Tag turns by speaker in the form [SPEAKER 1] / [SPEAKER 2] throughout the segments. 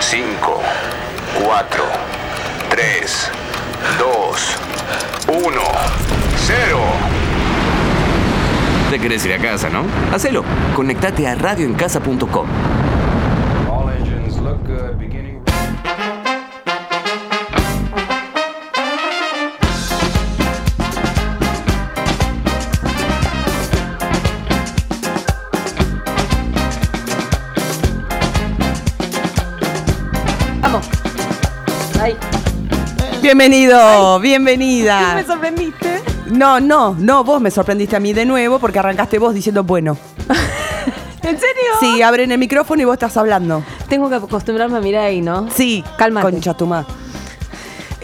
[SPEAKER 1] 5, 4, 3, 2, 1, 0.
[SPEAKER 2] Te querés ir a casa, ¿no? Hacelo. Conectate a radioencasa.com.
[SPEAKER 1] All engines look good beginning.
[SPEAKER 3] Vamos. Ahí.
[SPEAKER 4] Bienvenido,
[SPEAKER 3] Me
[SPEAKER 4] bienvenida.
[SPEAKER 3] sorprendiste.
[SPEAKER 4] No, no, no, vos me sorprendiste a mí de nuevo porque arrancaste vos diciendo bueno.
[SPEAKER 3] ¿En serio?
[SPEAKER 4] Sí, abren el micrófono y vos estás hablando.
[SPEAKER 3] Tengo que acostumbrarme a mirar ahí, ¿no?
[SPEAKER 4] Sí,
[SPEAKER 3] Cálmate.
[SPEAKER 4] Concha tu ma.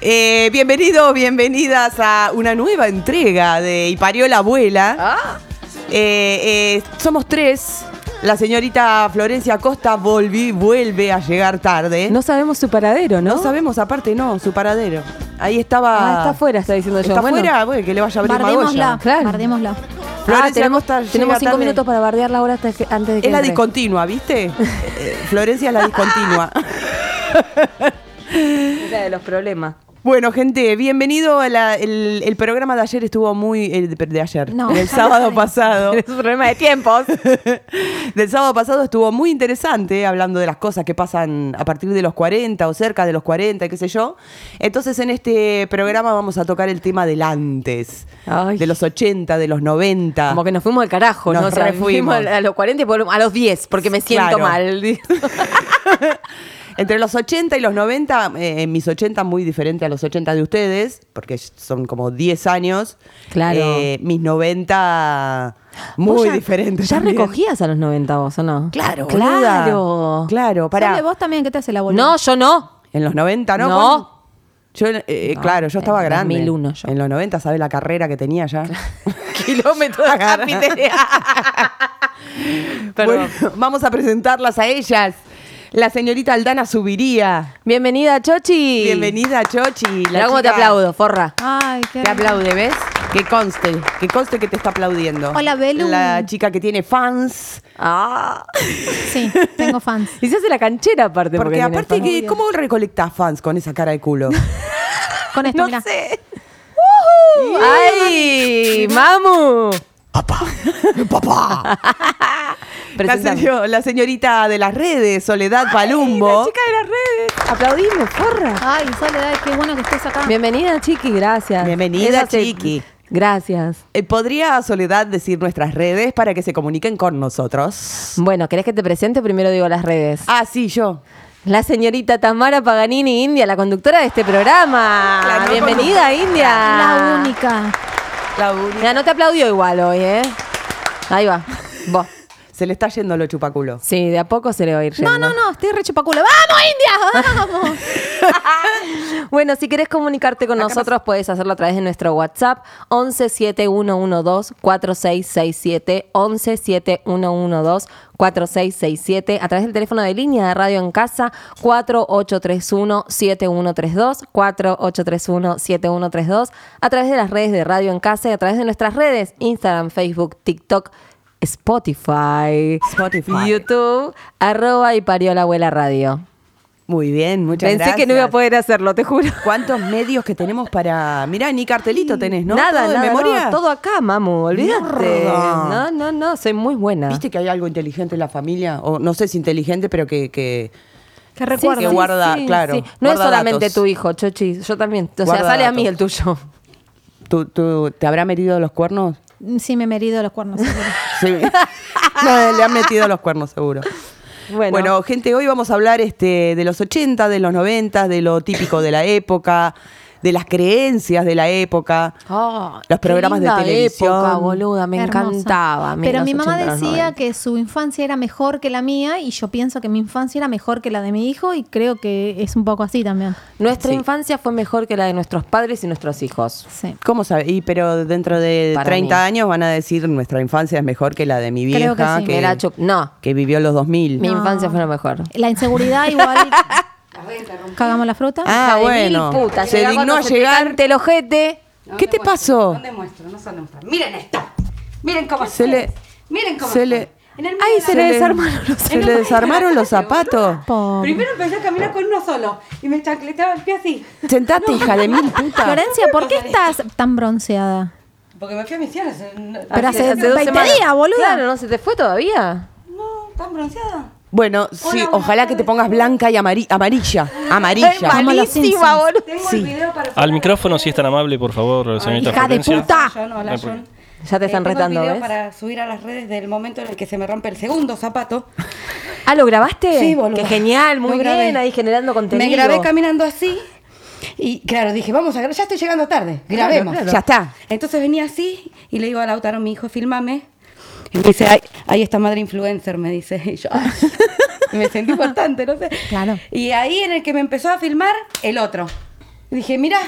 [SPEAKER 4] Eh, bienvenido, bienvenidas a una nueva entrega de Y parió la abuela.
[SPEAKER 3] Ah.
[SPEAKER 4] Eh, eh, somos tres. La señorita Florencia Costa volví, vuelve a llegar tarde.
[SPEAKER 3] No sabemos su paradero, ¿no?
[SPEAKER 4] ¿Eh? No sabemos, aparte no, su paradero. Ahí estaba.
[SPEAKER 3] Ah, está afuera, está diciendo yo.
[SPEAKER 4] Está
[SPEAKER 3] Bueno.
[SPEAKER 4] afuera, bueno, que le vaya a abrir Magoya.
[SPEAKER 5] Bardémosla,
[SPEAKER 3] Claro.
[SPEAKER 5] bardémosla.
[SPEAKER 4] Florencia
[SPEAKER 3] Ah, tenemos,
[SPEAKER 4] Costa llega
[SPEAKER 3] tenemos cinco
[SPEAKER 4] tarde.
[SPEAKER 3] minutos para bardearla ahora hasta que- antes de que
[SPEAKER 4] Es la
[SPEAKER 3] entre.
[SPEAKER 4] discontinua, ¿viste? Eh, Florencia es la discontinua.
[SPEAKER 3] Era de los problemas.
[SPEAKER 4] Bueno, gente, bienvenido a la- el, el programa de ayer estuvo muy. El de, de ayer.
[SPEAKER 5] No.
[SPEAKER 4] Del sábado pasado.
[SPEAKER 3] Es un problema de tiempos.
[SPEAKER 4] del sábado pasado estuvo muy interesante, hablando de las cosas que pasan a partir de los 40 o cerca de los 40, qué sé yo. Entonces, en este programa vamos a tocar el tema del antes,
[SPEAKER 3] Ay.
[SPEAKER 4] de los 80, de los 90.
[SPEAKER 3] Como que nos fuimos al carajo,
[SPEAKER 4] ah. Nos
[SPEAKER 3] ¿no? O sea,
[SPEAKER 4] refuimos.
[SPEAKER 3] fuimos a los 40 y volvemos a los 10, porque me siento
[SPEAKER 4] Claro.
[SPEAKER 3] mal.
[SPEAKER 4] Entre los 80 y los 90, eh, mis 80 muy diferente a los 80 de ustedes, porque son como 10 años.
[SPEAKER 3] Claro.
[SPEAKER 4] Eh, mis 90 muy
[SPEAKER 3] Vos ya-
[SPEAKER 4] diferentes.
[SPEAKER 3] ¿Ya
[SPEAKER 4] también.
[SPEAKER 3] recogías a los 90 vos o no?
[SPEAKER 4] Claro, boluda.
[SPEAKER 3] claro.
[SPEAKER 4] Claro,
[SPEAKER 5] Sale
[SPEAKER 4] para.
[SPEAKER 5] vos también que te hace la bolsa.
[SPEAKER 3] No, yo no.
[SPEAKER 4] En los 90, ¿no?
[SPEAKER 3] No.
[SPEAKER 4] Juan? Yo, eh,
[SPEAKER 3] No,
[SPEAKER 4] claro, yo
[SPEAKER 3] en
[SPEAKER 4] estaba grande.
[SPEAKER 3] 2001 yo.
[SPEAKER 4] En los 90, ¿sabes la carrera que tenía ya?
[SPEAKER 3] Kilómetros de capitán. Perdón.
[SPEAKER 4] Bueno, vamos a presentarlas a ellas. La señorita Aldana Subiría.
[SPEAKER 3] Bienvenida, Chochi.
[SPEAKER 4] Bienvenida, Chochi. La
[SPEAKER 3] Mirá cómo te
[SPEAKER 4] chica-
[SPEAKER 3] aplaudo, forra.
[SPEAKER 5] Ay, qué
[SPEAKER 4] Te aplaude, ¿ves? Que conste, que conste que te está aplaudiendo.
[SPEAKER 5] Hola, Belu.
[SPEAKER 4] La chica que tiene fans.
[SPEAKER 3] Ah.
[SPEAKER 5] Sí, tengo fans.
[SPEAKER 3] Y se hace la canchera aparte. Porque,
[SPEAKER 4] Porque
[SPEAKER 3] tiene
[SPEAKER 4] aparte,
[SPEAKER 3] fama.
[SPEAKER 4] que, ¿cómo recolectás fans con esa cara de culo?
[SPEAKER 5] Con esto, mirá.
[SPEAKER 3] sé. ¡Ay! ¡Mamu!
[SPEAKER 4] ¡Papá! ¡Papá! La,
[SPEAKER 3] Preséntame.
[SPEAKER 4] señor- la señorita de las redes, Soledad
[SPEAKER 3] Ay,
[SPEAKER 4] Palumbo.
[SPEAKER 3] La chica de las redes. Aplaudime, forra.
[SPEAKER 5] Ay, Soledad, qué bueno que estés acá.
[SPEAKER 3] Bienvenida, Chiqui, gracias.
[SPEAKER 4] Bienvenida,
[SPEAKER 3] Esa se-
[SPEAKER 4] Chiqui.
[SPEAKER 3] Gracias.
[SPEAKER 4] Eh, ¿Podría Soledad decir nuestras redes para que se comuniquen con nosotros?
[SPEAKER 3] Bueno, ¿querés que te presente? Primero digo las redes.
[SPEAKER 4] Ah, sí, yo.
[SPEAKER 3] La señorita Tamara Paganini India, la conductora de este programa.
[SPEAKER 4] La no
[SPEAKER 3] Bienvenida, India.
[SPEAKER 5] La única.
[SPEAKER 4] La única.
[SPEAKER 3] Mira, no te aplaudió igual hoy, ¿eh? Ahí va. Vos.
[SPEAKER 4] Se le está yendo lo chupaculo.
[SPEAKER 3] Sí, de a poco se le va a ir
[SPEAKER 5] No,
[SPEAKER 3] yendo.
[SPEAKER 5] no, no, estoy re chupaculo. ¡Vamos, India! ¡Vamos!
[SPEAKER 3] Bueno, si querés comunicarte con nosotros, puedes hacerlo a través de nuestro WhatsApp 1171124667 1171124667 a través del teléfono de línea de Radio en Casa 4831-7132 4831-7132 a través de las redes de Radio en Casa y a través de nuestras redes Instagram, Facebook, TikTok, Spotify,
[SPEAKER 4] Spotify.
[SPEAKER 3] YouTube, arroba y parió la abuela radio.
[SPEAKER 4] Muy bien, muchas
[SPEAKER 3] Pensé
[SPEAKER 4] gracias.
[SPEAKER 3] que no iba a poder hacerlo, te juro.
[SPEAKER 4] ¿Cuántos medios que tenemos para.? Mirá, ni cartelito tenés, ¿no?
[SPEAKER 3] Nada,
[SPEAKER 4] ¿Todo de
[SPEAKER 3] nada,
[SPEAKER 4] memoria?
[SPEAKER 3] no, todo acá, mamu, olvídate.
[SPEAKER 4] Mierda.
[SPEAKER 3] No, no, no, soy muy buena.
[SPEAKER 4] ¿Viste que hay algo inteligente en la familia? O no sé si inteligente, pero que, que
[SPEAKER 5] Qué
[SPEAKER 3] Sí,
[SPEAKER 5] recuerdo.
[SPEAKER 4] Que guarda, claro,
[SPEAKER 3] No
[SPEAKER 4] guarda
[SPEAKER 3] es solamente
[SPEAKER 4] datos.
[SPEAKER 3] tu hijo, Chochi, yo también. O sea,
[SPEAKER 4] Guarda
[SPEAKER 3] sale a
[SPEAKER 4] datos.
[SPEAKER 3] mí el tuyo.
[SPEAKER 4] ¿tú, tú- te habrá metido los cuernos.
[SPEAKER 5] Sí, me he merido los cuernos. seguro.
[SPEAKER 4] Sí. No, le han metido los cuernos, seguro.
[SPEAKER 3] Bueno.
[SPEAKER 4] Bueno. gente, hoy vamos a hablar este, de los 80, de los 90, de lo típico de la época, de las creencias de la época, los programas de televisión.
[SPEAKER 3] Ah, Época, boluda, me
[SPEAKER 5] Hermoso.
[SPEAKER 3] encantaba. a mí
[SPEAKER 5] Pero
[SPEAKER 3] los
[SPEAKER 5] mi mamá
[SPEAKER 3] 80, los
[SPEAKER 5] decía
[SPEAKER 3] 90.
[SPEAKER 5] que su infancia era mejor que la mía y yo pienso que mi infancia era mejor que la de mi hijo y creo que es un poco así también.
[SPEAKER 3] Nuestra
[SPEAKER 4] Sí.
[SPEAKER 3] infancia fue mejor que la de nuestros padres y nuestros hijos.
[SPEAKER 5] Sí.
[SPEAKER 4] ¿Cómo sabe? Y pero dentro de
[SPEAKER 3] Para
[SPEAKER 4] 30
[SPEAKER 3] mí.
[SPEAKER 4] años van a decir nuestra infancia es mejor que la de mi vieja
[SPEAKER 5] Creo que sí.
[SPEAKER 4] que,
[SPEAKER 3] Era chup- no.
[SPEAKER 4] que vivió los 2000.
[SPEAKER 3] Mi
[SPEAKER 5] No.
[SPEAKER 3] infancia fue la mejor.
[SPEAKER 5] La inseguridad igual. Cagamos la fruta.
[SPEAKER 4] Ah,
[SPEAKER 3] Hija de mil
[SPEAKER 4] bueno.
[SPEAKER 3] putas,
[SPEAKER 4] Se
[SPEAKER 3] llega
[SPEAKER 4] dignó
[SPEAKER 3] cuando
[SPEAKER 4] a
[SPEAKER 3] se te
[SPEAKER 4] llegar.
[SPEAKER 3] cante el ojete.
[SPEAKER 4] ¿Qué te pasó?
[SPEAKER 6] No demuestro, no son un fra- Miren esto. Miren cómo
[SPEAKER 4] Se
[SPEAKER 6] se
[SPEAKER 4] le-
[SPEAKER 6] Miren cómo
[SPEAKER 4] se
[SPEAKER 6] se
[SPEAKER 4] le-
[SPEAKER 6] En el medio
[SPEAKER 3] Ay,
[SPEAKER 6] de la
[SPEAKER 3] se le desarmaron los
[SPEAKER 4] se le desarmaron los zapatos.
[SPEAKER 5] Pobre.
[SPEAKER 6] Primero empecé a caminar con uno solo y me chancleteaba el pie así.
[SPEAKER 4] Sentate, hija de mil puta.
[SPEAKER 5] Florencia, ¿por qué estás tan bronceada?
[SPEAKER 6] Porque me fui a misiones. eh, no-
[SPEAKER 5] Pero hace
[SPEAKER 3] dos
[SPEAKER 5] 20
[SPEAKER 3] semanas.
[SPEAKER 5] días, boluda.
[SPEAKER 3] Claro, no se te fue todavía.
[SPEAKER 6] No, tan bronceada.
[SPEAKER 4] Bueno, sí,
[SPEAKER 6] Hola, buenas
[SPEAKER 4] ojalá que te
[SPEAKER 6] tardes.
[SPEAKER 4] pongas blanca y amari- amarilla.
[SPEAKER 3] Es
[SPEAKER 4] Amarilla.
[SPEAKER 5] mal- Como los
[SPEAKER 3] malísima,
[SPEAKER 5] Simpsons.
[SPEAKER 3] boludo.
[SPEAKER 6] Tengo
[SPEAKER 4] Sí.
[SPEAKER 6] el video para.
[SPEAKER 7] Al micrófono, si es tan amable, por favor, señorita
[SPEAKER 5] hija de
[SPEAKER 7] Florencia.
[SPEAKER 5] puta.
[SPEAKER 6] John, hola, John.
[SPEAKER 3] Ya te están
[SPEAKER 6] Eh, tengo el
[SPEAKER 3] retando,
[SPEAKER 6] video
[SPEAKER 3] ¿ves?
[SPEAKER 6] para subir a las redes del momento en el que se me rompe el segundo zapato.
[SPEAKER 3] Ah, ¿lo grabaste?
[SPEAKER 6] Sí, boludo.
[SPEAKER 3] Qué genial, muy
[SPEAKER 6] Lo grabé.
[SPEAKER 3] bien, ahí generando contenido.
[SPEAKER 6] Me grabé caminando así. Y claro, dije, vamos a gra- ya estoy llegando tarde, grabemos.
[SPEAKER 4] claro. Ya está.
[SPEAKER 6] Entonces venía así y le digo a Lautaro, mi hijo, filmame. Y me dice, "Ay, ahí está madre influencer, me dice. Y yo, "Ah". me sentí importante, no sé.
[SPEAKER 5] Claro.
[SPEAKER 6] Y ahí en el que me empezó a filmar, el otro. Y dije, mira,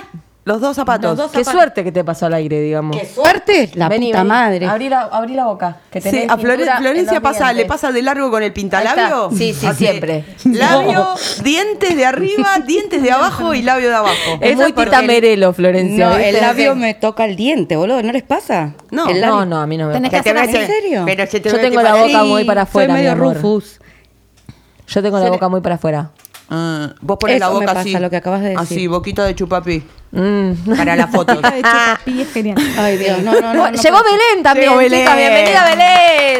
[SPEAKER 4] Los dos zapatos.
[SPEAKER 6] los dos
[SPEAKER 3] Qué
[SPEAKER 6] zapatos.
[SPEAKER 3] suerte que te pasó al aire, digamos.
[SPEAKER 6] ¡Qué suerte! La
[SPEAKER 3] Vení,
[SPEAKER 6] puta
[SPEAKER 3] vení.
[SPEAKER 6] madre.
[SPEAKER 3] Abrí la, abrí la boca. Que
[SPEAKER 4] Sí,
[SPEAKER 3] tenés
[SPEAKER 4] a
[SPEAKER 3] pintura
[SPEAKER 4] Flore-
[SPEAKER 3] en
[SPEAKER 4] Florencia
[SPEAKER 3] los
[SPEAKER 4] pasa, le
[SPEAKER 3] dientes.
[SPEAKER 4] pasa de largo con el pintalabio.
[SPEAKER 3] Ahí está. Sí, sí,
[SPEAKER 4] Así,
[SPEAKER 3] siempre.
[SPEAKER 4] Labio, dientes de arriba, dientes de abajo y labio de abajo.
[SPEAKER 3] Es muy
[SPEAKER 6] porque
[SPEAKER 3] tita
[SPEAKER 6] el-
[SPEAKER 3] Merelo, Florencia.
[SPEAKER 6] No,
[SPEAKER 3] ¿viste?
[SPEAKER 6] el labio
[SPEAKER 3] Sí.
[SPEAKER 6] me toca el diente, boludo. ¿No les pasa?
[SPEAKER 4] No.
[SPEAKER 6] El labio-
[SPEAKER 3] No, no, a mí no me
[SPEAKER 5] Tenés
[SPEAKER 3] pasa.
[SPEAKER 5] que hacer
[SPEAKER 6] ¿En
[SPEAKER 5] así.
[SPEAKER 6] serio?
[SPEAKER 4] Pero se te
[SPEAKER 3] Yo
[SPEAKER 4] mete
[SPEAKER 3] tengo la
[SPEAKER 4] para-
[SPEAKER 3] boca
[SPEAKER 6] Sí,
[SPEAKER 3] muy para afuera,
[SPEAKER 6] Soy medio
[SPEAKER 3] mi amor.
[SPEAKER 6] Rufus.
[SPEAKER 3] Yo tengo la boca muy para afuera.
[SPEAKER 4] Ah, vos pones
[SPEAKER 6] Eso
[SPEAKER 4] la boca
[SPEAKER 6] me pasa,
[SPEAKER 4] así.
[SPEAKER 6] lo que acabas de decir.
[SPEAKER 4] Así, boquita de chupapi.
[SPEAKER 3] Mm.
[SPEAKER 4] Para la foto.
[SPEAKER 5] Hija de chupapi, es genial.
[SPEAKER 6] Ay, Dios, no, no, no. pues,
[SPEAKER 3] Bueno,
[SPEAKER 6] no
[SPEAKER 3] llegó
[SPEAKER 6] puedo.
[SPEAKER 3] Belén también,
[SPEAKER 4] Llegó Belén.
[SPEAKER 3] chicas, bienvenida Belén.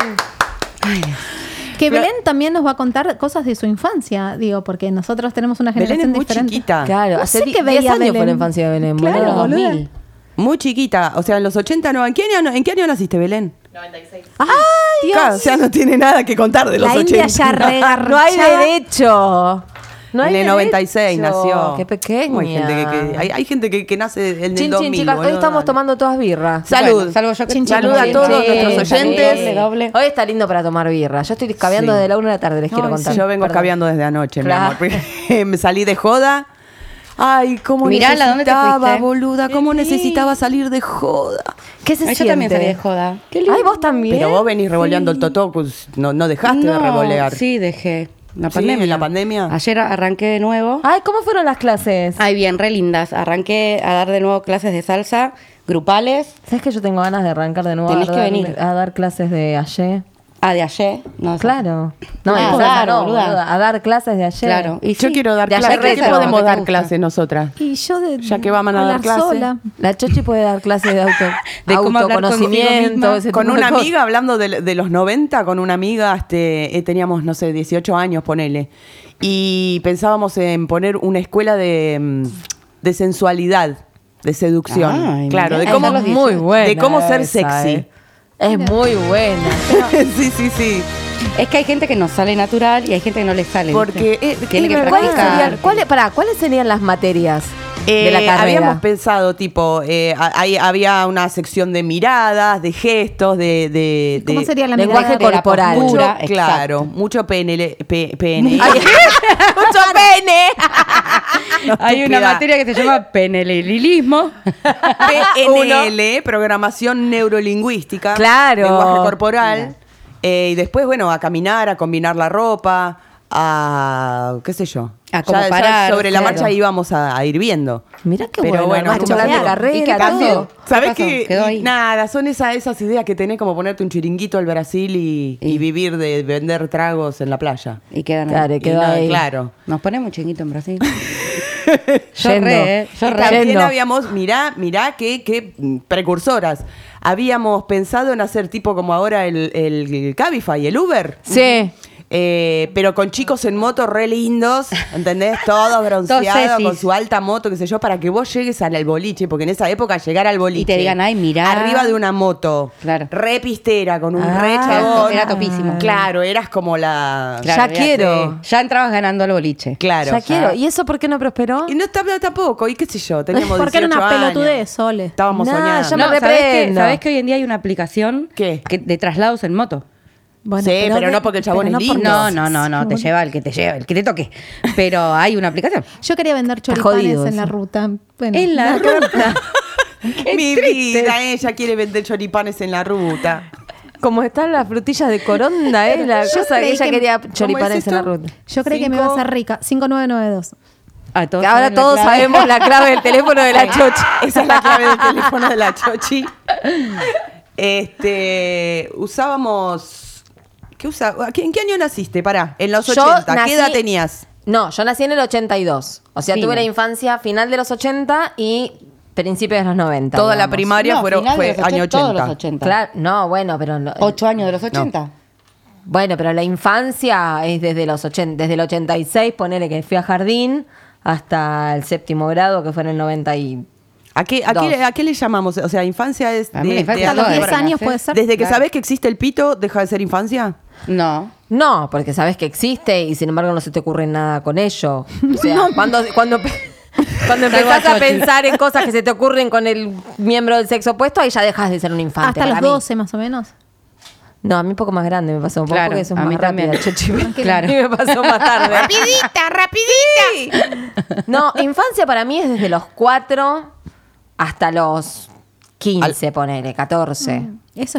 [SPEAKER 5] Que Belén también nos va a contar cosas de su infancia, digo, porque nosotros tenemos una
[SPEAKER 4] Belén
[SPEAKER 5] generación
[SPEAKER 4] es muy
[SPEAKER 5] diferente.
[SPEAKER 4] chiquita.
[SPEAKER 3] Claro,
[SPEAKER 5] No
[SPEAKER 3] hace
[SPEAKER 5] sé
[SPEAKER 3] di-
[SPEAKER 5] qué
[SPEAKER 3] 10
[SPEAKER 5] veía
[SPEAKER 3] años fue la
[SPEAKER 5] Belén.
[SPEAKER 3] infancia de Belén,
[SPEAKER 5] Claro,
[SPEAKER 3] boludo.
[SPEAKER 5] boluda.
[SPEAKER 3] 2000.
[SPEAKER 4] Muy chiquita. O sea, en los 80, no. ¿En qué año, en qué año naciste, Belén?
[SPEAKER 5] ¡Ay, Dios!
[SPEAKER 4] Claro, o sea, no tiene nada que contar de los
[SPEAKER 5] La
[SPEAKER 4] 80.
[SPEAKER 5] India ya regarchó.
[SPEAKER 3] No hay derecho. No hay
[SPEAKER 4] en el 96
[SPEAKER 3] derecho.
[SPEAKER 4] nació.
[SPEAKER 3] Qué pequeña.
[SPEAKER 4] Oh, Hay gente que, que- hay, hay gente que, que nace en el
[SPEAKER 3] Chin, chin,
[SPEAKER 4] 2000,
[SPEAKER 3] chicas, hoy
[SPEAKER 4] boludo,
[SPEAKER 3] estamos
[SPEAKER 4] dale.
[SPEAKER 3] tomando todas birra.
[SPEAKER 4] Salud.
[SPEAKER 6] Bueno, salvo yo que
[SPEAKER 5] Chin, chin,
[SPEAKER 4] Salud a
[SPEAKER 5] chin,
[SPEAKER 4] todos
[SPEAKER 5] chin.
[SPEAKER 4] nuestros
[SPEAKER 3] Sí,
[SPEAKER 4] oyentes.
[SPEAKER 6] doble, doble.
[SPEAKER 3] Hoy está lindo para tomar birra. Yo estoy cabeando
[SPEAKER 4] Sí.
[SPEAKER 3] desde la una de la tarde, les quiero
[SPEAKER 5] Ay,
[SPEAKER 3] contar.
[SPEAKER 4] Yo vengo
[SPEAKER 3] Perdón.
[SPEAKER 4] escabeando desde anoche, mi amor.
[SPEAKER 3] Claro.
[SPEAKER 4] porque Me salí de joda. Ay, cómo
[SPEAKER 6] Mirala, ¿dónde te
[SPEAKER 4] necesitaba,
[SPEAKER 6] fuiste?
[SPEAKER 4] boluda, cómo necesitaba salir de joda.
[SPEAKER 3] ¿Qué se
[SPEAKER 6] Ay,
[SPEAKER 3] siente?
[SPEAKER 6] yo también salí de joda. Qué lindo.
[SPEAKER 3] Ay, vos también.
[SPEAKER 4] Pero vos venís revoleando el totó, pues, no, no dejaste de
[SPEAKER 6] No,
[SPEAKER 4] revolear.
[SPEAKER 6] Sí, dejé. Ah. La
[SPEAKER 4] Sí,
[SPEAKER 6] pandemia.
[SPEAKER 4] en la pandemia.
[SPEAKER 6] Ayer arranqué de nuevo.
[SPEAKER 3] Ay, ¿cómo fueron las clases?
[SPEAKER 6] Ay, bien, re lindas. Arranqué a dar de nuevo clases de salsa, grupales.
[SPEAKER 3] ¿Sabes que yo tengo ganas de arrancar de nuevo
[SPEAKER 6] Tenés
[SPEAKER 3] a,
[SPEAKER 6] que
[SPEAKER 3] dar,
[SPEAKER 6] venir.
[SPEAKER 3] a dar clases de ayer?
[SPEAKER 6] Ah, de ayer. No,
[SPEAKER 3] Claro. No,
[SPEAKER 6] Ah,
[SPEAKER 3] de salsa
[SPEAKER 6] claro,
[SPEAKER 3] no,
[SPEAKER 6] boluda.
[SPEAKER 3] boluda, A dar clases de ayer.
[SPEAKER 6] Claro. Y
[SPEAKER 4] Yo
[SPEAKER 6] sí,
[SPEAKER 4] quiero dar
[SPEAKER 3] de ayer
[SPEAKER 4] clases. ¿Qué
[SPEAKER 3] retro, lo
[SPEAKER 4] podemos
[SPEAKER 6] que te
[SPEAKER 4] dar
[SPEAKER 6] gusta.
[SPEAKER 4] clases nosotras?
[SPEAKER 5] Y yo de
[SPEAKER 4] Ya que van a dar
[SPEAKER 5] hablar
[SPEAKER 4] clase.
[SPEAKER 5] sola.
[SPEAKER 3] La Chochi puede dar clases de auto,
[SPEAKER 6] De cómo hablar consigo
[SPEAKER 3] autoconocimiento.
[SPEAKER 6] misma.
[SPEAKER 3] ese
[SPEAKER 4] Con
[SPEAKER 3] tipo de
[SPEAKER 4] una
[SPEAKER 3] cosas.
[SPEAKER 4] amiga, hablando de, de los 90, con una amiga este, eh, teníamos, no sé, 18 años, ponele. Y pensábamos en poner una escuela de, mm, de sensualidad, de seducción.
[SPEAKER 6] Ay,
[SPEAKER 4] claro, de
[SPEAKER 6] mirá.
[SPEAKER 4] cómo,
[SPEAKER 6] Ay, son los
[SPEAKER 3] Muy buena.
[SPEAKER 4] de cómo ser
[SPEAKER 3] esa,
[SPEAKER 4] sexy.
[SPEAKER 3] eh. Es muy buena.
[SPEAKER 4] sí, sí, sí.
[SPEAKER 6] Es que hay gente que nos sale natural y hay gente que no le sale.
[SPEAKER 4] Porque,
[SPEAKER 6] ¿viste?
[SPEAKER 4] eh,
[SPEAKER 6] tiene
[SPEAKER 4] es
[SPEAKER 6] que
[SPEAKER 4] verdad.
[SPEAKER 3] ¿Cuáles
[SPEAKER 4] Claro.
[SPEAKER 6] practicar.
[SPEAKER 3] serían, cuáles- pará, ¿cuáles serían las materias de la
[SPEAKER 4] Eh,
[SPEAKER 3] carrera?
[SPEAKER 4] Habíamos pensado, tipo, eh, a- ahí había una sección de miradas, de gestos, de. de-
[SPEAKER 5] ¿Cómo
[SPEAKER 4] de-
[SPEAKER 5] sería la
[SPEAKER 3] lenguaje
[SPEAKER 5] mirada?
[SPEAKER 6] de la
[SPEAKER 3] corporal.
[SPEAKER 4] Mucho,
[SPEAKER 6] postura? Exacto.
[SPEAKER 4] claro, mucho PNL, P- PNL.
[SPEAKER 3] Ay, ¡Mucho pene!
[SPEAKER 6] Hay una
[SPEAKER 4] Estúpida.
[SPEAKER 6] materia que se llama penelilismo.
[SPEAKER 4] PNL, programación neurolingüística.
[SPEAKER 3] Claro.
[SPEAKER 4] Lenguaje corporal. Eh, y después, bueno, a caminar, a combinar la ropa, a qué sé yo.
[SPEAKER 6] A cómo parar,
[SPEAKER 4] sobre la
[SPEAKER 6] claro.
[SPEAKER 4] marcha íbamos a, a ir viendo.
[SPEAKER 3] Mirá qué
[SPEAKER 4] Pero
[SPEAKER 3] bueno,
[SPEAKER 4] bueno, mucho
[SPEAKER 3] armaste un plan de
[SPEAKER 4] placer.
[SPEAKER 3] carrera,
[SPEAKER 6] ¿Y qué cambió?
[SPEAKER 3] todo.
[SPEAKER 4] ¿Sabes
[SPEAKER 6] pasó?
[SPEAKER 4] qué?
[SPEAKER 6] Quedó ahí.
[SPEAKER 4] Nada, son esas, esas ideas que tenés como ponerte un chiringuito al Brasil y, y vivir de vender tragos en la playa.
[SPEAKER 6] Y quedan ahí.
[SPEAKER 3] Claro,
[SPEAKER 4] Y
[SPEAKER 3] quedó
[SPEAKER 4] nada,
[SPEAKER 3] ahí.
[SPEAKER 4] Claro.
[SPEAKER 6] Nos ponemos chinguito en Brasil. yo
[SPEAKER 3] Yendo.
[SPEAKER 6] re, eh, yo
[SPEAKER 4] Y
[SPEAKER 6] re.
[SPEAKER 4] también
[SPEAKER 3] Yendo.
[SPEAKER 4] habíamos, mirá, mirá qué, qué precursoras. Habíamos pensado en hacer tipo como ahora el, el Cabify, el Uber.
[SPEAKER 3] Sí.
[SPEAKER 4] Eh, pero con chicos en moto re lindos, ¿entendés? Todos bronceados,
[SPEAKER 6] sesis.
[SPEAKER 4] con su alta moto, qué sé yo, para que vos llegues al, al boliche, porque en esa época llegar al boliche.
[SPEAKER 6] Y te digan, "Ay, mirá".
[SPEAKER 4] Arriba de una moto.
[SPEAKER 6] Claro.
[SPEAKER 4] Re pistera, con un
[SPEAKER 3] Ah.
[SPEAKER 4] re chabón.
[SPEAKER 6] Era topísimo.
[SPEAKER 4] Claro, eras como la.
[SPEAKER 6] Claro,
[SPEAKER 3] Ya
[SPEAKER 6] ya
[SPEAKER 3] quiero. Ah.
[SPEAKER 6] sé. Ya entrabas ganando al boliche.
[SPEAKER 4] Claro.
[SPEAKER 3] ya quiero. ¿Y eso por qué no prosperó?
[SPEAKER 4] Y no estaba tampoco, y qué sé yo, teníamos
[SPEAKER 5] Porque era
[SPEAKER 4] 18
[SPEAKER 5] una
[SPEAKER 4] años.
[SPEAKER 5] pelotudez, Sole.
[SPEAKER 4] Estábamos
[SPEAKER 3] Nah,
[SPEAKER 4] soñando.
[SPEAKER 3] ya me
[SPEAKER 6] ¿sabés
[SPEAKER 3] reprendo.
[SPEAKER 6] que- ¿Sabés que hoy en día hay una aplicación
[SPEAKER 4] ¿Qué?
[SPEAKER 6] que- de traslados en moto?
[SPEAKER 5] Bueno,
[SPEAKER 4] Sí, pero
[SPEAKER 5] de-
[SPEAKER 4] no porque el
[SPEAKER 3] Ah,
[SPEAKER 4] chabón
[SPEAKER 5] pero
[SPEAKER 4] es
[SPEAKER 5] porque-
[SPEAKER 4] lindo.
[SPEAKER 6] No, no, no, no, te lleva el que te lleva, el que te toque. Pero hay una aplicación.
[SPEAKER 5] Yo quería vender choripanes
[SPEAKER 3] jodido
[SPEAKER 5] en la
[SPEAKER 3] eso.
[SPEAKER 5] ruta. Bueno,
[SPEAKER 6] En la
[SPEAKER 5] nada.
[SPEAKER 6] ruta. Qué
[SPEAKER 4] Mi
[SPEAKER 6] triste.
[SPEAKER 4] vida, eh. ella quiere vender choripanes en la ruta.
[SPEAKER 3] Como están las frutillas de coronda, ¿eh? La
[SPEAKER 5] Yo
[SPEAKER 3] cosa que
[SPEAKER 5] creí
[SPEAKER 3] ella
[SPEAKER 5] que-
[SPEAKER 3] quería
[SPEAKER 4] ¿Cómo es
[SPEAKER 3] choripanes en la
[SPEAKER 4] esto?
[SPEAKER 3] ruta.
[SPEAKER 5] Yo creí que me iba a
[SPEAKER 4] Cinco.
[SPEAKER 5] hacer rica. 5992.
[SPEAKER 6] Ah,
[SPEAKER 3] Que ahora
[SPEAKER 6] saben la
[SPEAKER 3] todos
[SPEAKER 6] clave.
[SPEAKER 3] sabemos la clave del teléfono de la chocha.
[SPEAKER 4] Esa es la clave del teléfono de la Chochi. Este, usábamos. ¿Qué usa? ¿A qué- ¿En qué año naciste? Pará, en los
[SPEAKER 3] Yo
[SPEAKER 4] 80.
[SPEAKER 3] nací-
[SPEAKER 4] ¿Qué edad tenías?
[SPEAKER 3] No, yo nací en el 82. O sea,
[SPEAKER 6] Sí.
[SPEAKER 3] tuve la infancia final de los 80 y principios de los 90.
[SPEAKER 4] Toda la
[SPEAKER 3] digamos.
[SPEAKER 4] primaria
[SPEAKER 6] No,
[SPEAKER 4] fueron,
[SPEAKER 6] final de
[SPEAKER 4] fue
[SPEAKER 6] los
[SPEAKER 4] año 80.
[SPEAKER 6] Todos los 80.
[SPEAKER 3] Claro, no, bueno, pero no- eh,
[SPEAKER 6] ¿Ocho años de los 80?
[SPEAKER 3] bueno, pero la infancia es desde los 80, desde el 86, ponele que fui a jardín hasta el séptimo grado que fue en el 90 y
[SPEAKER 4] ¿A qué, a,
[SPEAKER 3] Dos.
[SPEAKER 4] qué, a qué le llamamos? O sea, infancia es...
[SPEAKER 6] A mí la infancia
[SPEAKER 5] Hasta
[SPEAKER 6] no,
[SPEAKER 5] los
[SPEAKER 6] de
[SPEAKER 5] 10
[SPEAKER 6] verdad,
[SPEAKER 5] años
[SPEAKER 6] ¿eh?
[SPEAKER 5] puede ser.
[SPEAKER 4] Desde que
[SPEAKER 6] Claro.
[SPEAKER 4] sabes que existe el pito, ¿deja de ser infancia?
[SPEAKER 6] No.
[SPEAKER 3] No, porque sabes que existe y sin embargo no se te ocurre nada con ello. O sea, cuando, cuando, cuando empezás a pensar en cosas que se te ocurren con el miembro del sexo opuesto, ahí ya dejas de ser un infante.
[SPEAKER 5] Hasta los
[SPEAKER 3] para mí.
[SPEAKER 5] 12 más o menos.
[SPEAKER 3] No, a mí un poco más grande me pasó. Un poco
[SPEAKER 6] Claro,
[SPEAKER 3] porque eso es
[SPEAKER 6] a
[SPEAKER 3] más
[SPEAKER 6] mí también.
[SPEAKER 3] rápido, Chechi.
[SPEAKER 6] Claro.
[SPEAKER 3] A mí me pasó más tarde. ¡Rapidita, rapidita! No, infancia para mí es desde los 4 hasta los 15, ponele, 14.
[SPEAKER 5] eso-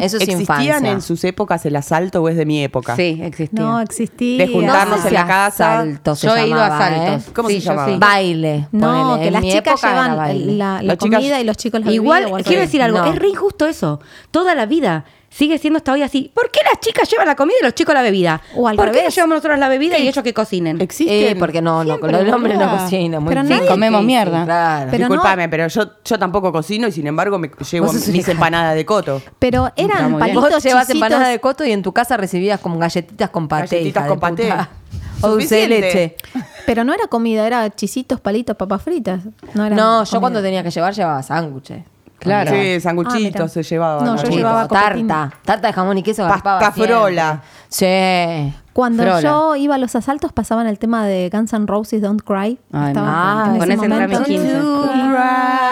[SPEAKER 3] Eso, es
[SPEAKER 4] ¿Existían
[SPEAKER 3] infancia.
[SPEAKER 4] en sus épocas el asalto o es de mi época?
[SPEAKER 6] Sí, existía.
[SPEAKER 5] No, existía.
[SPEAKER 4] De juntarnos
[SPEAKER 3] sé
[SPEAKER 4] en la casa.
[SPEAKER 3] asalto se
[SPEAKER 6] yo he ido a
[SPEAKER 3] llamaba, ¿eh?
[SPEAKER 6] saltos.
[SPEAKER 4] ¿Cómo se llamaba?
[SPEAKER 3] baile.
[SPEAKER 5] No,
[SPEAKER 3] ponele.
[SPEAKER 5] que
[SPEAKER 3] En
[SPEAKER 5] las
[SPEAKER 3] mi
[SPEAKER 5] chicas
[SPEAKER 3] época era
[SPEAKER 5] llevan
[SPEAKER 3] baile.
[SPEAKER 5] la, la
[SPEAKER 4] Las chicas-
[SPEAKER 5] comida y los chicos la
[SPEAKER 6] Igual,
[SPEAKER 5] bebida o al
[SPEAKER 6] quiero
[SPEAKER 5] revés.
[SPEAKER 6] decir algo,
[SPEAKER 3] No.
[SPEAKER 6] es re injusto eso. Toda la vida sigue siendo hasta hoy así. ¿Por qué las chicas llevan la comida y los chicos la bebida?
[SPEAKER 5] O al
[SPEAKER 6] ¿Por qué
[SPEAKER 5] revés.
[SPEAKER 6] nos llevamos nosotros la bebida y ellos que cocinen?
[SPEAKER 4] Existe.
[SPEAKER 3] Eh, porque no, no,
[SPEAKER 6] Siempre,
[SPEAKER 3] el hombre no
[SPEAKER 6] boluda.
[SPEAKER 3] cocina. Muy
[SPEAKER 5] Pero
[SPEAKER 3] bien.
[SPEAKER 5] nadie-
[SPEAKER 6] Comemos mierda.
[SPEAKER 3] Claro.
[SPEAKER 5] Pero
[SPEAKER 4] Disculpame, pero yo, yo tampoco cocino y sin embargo me llevo
[SPEAKER 3] Vos sos
[SPEAKER 4] mis
[SPEAKER 3] una-
[SPEAKER 4] empanadas de coto.
[SPEAKER 5] Pero
[SPEAKER 6] Está
[SPEAKER 5] eran
[SPEAKER 6] muy bien.
[SPEAKER 5] palitos
[SPEAKER 3] Vos llevas empanadas de
[SPEAKER 5] chisitos.
[SPEAKER 3] coto y en tu casa recibías como galletitas con paté.
[SPEAKER 4] Galletitas
[SPEAKER 3] hija
[SPEAKER 4] con
[SPEAKER 3] de puta.
[SPEAKER 4] paté.
[SPEAKER 3] O dulce de
[SPEAKER 4] Suficiente.
[SPEAKER 3] leche.
[SPEAKER 5] Pero no era comida, era chisitos, palitos, papas fritas. No, eran
[SPEAKER 3] No,
[SPEAKER 5] comida.
[SPEAKER 3] yo cuando tenía que llevar llevaba sándwiches.
[SPEAKER 6] Claro.
[SPEAKER 4] Sí,
[SPEAKER 5] Ah,
[SPEAKER 4] sanguchitos
[SPEAKER 5] mira.
[SPEAKER 4] se llevaban.
[SPEAKER 5] No,
[SPEAKER 4] ¿no?
[SPEAKER 5] yo
[SPEAKER 3] Chicos,
[SPEAKER 5] llevaba copetín.
[SPEAKER 3] tarta. Tarta de jamón y queso.
[SPEAKER 4] Pasta
[SPEAKER 3] garpaba siempre.
[SPEAKER 4] frola.
[SPEAKER 3] Sí.
[SPEAKER 5] Cuando
[SPEAKER 6] Frola.
[SPEAKER 5] yo iba a los asaltos pasaban el tema de Guns N' Roses Don't Cry.
[SPEAKER 6] Ay,
[SPEAKER 5] Estaba
[SPEAKER 3] ma.
[SPEAKER 5] en
[SPEAKER 3] Con
[SPEAKER 5] ese
[SPEAKER 6] ese entré a mis
[SPEAKER 5] momento.
[SPEAKER 6] 15.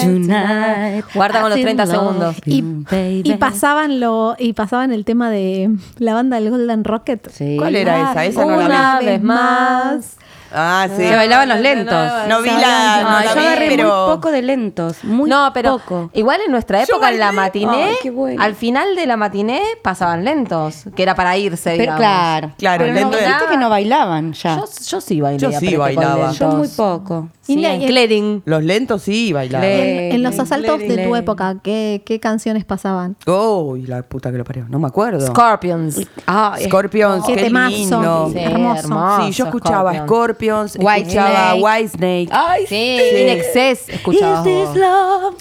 [SPEAKER 6] Tonight,
[SPEAKER 3] Guarda con los
[SPEAKER 6] I
[SPEAKER 3] 30
[SPEAKER 6] feel
[SPEAKER 3] segundos.
[SPEAKER 6] love
[SPEAKER 5] Y,
[SPEAKER 6] you, Mm, baby.
[SPEAKER 5] y pasaban lo y pasaban el tema de la banda del Golden Rocket.
[SPEAKER 6] Sí.
[SPEAKER 4] ¿Cuál era esa? Esa no la vi.
[SPEAKER 3] Una vez más.
[SPEAKER 4] Ah, sí.
[SPEAKER 6] Se bailaban los lentos.
[SPEAKER 4] No vi la, no
[SPEAKER 6] Ay,
[SPEAKER 4] la
[SPEAKER 6] yo
[SPEAKER 4] vi,
[SPEAKER 6] agarré
[SPEAKER 4] pero...
[SPEAKER 6] muy poco de lentos, muy
[SPEAKER 3] no, pero
[SPEAKER 6] poco.
[SPEAKER 3] igual en nuestra época, en la
[SPEAKER 6] bailé.
[SPEAKER 3] matiné,
[SPEAKER 6] Ay, qué bueno.
[SPEAKER 3] al final de la matiné pasaban lentos, que era para irse,
[SPEAKER 6] Pero
[SPEAKER 3] digamos.
[SPEAKER 6] claro,
[SPEAKER 4] Claro,
[SPEAKER 6] pero no,
[SPEAKER 4] lento de-
[SPEAKER 6] viste que no bailaban ya.
[SPEAKER 3] Yo, yo sí bailé.
[SPEAKER 4] Yo sí
[SPEAKER 3] apreté con
[SPEAKER 4] bailaba.
[SPEAKER 3] lentos.
[SPEAKER 6] Yo muy poco.
[SPEAKER 3] Sí,
[SPEAKER 5] Y la-
[SPEAKER 3] en clearing.
[SPEAKER 4] Los lentos sí bailaban.
[SPEAKER 6] Le-
[SPEAKER 5] En, en los
[SPEAKER 6] Lady,
[SPEAKER 5] asaltos
[SPEAKER 6] Lady,
[SPEAKER 5] de tu
[SPEAKER 6] Lady.
[SPEAKER 5] época, ¿qué, qué canciones pasaban?
[SPEAKER 4] Uy, Oh, la puta que lo parió. No me acuerdo.
[SPEAKER 3] Scorpions.
[SPEAKER 6] Ah, es-
[SPEAKER 4] Scorpions,
[SPEAKER 5] Qué
[SPEAKER 4] Oh, qué,
[SPEAKER 5] temazo.
[SPEAKER 4] lindo.
[SPEAKER 5] Sí,
[SPEAKER 4] Sí,
[SPEAKER 5] hermoso.
[SPEAKER 4] yo escuchaba
[SPEAKER 3] Scorpions.
[SPEAKER 4] Scorpions,
[SPEAKER 6] White
[SPEAKER 4] escuchaba
[SPEAKER 6] Snake.
[SPEAKER 4] White Snake.
[SPEAKER 6] Ay,
[SPEAKER 3] Sí, en exces escuchabas
[SPEAKER 6] Is
[SPEAKER 3] vos.
[SPEAKER 6] this love?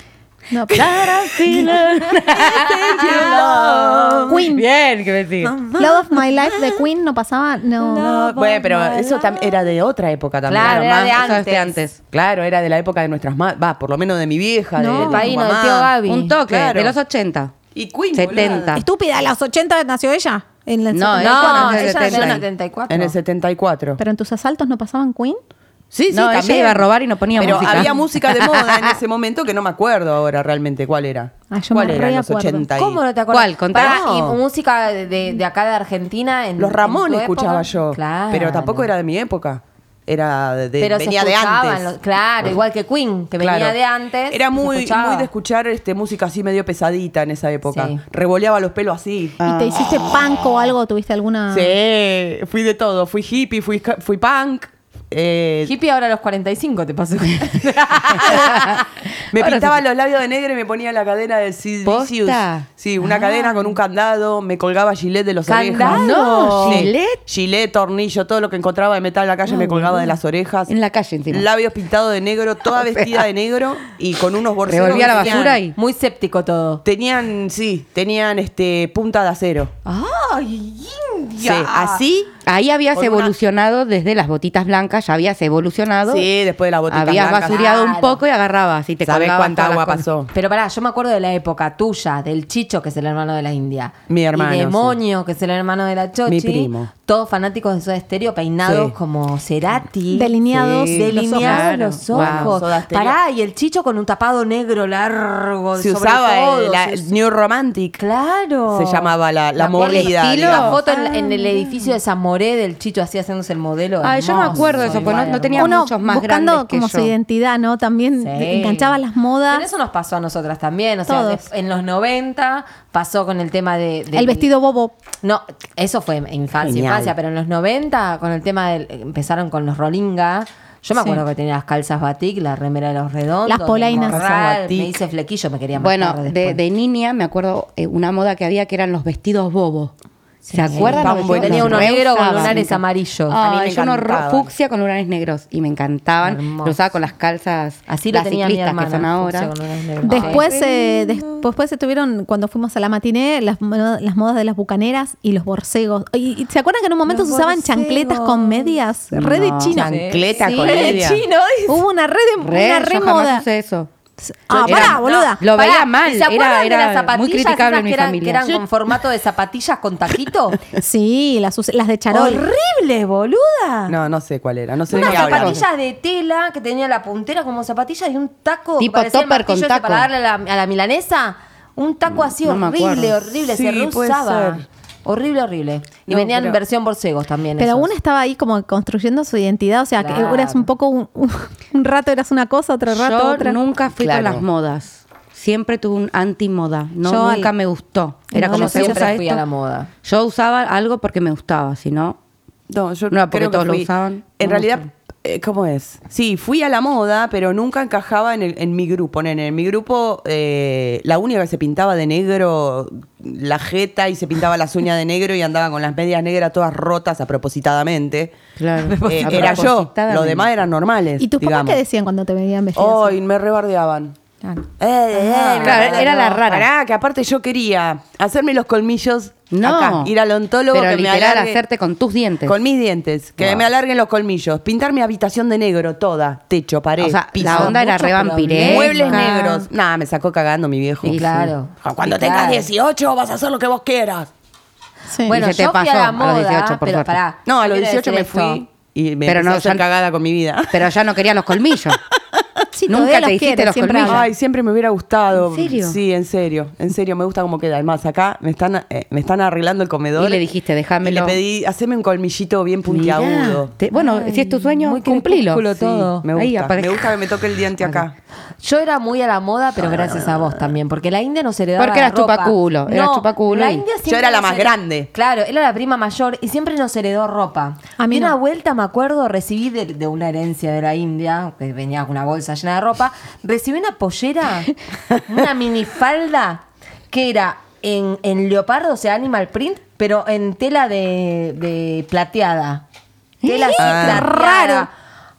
[SPEAKER 5] No,
[SPEAKER 6] that I feel? Is this love?
[SPEAKER 5] Queen.
[SPEAKER 6] Bien, que me sigue.
[SPEAKER 5] Love of My Life de Queen no pasaba. No.
[SPEAKER 4] No, bueno, pero eso tam- era de otra época también.
[SPEAKER 3] Claro, era
[SPEAKER 4] más-
[SPEAKER 3] de
[SPEAKER 6] eso es de
[SPEAKER 3] antes.
[SPEAKER 6] antes.
[SPEAKER 4] Claro, era de la época de nuestras madres, va, por lo menos de mi vieja,
[SPEAKER 5] No,
[SPEAKER 4] de, tu
[SPEAKER 3] Paíno, del
[SPEAKER 4] mamá.
[SPEAKER 3] tío Gaby.
[SPEAKER 6] Un toque,
[SPEAKER 4] Claro.
[SPEAKER 6] de los 80.
[SPEAKER 4] Y Queen,
[SPEAKER 6] 70.
[SPEAKER 5] Estúpida, a los 80 nació ella. En la
[SPEAKER 6] No,
[SPEAKER 5] 70.
[SPEAKER 3] No,
[SPEAKER 6] Ella
[SPEAKER 3] ella nació en el
[SPEAKER 6] nació
[SPEAKER 3] 74.
[SPEAKER 4] En el 74.
[SPEAKER 5] Pero en tus asaltos no pasaban Queen.
[SPEAKER 4] Sí, sí,
[SPEAKER 6] No, ella
[SPEAKER 4] también.
[SPEAKER 6] iba a robar y no ponía
[SPEAKER 4] Pero
[SPEAKER 6] música.
[SPEAKER 4] había música de moda en ese momento que no me acuerdo ahora realmente cuál era.
[SPEAKER 5] Ah, yo
[SPEAKER 4] ¿Cuál
[SPEAKER 5] me
[SPEAKER 4] era en los
[SPEAKER 5] reacuerdo.
[SPEAKER 4] 80 y-
[SPEAKER 3] ¿Cómo no te acuerdas?
[SPEAKER 6] ¿Cuál? Contá.
[SPEAKER 3] Pará, y
[SPEAKER 4] No.
[SPEAKER 3] música de, de acá de Argentina. En,
[SPEAKER 4] Los
[SPEAKER 3] en tu
[SPEAKER 4] Ramones
[SPEAKER 3] época.
[SPEAKER 4] escuchaba yo.
[SPEAKER 3] Claro.
[SPEAKER 4] Pero tampoco era de mi época. Era de,
[SPEAKER 3] Pero se
[SPEAKER 4] venía de
[SPEAKER 3] escuchaban
[SPEAKER 4] antes.
[SPEAKER 3] los- claro, igual que Queen, que venía
[SPEAKER 4] Claro.
[SPEAKER 3] de antes.
[SPEAKER 4] Era
[SPEAKER 3] se
[SPEAKER 4] muy,
[SPEAKER 3] escuchaba.
[SPEAKER 4] muy de escuchar este, música así medio pesadita en esa época.
[SPEAKER 3] Sí. Ah.
[SPEAKER 4] Revoleaba los pelos así.
[SPEAKER 5] ¿Y te hiciste punk o algo? ¿Tuviste alguna.?
[SPEAKER 4] Sí, fui de todo. Fui hippie, fui, ca- fui punk. eh,
[SPEAKER 3] Hippie ahora a los 45 te pasó.
[SPEAKER 4] me
[SPEAKER 6] Ahora
[SPEAKER 4] pintaba
[SPEAKER 6] sí.
[SPEAKER 4] los labios de negro y me ponía la cadena del Sid
[SPEAKER 6] ¿Posta? Ah.
[SPEAKER 4] Vicious. Sí, una cadena con un candado. Me colgaba gilet de los
[SPEAKER 3] ¿Candado?
[SPEAKER 4] orejas.
[SPEAKER 6] No,
[SPEAKER 4] Sí.
[SPEAKER 6] ¿gilet? Ah,
[SPEAKER 4] Gilet, tornillo, todo lo que encontraba de metal en la calle me colgaba de las orejas.
[SPEAKER 6] En la calle encima.
[SPEAKER 4] Labios pintados de negro, toda vestida de negro y con unos borceros.
[SPEAKER 6] Revolvía
[SPEAKER 4] que
[SPEAKER 6] la
[SPEAKER 4] tenían-
[SPEAKER 6] basura y-
[SPEAKER 3] muy séptico todo.
[SPEAKER 4] Tenían, sí, tenían este punta de acero.
[SPEAKER 3] ¡Ay,
[SPEAKER 4] Sí,
[SPEAKER 3] India!
[SPEAKER 4] así.
[SPEAKER 6] Ahí habías
[SPEAKER 4] Con una-
[SPEAKER 6] evolucionado desde las botitas blancas, ya habías evolucionado.
[SPEAKER 4] Sí, después de las botitas
[SPEAKER 6] Habías
[SPEAKER 4] blancas.
[SPEAKER 6] basureado un
[SPEAKER 3] Claro.
[SPEAKER 6] poco y agarrabas y te
[SPEAKER 4] ¿Sabés
[SPEAKER 6] colgabas
[SPEAKER 4] cuánta
[SPEAKER 6] todas las
[SPEAKER 4] agua
[SPEAKER 6] cosas.
[SPEAKER 4] pasó?
[SPEAKER 3] Pero pará, yo me acuerdo de la época tuya, del Chicho, que es el hermano de la India.
[SPEAKER 4] Mi hermano,
[SPEAKER 3] Y Demonio, que es el hermano de la Chochi.
[SPEAKER 4] Mi primo.
[SPEAKER 3] Todos fanáticos de Soda Estéreo, peinados
[SPEAKER 4] Sí.
[SPEAKER 3] como Cerati.
[SPEAKER 5] Delineados
[SPEAKER 4] Sí.
[SPEAKER 5] los ojos.
[SPEAKER 3] Delineados los
[SPEAKER 6] Claro,
[SPEAKER 3] ojos.
[SPEAKER 6] wow.
[SPEAKER 4] Soda Stereo.
[SPEAKER 3] Pará, y el Chicho con un tapado negro largo.
[SPEAKER 4] Se
[SPEAKER 3] sobre
[SPEAKER 4] usaba
[SPEAKER 3] todo,
[SPEAKER 4] el, la-
[SPEAKER 3] se us-
[SPEAKER 4] New Romantic.
[SPEAKER 3] Claro.
[SPEAKER 4] Se llamaba la, la
[SPEAKER 3] Me acuerdo
[SPEAKER 4] movida.
[SPEAKER 6] estilo.
[SPEAKER 4] digamos.
[SPEAKER 3] La foto en, en el edificio de Zamoré del Chicho así haciéndose el modelo.
[SPEAKER 6] Ah. Ay, yo me
[SPEAKER 3] Hermoso,
[SPEAKER 6] acuerdo de eso, porque no-
[SPEAKER 3] igual,
[SPEAKER 6] no tenía-
[SPEAKER 5] Uno
[SPEAKER 6] muchos más
[SPEAKER 5] buscando
[SPEAKER 6] grandes que
[SPEAKER 5] como
[SPEAKER 6] yo.
[SPEAKER 5] su identidad, ¿no? También
[SPEAKER 3] Sí.
[SPEAKER 5] enganchaba las
[SPEAKER 3] Pero
[SPEAKER 5] modas.
[SPEAKER 3] eso nos pasó a nosotras también. O sea,
[SPEAKER 5] Todos.
[SPEAKER 3] de- en los 90 pasó con el tema de. de-
[SPEAKER 5] El vestido bobo.
[SPEAKER 3] No, eso fue infancia,
[SPEAKER 4] Genial.
[SPEAKER 3] infancia, pero en los 90 con el tema del. Empezaron con los Rolinga. Yo me acuerdo que tenía las calzas batik, la remera de los redondos.
[SPEAKER 5] Las
[SPEAKER 3] del
[SPEAKER 5] polainas.
[SPEAKER 3] morral,
[SPEAKER 4] Calzas batik.
[SPEAKER 3] Me hice flequillo, me quería matar
[SPEAKER 6] Bueno, de,
[SPEAKER 3] después.
[SPEAKER 6] de niña me acuerdo eh, una moda que había que eran los vestidos bobos. ¿Se acuerdan?
[SPEAKER 3] Pan
[SPEAKER 6] cuando yo
[SPEAKER 3] tenía
[SPEAKER 6] los
[SPEAKER 3] uno
[SPEAKER 6] re
[SPEAKER 3] negro con
[SPEAKER 6] usaba?
[SPEAKER 3] lunares
[SPEAKER 6] Me encanta.
[SPEAKER 3] amarillos.
[SPEAKER 6] Ah,
[SPEAKER 3] A mí me
[SPEAKER 6] yo uno ro-
[SPEAKER 3] encantaban.
[SPEAKER 6] fucsia con lunares negros y me encantaban.
[SPEAKER 3] Hermoso.
[SPEAKER 6] Lo usaba con las calzas
[SPEAKER 3] Así lo
[SPEAKER 6] las
[SPEAKER 3] tenía mi
[SPEAKER 6] ciclistas
[SPEAKER 3] hermana.
[SPEAKER 6] que son
[SPEAKER 3] fucsia
[SPEAKER 6] ahora.
[SPEAKER 3] con lunares negros.
[SPEAKER 5] Después, eh, des- después estuvieron, cuando fuimos a la matiné, las, mo- las modas de las bucaneras y los borcegos. Y, y ¿Se acuerdan que en un momento
[SPEAKER 3] Los
[SPEAKER 5] se usaban
[SPEAKER 3] borcegos.
[SPEAKER 5] chancletas con medias? Red de
[SPEAKER 6] No.
[SPEAKER 5] chino.
[SPEAKER 4] Chancleta con
[SPEAKER 5] Re de
[SPEAKER 4] media.
[SPEAKER 5] chino. Hubo una red de,
[SPEAKER 6] Re,
[SPEAKER 5] una re
[SPEAKER 6] yo jamás
[SPEAKER 5] moda.
[SPEAKER 6] usé eso.
[SPEAKER 5] Ah,
[SPEAKER 6] Era-
[SPEAKER 5] pará,
[SPEAKER 6] no,
[SPEAKER 5] boluda.
[SPEAKER 6] Lo
[SPEAKER 3] Pará,
[SPEAKER 6] veía mal,
[SPEAKER 3] ¿y ¿Se
[SPEAKER 6] era-
[SPEAKER 3] acuerdan
[SPEAKER 6] era
[SPEAKER 3] de las
[SPEAKER 6] muy
[SPEAKER 3] zapatillas
[SPEAKER 6] criticable
[SPEAKER 3] esas
[SPEAKER 6] en mi
[SPEAKER 3] que eran,
[SPEAKER 6] familia.
[SPEAKER 3] que eran con formato de zapatillas con taquito?
[SPEAKER 5] Sí, las, usé- las de charol.
[SPEAKER 3] ¡Horrible, boluda!
[SPEAKER 4] No, no sé cuál era. No sé de
[SPEAKER 3] Unas
[SPEAKER 4] qué hablan.
[SPEAKER 3] zapatillas de tela que tenía la puntera como zapatilla y un taco. que
[SPEAKER 6] Tipo
[SPEAKER 3] parecía el
[SPEAKER 6] topper con
[SPEAKER 3] martillo ese
[SPEAKER 6] taco.
[SPEAKER 3] Para darle a la, a la milanesa, un taco así
[SPEAKER 6] no me
[SPEAKER 3] horrible,
[SPEAKER 6] acuerdo.
[SPEAKER 3] horrible.
[SPEAKER 4] Sí,
[SPEAKER 3] se
[SPEAKER 4] puede
[SPEAKER 3] reusaba.
[SPEAKER 4] ser.
[SPEAKER 3] Horrible, horrible. Y
[SPEAKER 4] No,
[SPEAKER 3] venían
[SPEAKER 4] pero-
[SPEAKER 3] en versión borcegos también.
[SPEAKER 5] Pero
[SPEAKER 3] esos.
[SPEAKER 5] una estaba ahí como construyendo su identidad, o sea,
[SPEAKER 3] Claro.
[SPEAKER 5] que eras un poco, un, un- un rato eras una cosa, otro rato
[SPEAKER 6] Yo
[SPEAKER 5] otra.
[SPEAKER 6] nunca fui
[SPEAKER 4] Claro.
[SPEAKER 6] con las modas. Siempre tuve un antimoda. No,
[SPEAKER 5] Yo al-
[SPEAKER 6] nunca me gustó. Era
[SPEAKER 5] No,
[SPEAKER 6] como
[SPEAKER 5] yo
[SPEAKER 6] se
[SPEAKER 3] siempre
[SPEAKER 6] usa
[SPEAKER 3] fui
[SPEAKER 6] esto.
[SPEAKER 3] a la moda.
[SPEAKER 6] Yo usaba algo porque me gustaba, si no.
[SPEAKER 4] No, yo
[SPEAKER 6] No, porque
[SPEAKER 4] creo que
[SPEAKER 6] todos lo
[SPEAKER 4] fui-
[SPEAKER 6] usaban.
[SPEAKER 4] En
[SPEAKER 6] No me
[SPEAKER 4] realidad, eh, ¿cómo es? Sí, fui a la moda, pero nunca encajaba en, el- en mi grupo. nene. En mi grupo, eh, la única que se pintaba de negro la jeta y se pintaba las uñas de negro y andaba con las medias negras todas rotas a propositadamente.
[SPEAKER 6] Claro.
[SPEAKER 4] Eh, era yo. Los
[SPEAKER 6] Apropositadamente.
[SPEAKER 4] demás eran normales.
[SPEAKER 5] ¿Y tus papás
[SPEAKER 4] digamos.
[SPEAKER 5] qué decían cuando te veían vestida? así?
[SPEAKER 4] Ay, me rebardeaban. Eh, eh, me
[SPEAKER 6] Ah, Claro, era la
[SPEAKER 4] rebardeaban.
[SPEAKER 6] rara.
[SPEAKER 4] Pará, que aparte yo quería hacerme los colmillos
[SPEAKER 6] No.
[SPEAKER 4] acá, ir al ontólogo
[SPEAKER 6] Pero
[SPEAKER 4] que me
[SPEAKER 6] literal,
[SPEAKER 4] alargue-
[SPEAKER 6] hacerte con tus dientes.
[SPEAKER 4] Con mis dientes, que me alarguen los colmillos, pintar mi habitación de negro toda, techo, pared,
[SPEAKER 6] o sea,
[SPEAKER 4] piso.
[SPEAKER 6] la onda era
[SPEAKER 3] mucho
[SPEAKER 6] re vampiré.
[SPEAKER 4] Muebles negros. Nada, me sacó cagando mi viejo. Ah,
[SPEAKER 6] Y
[SPEAKER 3] Claro.
[SPEAKER 4] Cuando
[SPEAKER 3] Claro.
[SPEAKER 4] tengas 18 vas a hacer lo que vos quieras.
[SPEAKER 5] Sí.
[SPEAKER 3] Bueno,
[SPEAKER 6] Y se te
[SPEAKER 3] yo fui a
[SPEAKER 6] pasó
[SPEAKER 3] la
[SPEAKER 6] a los
[SPEAKER 3] moda,
[SPEAKER 6] 18, por
[SPEAKER 3] pero
[SPEAKER 6] suerte.
[SPEAKER 3] pará.
[SPEAKER 4] No, a
[SPEAKER 3] yo
[SPEAKER 4] los
[SPEAKER 3] quiero
[SPEAKER 4] 18 me
[SPEAKER 3] decir
[SPEAKER 4] fui
[SPEAKER 3] esto.
[SPEAKER 4] y me
[SPEAKER 6] Pero
[SPEAKER 4] empezó
[SPEAKER 6] no,
[SPEAKER 4] a hacer
[SPEAKER 6] ya-
[SPEAKER 4] cagada con mi vida.
[SPEAKER 6] Pero ya no quería los colmillos.
[SPEAKER 5] Sí,
[SPEAKER 6] nunca
[SPEAKER 5] todavía
[SPEAKER 6] te
[SPEAKER 5] los
[SPEAKER 6] hiciste
[SPEAKER 5] quiere,
[SPEAKER 6] los
[SPEAKER 5] siempre
[SPEAKER 6] colmillos.
[SPEAKER 5] habla.
[SPEAKER 4] Ay, siempre me hubiera gustado.
[SPEAKER 6] ¿En serio?
[SPEAKER 4] Sí, en serio. En serio, me gusta cómo queda. Además, acá me están, eh, me están arreglando el comedor.
[SPEAKER 6] Y le dijiste,
[SPEAKER 4] Y le
[SPEAKER 6] "Déjamelo".
[SPEAKER 4] pedí, haceme un colmillito bien
[SPEAKER 6] Mirá,
[SPEAKER 4] puntiagudo.
[SPEAKER 6] te- bueno, si es tu sueño,
[SPEAKER 3] muy
[SPEAKER 6] cumplilo.
[SPEAKER 3] crepúsculo todo.
[SPEAKER 4] Me
[SPEAKER 6] Ahí
[SPEAKER 4] gusta.
[SPEAKER 6] aparece-
[SPEAKER 4] me gusta que me toque el diente acá.
[SPEAKER 3] Yo era muy a la moda,
[SPEAKER 4] Ah.
[SPEAKER 3] pero gracias a vos también, porque la India nos heredaba
[SPEAKER 6] Porque
[SPEAKER 3] la
[SPEAKER 6] eras
[SPEAKER 3] ropa.
[SPEAKER 6] chupaculo, eras chupaculo
[SPEAKER 3] la
[SPEAKER 6] y-
[SPEAKER 3] India
[SPEAKER 4] Yo
[SPEAKER 3] siempre
[SPEAKER 4] era la
[SPEAKER 3] nos
[SPEAKER 4] más
[SPEAKER 3] hered-
[SPEAKER 4] grande.
[SPEAKER 3] Claro, era la prima mayor y siempre nos heredó ropa.
[SPEAKER 5] A mí
[SPEAKER 3] y una
[SPEAKER 5] no.
[SPEAKER 3] vuelta, me acuerdo, recibí de, de una herencia de la India, que venía con una bolsa llena de ropa, recibí una pollera, una minifalda, que era en, en leopardo, o sea, animal print, pero en tela de, de plateada. Tela así,
[SPEAKER 4] Ah.
[SPEAKER 3] plateada.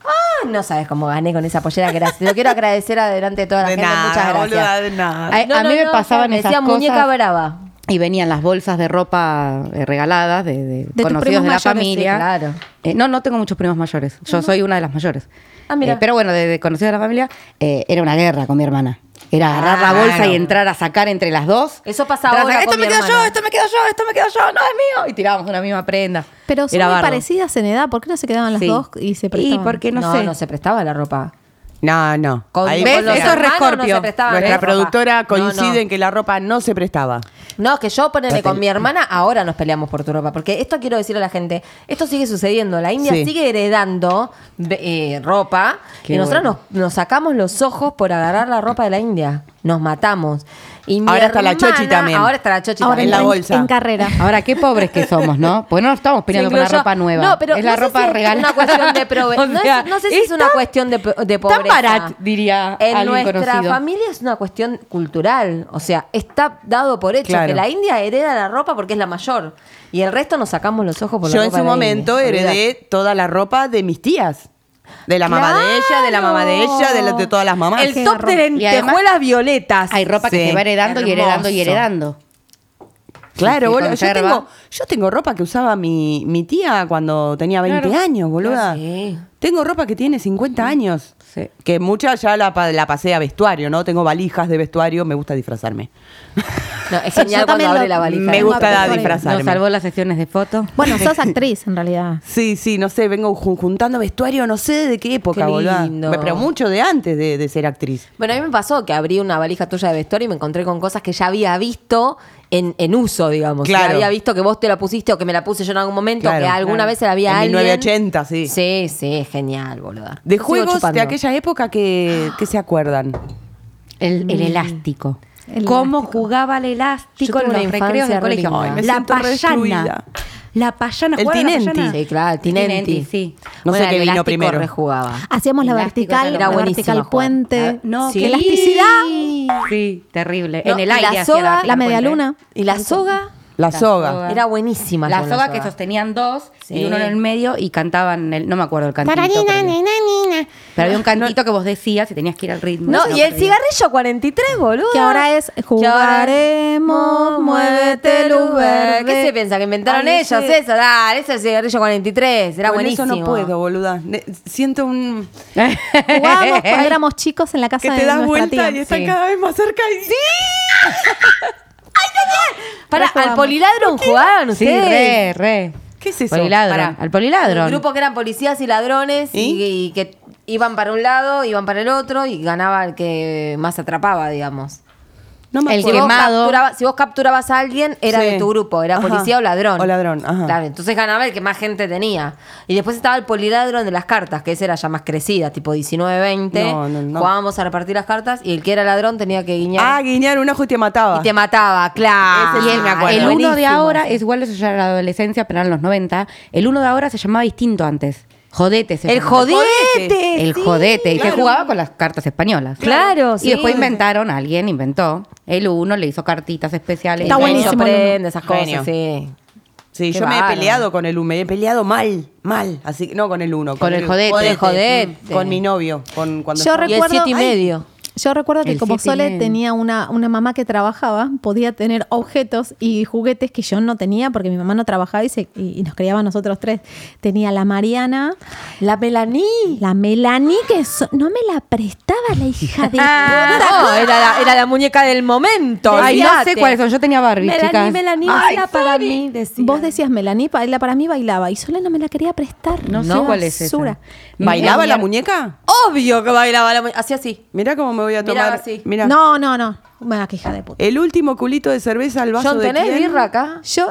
[SPEAKER 3] Ah, no sabes cómo gané con esa pollera que era. Te lo quiero agradecer adelante de toda la
[SPEAKER 4] De
[SPEAKER 3] gente.
[SPEAKER 4] nada,
[SPEAKER 3] Muchas gracias.
[SPEAKER 4] boluda, de nada.
[SPEAKER 6] Ay, a mí me pasaban
[SPEAKER 3] me
[SPEAKER 6] esas
[SPEAKER 3] decía muñeca
[SPEAKER 6] cosas.
[SPEAKER 3] brava.
[SPEAKER 6] Y venían las bolsas de ropa eh, regaladas de, de
[SPEAKER 5] tus
[SPEAKER 6] conocidos
[SPEAKER 5] primos
[SPEAKER 6] de la
[SPEAKER 5] mayores, sí,
[SPEAKER 6] familia.
[SPEAKER 3] claro.
[SPEAKER 6] Eh, no, no tengo muchos primos mayores. Yo soy una de las mayores.
[SPEAKER 3] Ah, mira.
[SPEAKER 6] Eh, pero bueno, de, de conocidos de la familia, eh, era una guerra con mi hermana. Era agarrar la
[SPEAKER 3] Ah, Claro.
[SPEAKER 6] bolsa y entrar a sacar entre las dos.
[SPEAKER 3] Eso pasa
[SPEAKER 6] Entrar a
[SPEAKER 3] ahora
[SPEAKER 6] sacar,
[SPEAKER 3] con
[SPEAKER 6] Esto me
[SPEAKER 3] mi
[SPEAKER 6] quedo
[SPEAKER 3] hermana.
[SPEAKER 6] yo, esto me quedo yo, esto me quedo yo, no es mío. Y tirábamos una misma prenda.
[SPEAKER 5] Pero son
[SPEAKER 6] Era
[SPEAKER 5] muy
[SPEAKER 6] bardo.
[SPEAKER 5] parecidas en edad. ¿Por qué no se quedaban las
[SPEAKER 6] Sí.
[SPEAKER 5] dos y se prestaban?
[SPEAKER 6] Y porque no,
[SPEAKER 3] no,
[SPEAKER 6] sé.
[SPEAKER 3] no se prestaba la ropa.
[SPEAKER 4] No, no.
[SPEAKER 3] Con-
[SPEAKER 4] Ahí-
[SPEAKER 3] ¿Ves?
[SPEAKER 4] con los-
[SPEAKER 3] Eso es re
[SPEAKER 4] hermanos
[SPEAKER 3] Scorpio.
[SPEAKER 4] no se prestaba, Nuestra
[SPEAKER 3] ¿ves?
[SPEAKER 4] productora
[SPEAKER 3] No,
[SPEAKER 4] coincide
[SPEAKER 3] no.
[SPEAKER 4] en que la ropa no se prestaba.
[SPEAKER 3] No, que yo ponele con mi hermana, ahora nos peleamos por tu ropa. Porque esto quiero decirle a la gente, esto sigue sucediendo. La India
[SPEAKER 4] Sí.
[SPEAKER 3] sigue heredando de- eh, ropa
[SPEAKER 6] Qué
[SPEAKER 3] y nosotros nos, nos sacamos los ojos por agarrar la ropa de la India. Nos matamos. Y mi
[SPEAKER 4] Ahora está la
[SPEAKER 3] hermana-
[SPEAKER 4] chochi también.
[SPEAKER 3] Ahora está la chochi
[SPEAKER 5] Ahora
[SPEAKER 4] en
[SPEAKER 3] también.
[SPEAKER 4] la
[SPEAKER 5] en,
[SPEAKER 4] bolsa.
[SPEAKER 5] en carrera.
[SPEAKER 6] Ahora, qué pobres que somos, ¿no? Pues no nos estamos peleando
[SPEAKER 3] Se
[SPEAKER 6] con la
[SPEAKER 3] incluyó-
[SPEAKER 6] ropa nueva.
[SPEAKER 3] No, pero
[SPEAKER 6] es
[SPEAKER 3] no
[SPEAKER 6] la
[SPEAKER 3] sé
[SPEAKER 6] ropa
[SPEAKER 3] si es
[SPEAKER 6] regalada.
[SPEAKER 3] Una cuestión de prove-
[SPEAKER 6] O
[SPEAKER 3] no,
[SPEAKER 6] sea,
[SPEAKER 3] es- no sé si es,
[SPEAKER 6] tan-
[SPEAKER 3] una cuestión de, po- de pobreza.
[SPEAKER 6] barat, diría
[SPEAKER 3] En
[SPEAKER 6] alguien
[SPEAKER 3] nuestra
[SPEAKER 6] conocido.
[SPEAKER 3] familia es una cuestión cultural. O sea, está dado por hecho
[SPEAKER 4] Claro.
[SPEAKER 3] que la India hereda la ropa porque es la mayor. Y el resto nos sacamos los ojos por la
[SPEAKER 4] Yo en
[SPEAKER 3] ropa
[SPEAKER 4] su
[SPEAKER 3] de la
[SPEAKER 4] momento
[SPEAKER 3] India.
[SPEAKER 4] heredé toda la ropa de mis tías. De la mamá de ella, de la mamá de ella, de, la- de todas las mamás.
[SPEAKER 3] El
[SPEAKER 5] Qué
[SPEAKER 3] top de
[SPEAKER 6] garrón. Y además-
[SPEAKER 3] lentejuelas violetas.
[SPEAKER 6] Hay ropa que
[SPEAKER 4] Sí.
[SPEAKER 6] se va heredando y heredando y
[SPEAKER 3] Hermoso.
[SPEAKER 6] heredando.
[SPEAKER 4] Claro,
[SPEAKER 6] Sí,
[SPEAKER 4] boludo. Yo
[SPEAKER 6] conserva.
[SPEAKER 4] tengo, yo tengo ropa que usaba mi, mi tía cuando tenía 20 años, boluda.
[SPEAKER 3] Sí.
[SPEAKER 4] Tengo ropa que tiene 50 años.
[SPEAKER 6] Sí.
[SPEAKER 4] Que mucha ya la, pa- la pasé a vestuario, ¿no? Tengo valijas de vestuario, me gusta disfrazarme.
[SPEAKER 3] No, es genial
[SPEAKER 5] Yo
[SPEAKER 3] cuando
[SPEAKER 5] también
[SPEAKER 3] abre
[SPEAKER 5] lo-
[SPEAKER 3] la valija. ¿eh?
[SPEAKER 4] me
[SPEAKER 5] tengo
[SPEAKER 4] gusta
[SPEAKER 5] vestuario.
[SPEAKER 6] Nos
[SPEAKER 4] disfrazarme.
[SPEAKER 6] salvó las sesiones de fotos.
[SPEAKER 5] Bueno, sos actriz en realidad.
[SPEAKER 4] Sí, sí, no sé, vengo ju- juntando vestuario, no sé de qué época,
[SPEAKER 3] Qué
[SPEAKER 4] boluda.
[SPEAKER 3] lindo.
[SPEAKER 4] Me- Pero mucho de antes de, de ser actriz.
[SPEAKER 3] Bueno, a mí me pasó que abrí una valija tuya de vestuario y me encontré con cosas que ya había visto en, en uso, digamos.
[SPEAKER 4] Claro.
[SPEAKER 3] Que había visto que vos te la pusiste o que me la puse yo en algún momento,
[SPEAKER 4] Claro,
[SPEAKER 3] que alguna
[SPEAKER 4] claro.
[SPEAKER 3] vez se la había
[SPEAKER 4] En
[SPEAKER 3] alguien.
[SPEAKER 4] 1980, sí.
[SPEAKER 3] Sí, sí, genial, boluda.
[SPEAKER 4] De
[SPEAKER 3] Sigo
[SPEAKER 4] juegos de
[SPEAKER 3] chupando.
[SPEAKER 4] aquella época que, que se acuerdan.
[SPEAKER 6] El, el elástico.
[SPEAKER 5] El
[SPEAKER 6] ¿Cómo
[SPEAKER 5] elástico.
[SPEAKER 6] jugaba el
[SPEAKER 3] Yo
[SPEAKER 6] elástico
[SPEAKER 3] tuve
[SPEAKER 6] en
[SPEAKER 3] una
[SPEAKER 6] los
[SPEAKER 3] infancia
[SPEAKER 6] recreos del
[SPEAKER 3] re
[SPEAKER 6] colegio?
[SPEAKER 3] linda. Ay,
[SPEAKER 4] me
[SPEAKER 6] la
[SPEAKER 4] siento re
[SPEAKER 6] payana.
[SPEAKER 4] excluida.
[SPEAKER 6] La payana.
[SPEAKER 4] El
[SPEAKER 6] ¿jugaban a la
[SPEAKER 4] tinenti.
[SPEAKER 6] payana?
[SPEAKER 3] Sí, claro, Tinenti.
[SPEAKER 6] sí.
[SPEAKER 4] No sé
[SPEAKER 3] Bueno,
[SPEAKER 4] qué
[SPEAKER 3] el
[SPEAKER 4] vino
[SPEAKER 3] elástico
[SPEAKER 4] primero.
[SPEAKER 3] rejugaba.
[SPEAKER 5] Hacíamos la
[SPEAKER 6] Elástico,
[SPEAKER 5] vertical,
[SPEAKER 6] claro.
[SPEAKER 5] la
[SPEAKER 3] Era buenísima,
[SPEAKER 5] vertical
[SPEAKER 3] Juan.
[SPEAKER 5] puente.
[SPEAKER 6] No,
[SPEAKER 5] Sí.
[SPEAKER 6] qué
[SPEAKER 5] elasticidad.
[SPEAKER 6] Sí, terrible.
[SPEAKER 3] No,
[SPEAKER 6] en el
[SPEAKER 3] y
[SPEAKER 6] aire.
[SPEAKER 3] La
[SPEAKER 6] hacía
[SPEAKER 3] soga,
[SPEAKER 5] La media
[SPEAKER 6] vertical,
[SPEAKER 5] luna.
[SPEAKER 3] Y la soga
[SPEAKER 4] La
[SPEAKER 6] La
[SPEAKER 4] soga.
[SPEAKER 6] soga.
[SPEAKER 3] Era buenísima.
[SPEAKER 6] La
[SPEAKER 3] yo en
[SPEAKER 6] soga que sostenían dos
[SPEAKER 3] Sí.
[SPEAKER 6] y uno en el medio y cantaban el, no me acuerdo el cantito. Pero, pero había un cantito que vos decías y tenías que ir al ritmo.
[SPEAKER 3] No,
[SPEAKER 6] Si
[SPEAKER 3] y el
[SPEAKER 6] perdías.
[SPEAKER 3] cigarrillo 43, boludo.
[SPEAKER 5] Que ahora es, jugaremos, muévete, luz verde.
[SPEAKER 3] ¿Qué se piensa? Que inventaron
[SPEAKER 4] Ay,
[SPEAKER 3] ellos
[SPEAKER 4] ese-
[SPEAKER 3] eso. Dale, ese es el cigarrillo 43. Era
[SPEAKER 4] Con
[SPEAKER 3] buenísimo.
[SPEAKER 4] Eso no puedo, boluda. Ne- siento un.
[SPEAKER 5] Jugábamos cuando éramos chicos en la
[SPEAKER 4] que
[SPEAKER 5] casa
[SPEAKER 4] te
[SPEAKER 5] de
[SPEAKER 4] das
[SPEAKER 5] nuestra
[SPEAKER 4] vuelta
[SPEAKER 5] tía.
[SPEAKER 4] y están
[SPEAKER 5] Sí.
[SPEAKER 4] cada vez más cerca y. ¡Sí!
[SPEAKER 3] Para,
[SPEAKER 5] Pero
[SPEAKER 3] al
[SPEAKER 5] jugamos.
[SPEAKER 3] poliladron jugaban
[SPEAKER 6] Sí,
[SPEAKER 3] ustedes.
[SPEAKER 6] re, re.
[SPEAKER 4] ¿Qué es eso?
[SPEAKER 6] Poliladron.
[SPEAKER 3] Pará.
[SPEAKER 6] Al poliladron.
[SPEAKER 3] Un grupo que eran policías y ladrones y, y que iban para un lado, iban para el otro y ganaba el que más atrapaba, digamos.
[SPEAKER 4] No me
[SPEAKER 6] El
[SPEAKER 3] Si
[SPEAKER 4] acuerdo.
[SPEAKER 3] vos,
[SPEAKER 6] Quemado.
[SPEAKER 3] capturabas, si vos capturabas a alguien, era
[SPEAKER 4] Sí.
[SPEAKER 3] de tu grupo, era
[SPEAKER 4] Ajá.
[SPEAKER 3] policía o ladrón.
[SPEAKER 4] O ladrón, ajá.
[SPEAKER 3] Claro, entonces ganaba el que más gente tenía. Y después estaba el poliladrón de las cartas, que ese era ya más crecida, tipo 19, 20.
[SPEAKER 4] No, no, no.
[SPEAKER 3] Jugábamos a repartir las cartas y el que era ladrón tenía que guiñar.
[SPEAKER 4] Ah, guiñar un ojo y te mataba.
[SPEAKER 3] y te mataba, claro. Ah,
[SPEAKER 6] Y el, el
[SPEAKER 3] Buenísimo.
[SPEAKER 6] uno de ahora es igual, eso ya era la adolescencia, pero eran los 90. El uno de ahora se llamaba distinto antes. Jodete se
[SPEAKER 3] El
[SPEAKER 6] llamaba.
[SPEAKER 3] jodete.
[SPEAKER 6] El jodete. Y se jugaba con las cartas españolas.
[SPEAKER 3] Claro,
[SPEAKER 6] Y
[SPEAKER 3] sí.
[SPEAKER 6] después inventaron, alguien inventó. El uno le hizo cartitas especiales.
[SPEAKER 5] Está
[SPEAKER 3] Genio,
[SPEAKER 5] buenísimo el
[SPEAKER 3] aprende esas cosas,
[SPEAKER 4] Genio.
[SPEAKER 3] sí.
[SPEAKER 4] Sí,
[SPEAKER 3] Qué
[SPEAKER 4] yo me he
[SPEAKER 3] bárbaro.
[SPEAKER 4] peleado con el uno, me he peleado mal, mal. Así que no con el uno.
[SPEAKER 6] Con el jodete.
[SPEAKER 3] Con el jodete.
[SPEAKER 4] Mm, Con mi novio. Con, cuando
[SPEAKER 5] Yo
[SPEAKER 4] estaba-
[SPEAKER 3] Y el
[SPEAKER 5] recuerdo-
[SPEAKER 3] siete y
[SPEAKER 5] ay.
[SPEAKER 3] medio.
[SPEAKER 5] Yo recuerdo que
[SPEAKER 6] El
[SPEAKER 5] como
[SPEAKER 6] siete y
[SPEAKER 5] Sole
[SPEAKER 6] medio.
[SPEAKER 5] tenía una, una mamá que trabajaba, podía tener objetos y juguetes que yo no tenía porque mi mamá no trabajaba y, se- y- y nos criaba a nosotros tres. Tenía la Mariana,
[SPEAKER 3] La Melanie.
[SPEAKER 5] la Melanie, que so- no me la prestaba la hija de...
[SPEAKER 3] Ah, no, era la, era la muñeca del momento.
[SPEAKER 6] Ay, no sé
[SPEAKER 3] olvídate.
[SPEAKER 6] cuáles son. Yo tenía Barbie,
[SPEAKER 3] Melanie,
[SPEAKER 6] chicas.
[SPEAKER 3] Melanie,
[SPEAKER 6] Ay,
[SPEAKER 3] baila para mí. decía.
[SPEAKER 5] Vos decías Melanie, baila para mí bailaba y Sole no me la quería prestar.
[SPEAKER 6] No, sé
[SPEAKER 5] Qué
[SPEAKER 6] cuál es esa.
[SPEAKER 5] basura.
[SPEAKER 4] ¿Bailaba la muñeca?
[SPEAKER 3] Obvio que bailaba la muñeca. Así, así.
[SPEAKER 4] Mirá cómo me voy a
[SPEAKER 3] Mirá,
[SPEAKER 4] tomar.
[SPEAKER 3] así.
[SPEAKER 4] Mirá.
[SPEAKER 5] No, no, no. Bueno, qué hija de puta.
[SPEAKER 4] El último culito de cerveza al vaso
[SPEAKER 3] John,
[SPEAKER 4] de
[SPEAKER 3] ¿tenés
[SPEAKER 4] quién?
[SPEAKER 3] birra acá?
[SPEAKER 5] Yo,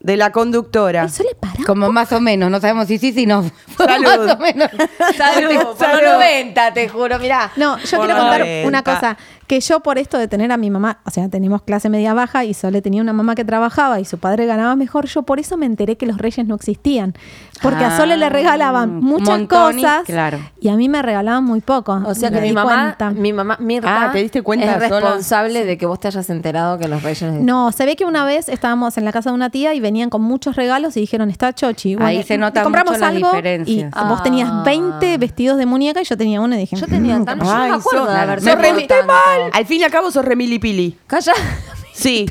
[SPEAKER 4] De la conductora.
[SPEAKER 5] ay, Sole, pará.
[SPEAKER 6] Como más o menos, no sabemos si sí, si no.
[SPEAKER 4] Salud.
[SPEAKER 6] más o menos.
[SPEAKER 3] Salud, por los
[SPEAKER 4] Salud.
[SPEAKER 3] 90, te juro, mirá.
[SPEAKER 5] No, yo
[SPEAKER 4] Por
[SPEAKER 5] quiero
[SPEAKER 4] la
[SPEAKER 5] contar
[SPEAKER 4] venta.
[SPEAKER 5] una cosa, que yo por esto de tener a mi mamá, o sea, teníamos clase media baja y Sole tenía una mamá que trabajaba y su padre ganaba mejor, yo por eso me enteré que los reyes no existían, porque a
[SPEAKER 6] Ah,
[SPEAKER 5] Sole le regalaban muchas
[SPEAKER 6] montón y-
[SPEAKER 5] cosas
[SPEAKER 6] claro.
[SPEAKER 5] y a mí me regalaban muy poco.
[SPEAKER 3] O sea
[SPEAKER 5] Me
[SPEAKER 3] que mi
[SPEAKER 5] di
[SPEAKER 3] mamá,
[SPEAKER 5] cuenta.
[SPEAKER 3] mi mamá Mirta
[SPEAKER 4] Ah, ¿te diste cuenta
[SPEAKER 3] es
[SPEAKER 4] sola?
[SPEAKER 3] responsable de que vos te hayas enterado que los reyes...
[SPEAKER 5] No, se ve que una vez estábamos en la casa de una tía y venían con muchos regalos y dijeron, está chochi. Bueno,
[SPEAKER 6] Ahí se notan
[SPEAKER 5] compramos
[SPEAKER 6] mucho las
[SPEAKER 5] algo
[SPEAKER 6] diferencias.
[SPEAKER 5] Y vos tenías 20 vestidos de muñeca y yo tenía uno y dije,
[SPEAKER 3] Ah. Yo tenía
[SPEAKER 5] "Mm,
[SPEAKER 3] tan... Yo no me acuerdo de haber
[SPEAKER 4] me
[SPEAKER 3] tenido
[SPEAKER 4] remité
[SPEAKER 3] tanto.
[SPEAKER 4] mal. Al fin y al cabo sos remilipili.
[SPEAKER 3] Calla.
[SPEAKER 4] Sí.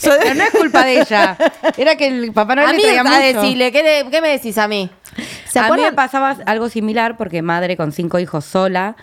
[SPEAKER 4] Soy-
[SPEAKER 6] Pero no es culpa de ella. Era que el papá Noel
[SPEAKER 3] a
[SPEAKER 6] le
[SPEAKER 3] mí
[SPEAKER 6] traía
[SPEAKER 3] a
[SPEAKER 6] mucho.
[SPEAKER 3] decirle, ¿qué, le- qué me decís a mí?
[SPEAKER 5] ¿Se
[SPEAKER 6] a mí me
[SPEAKER 5] acuerdan?
[SPEAKER 6] pasaba algo similar porque madre con cinco hijos sola,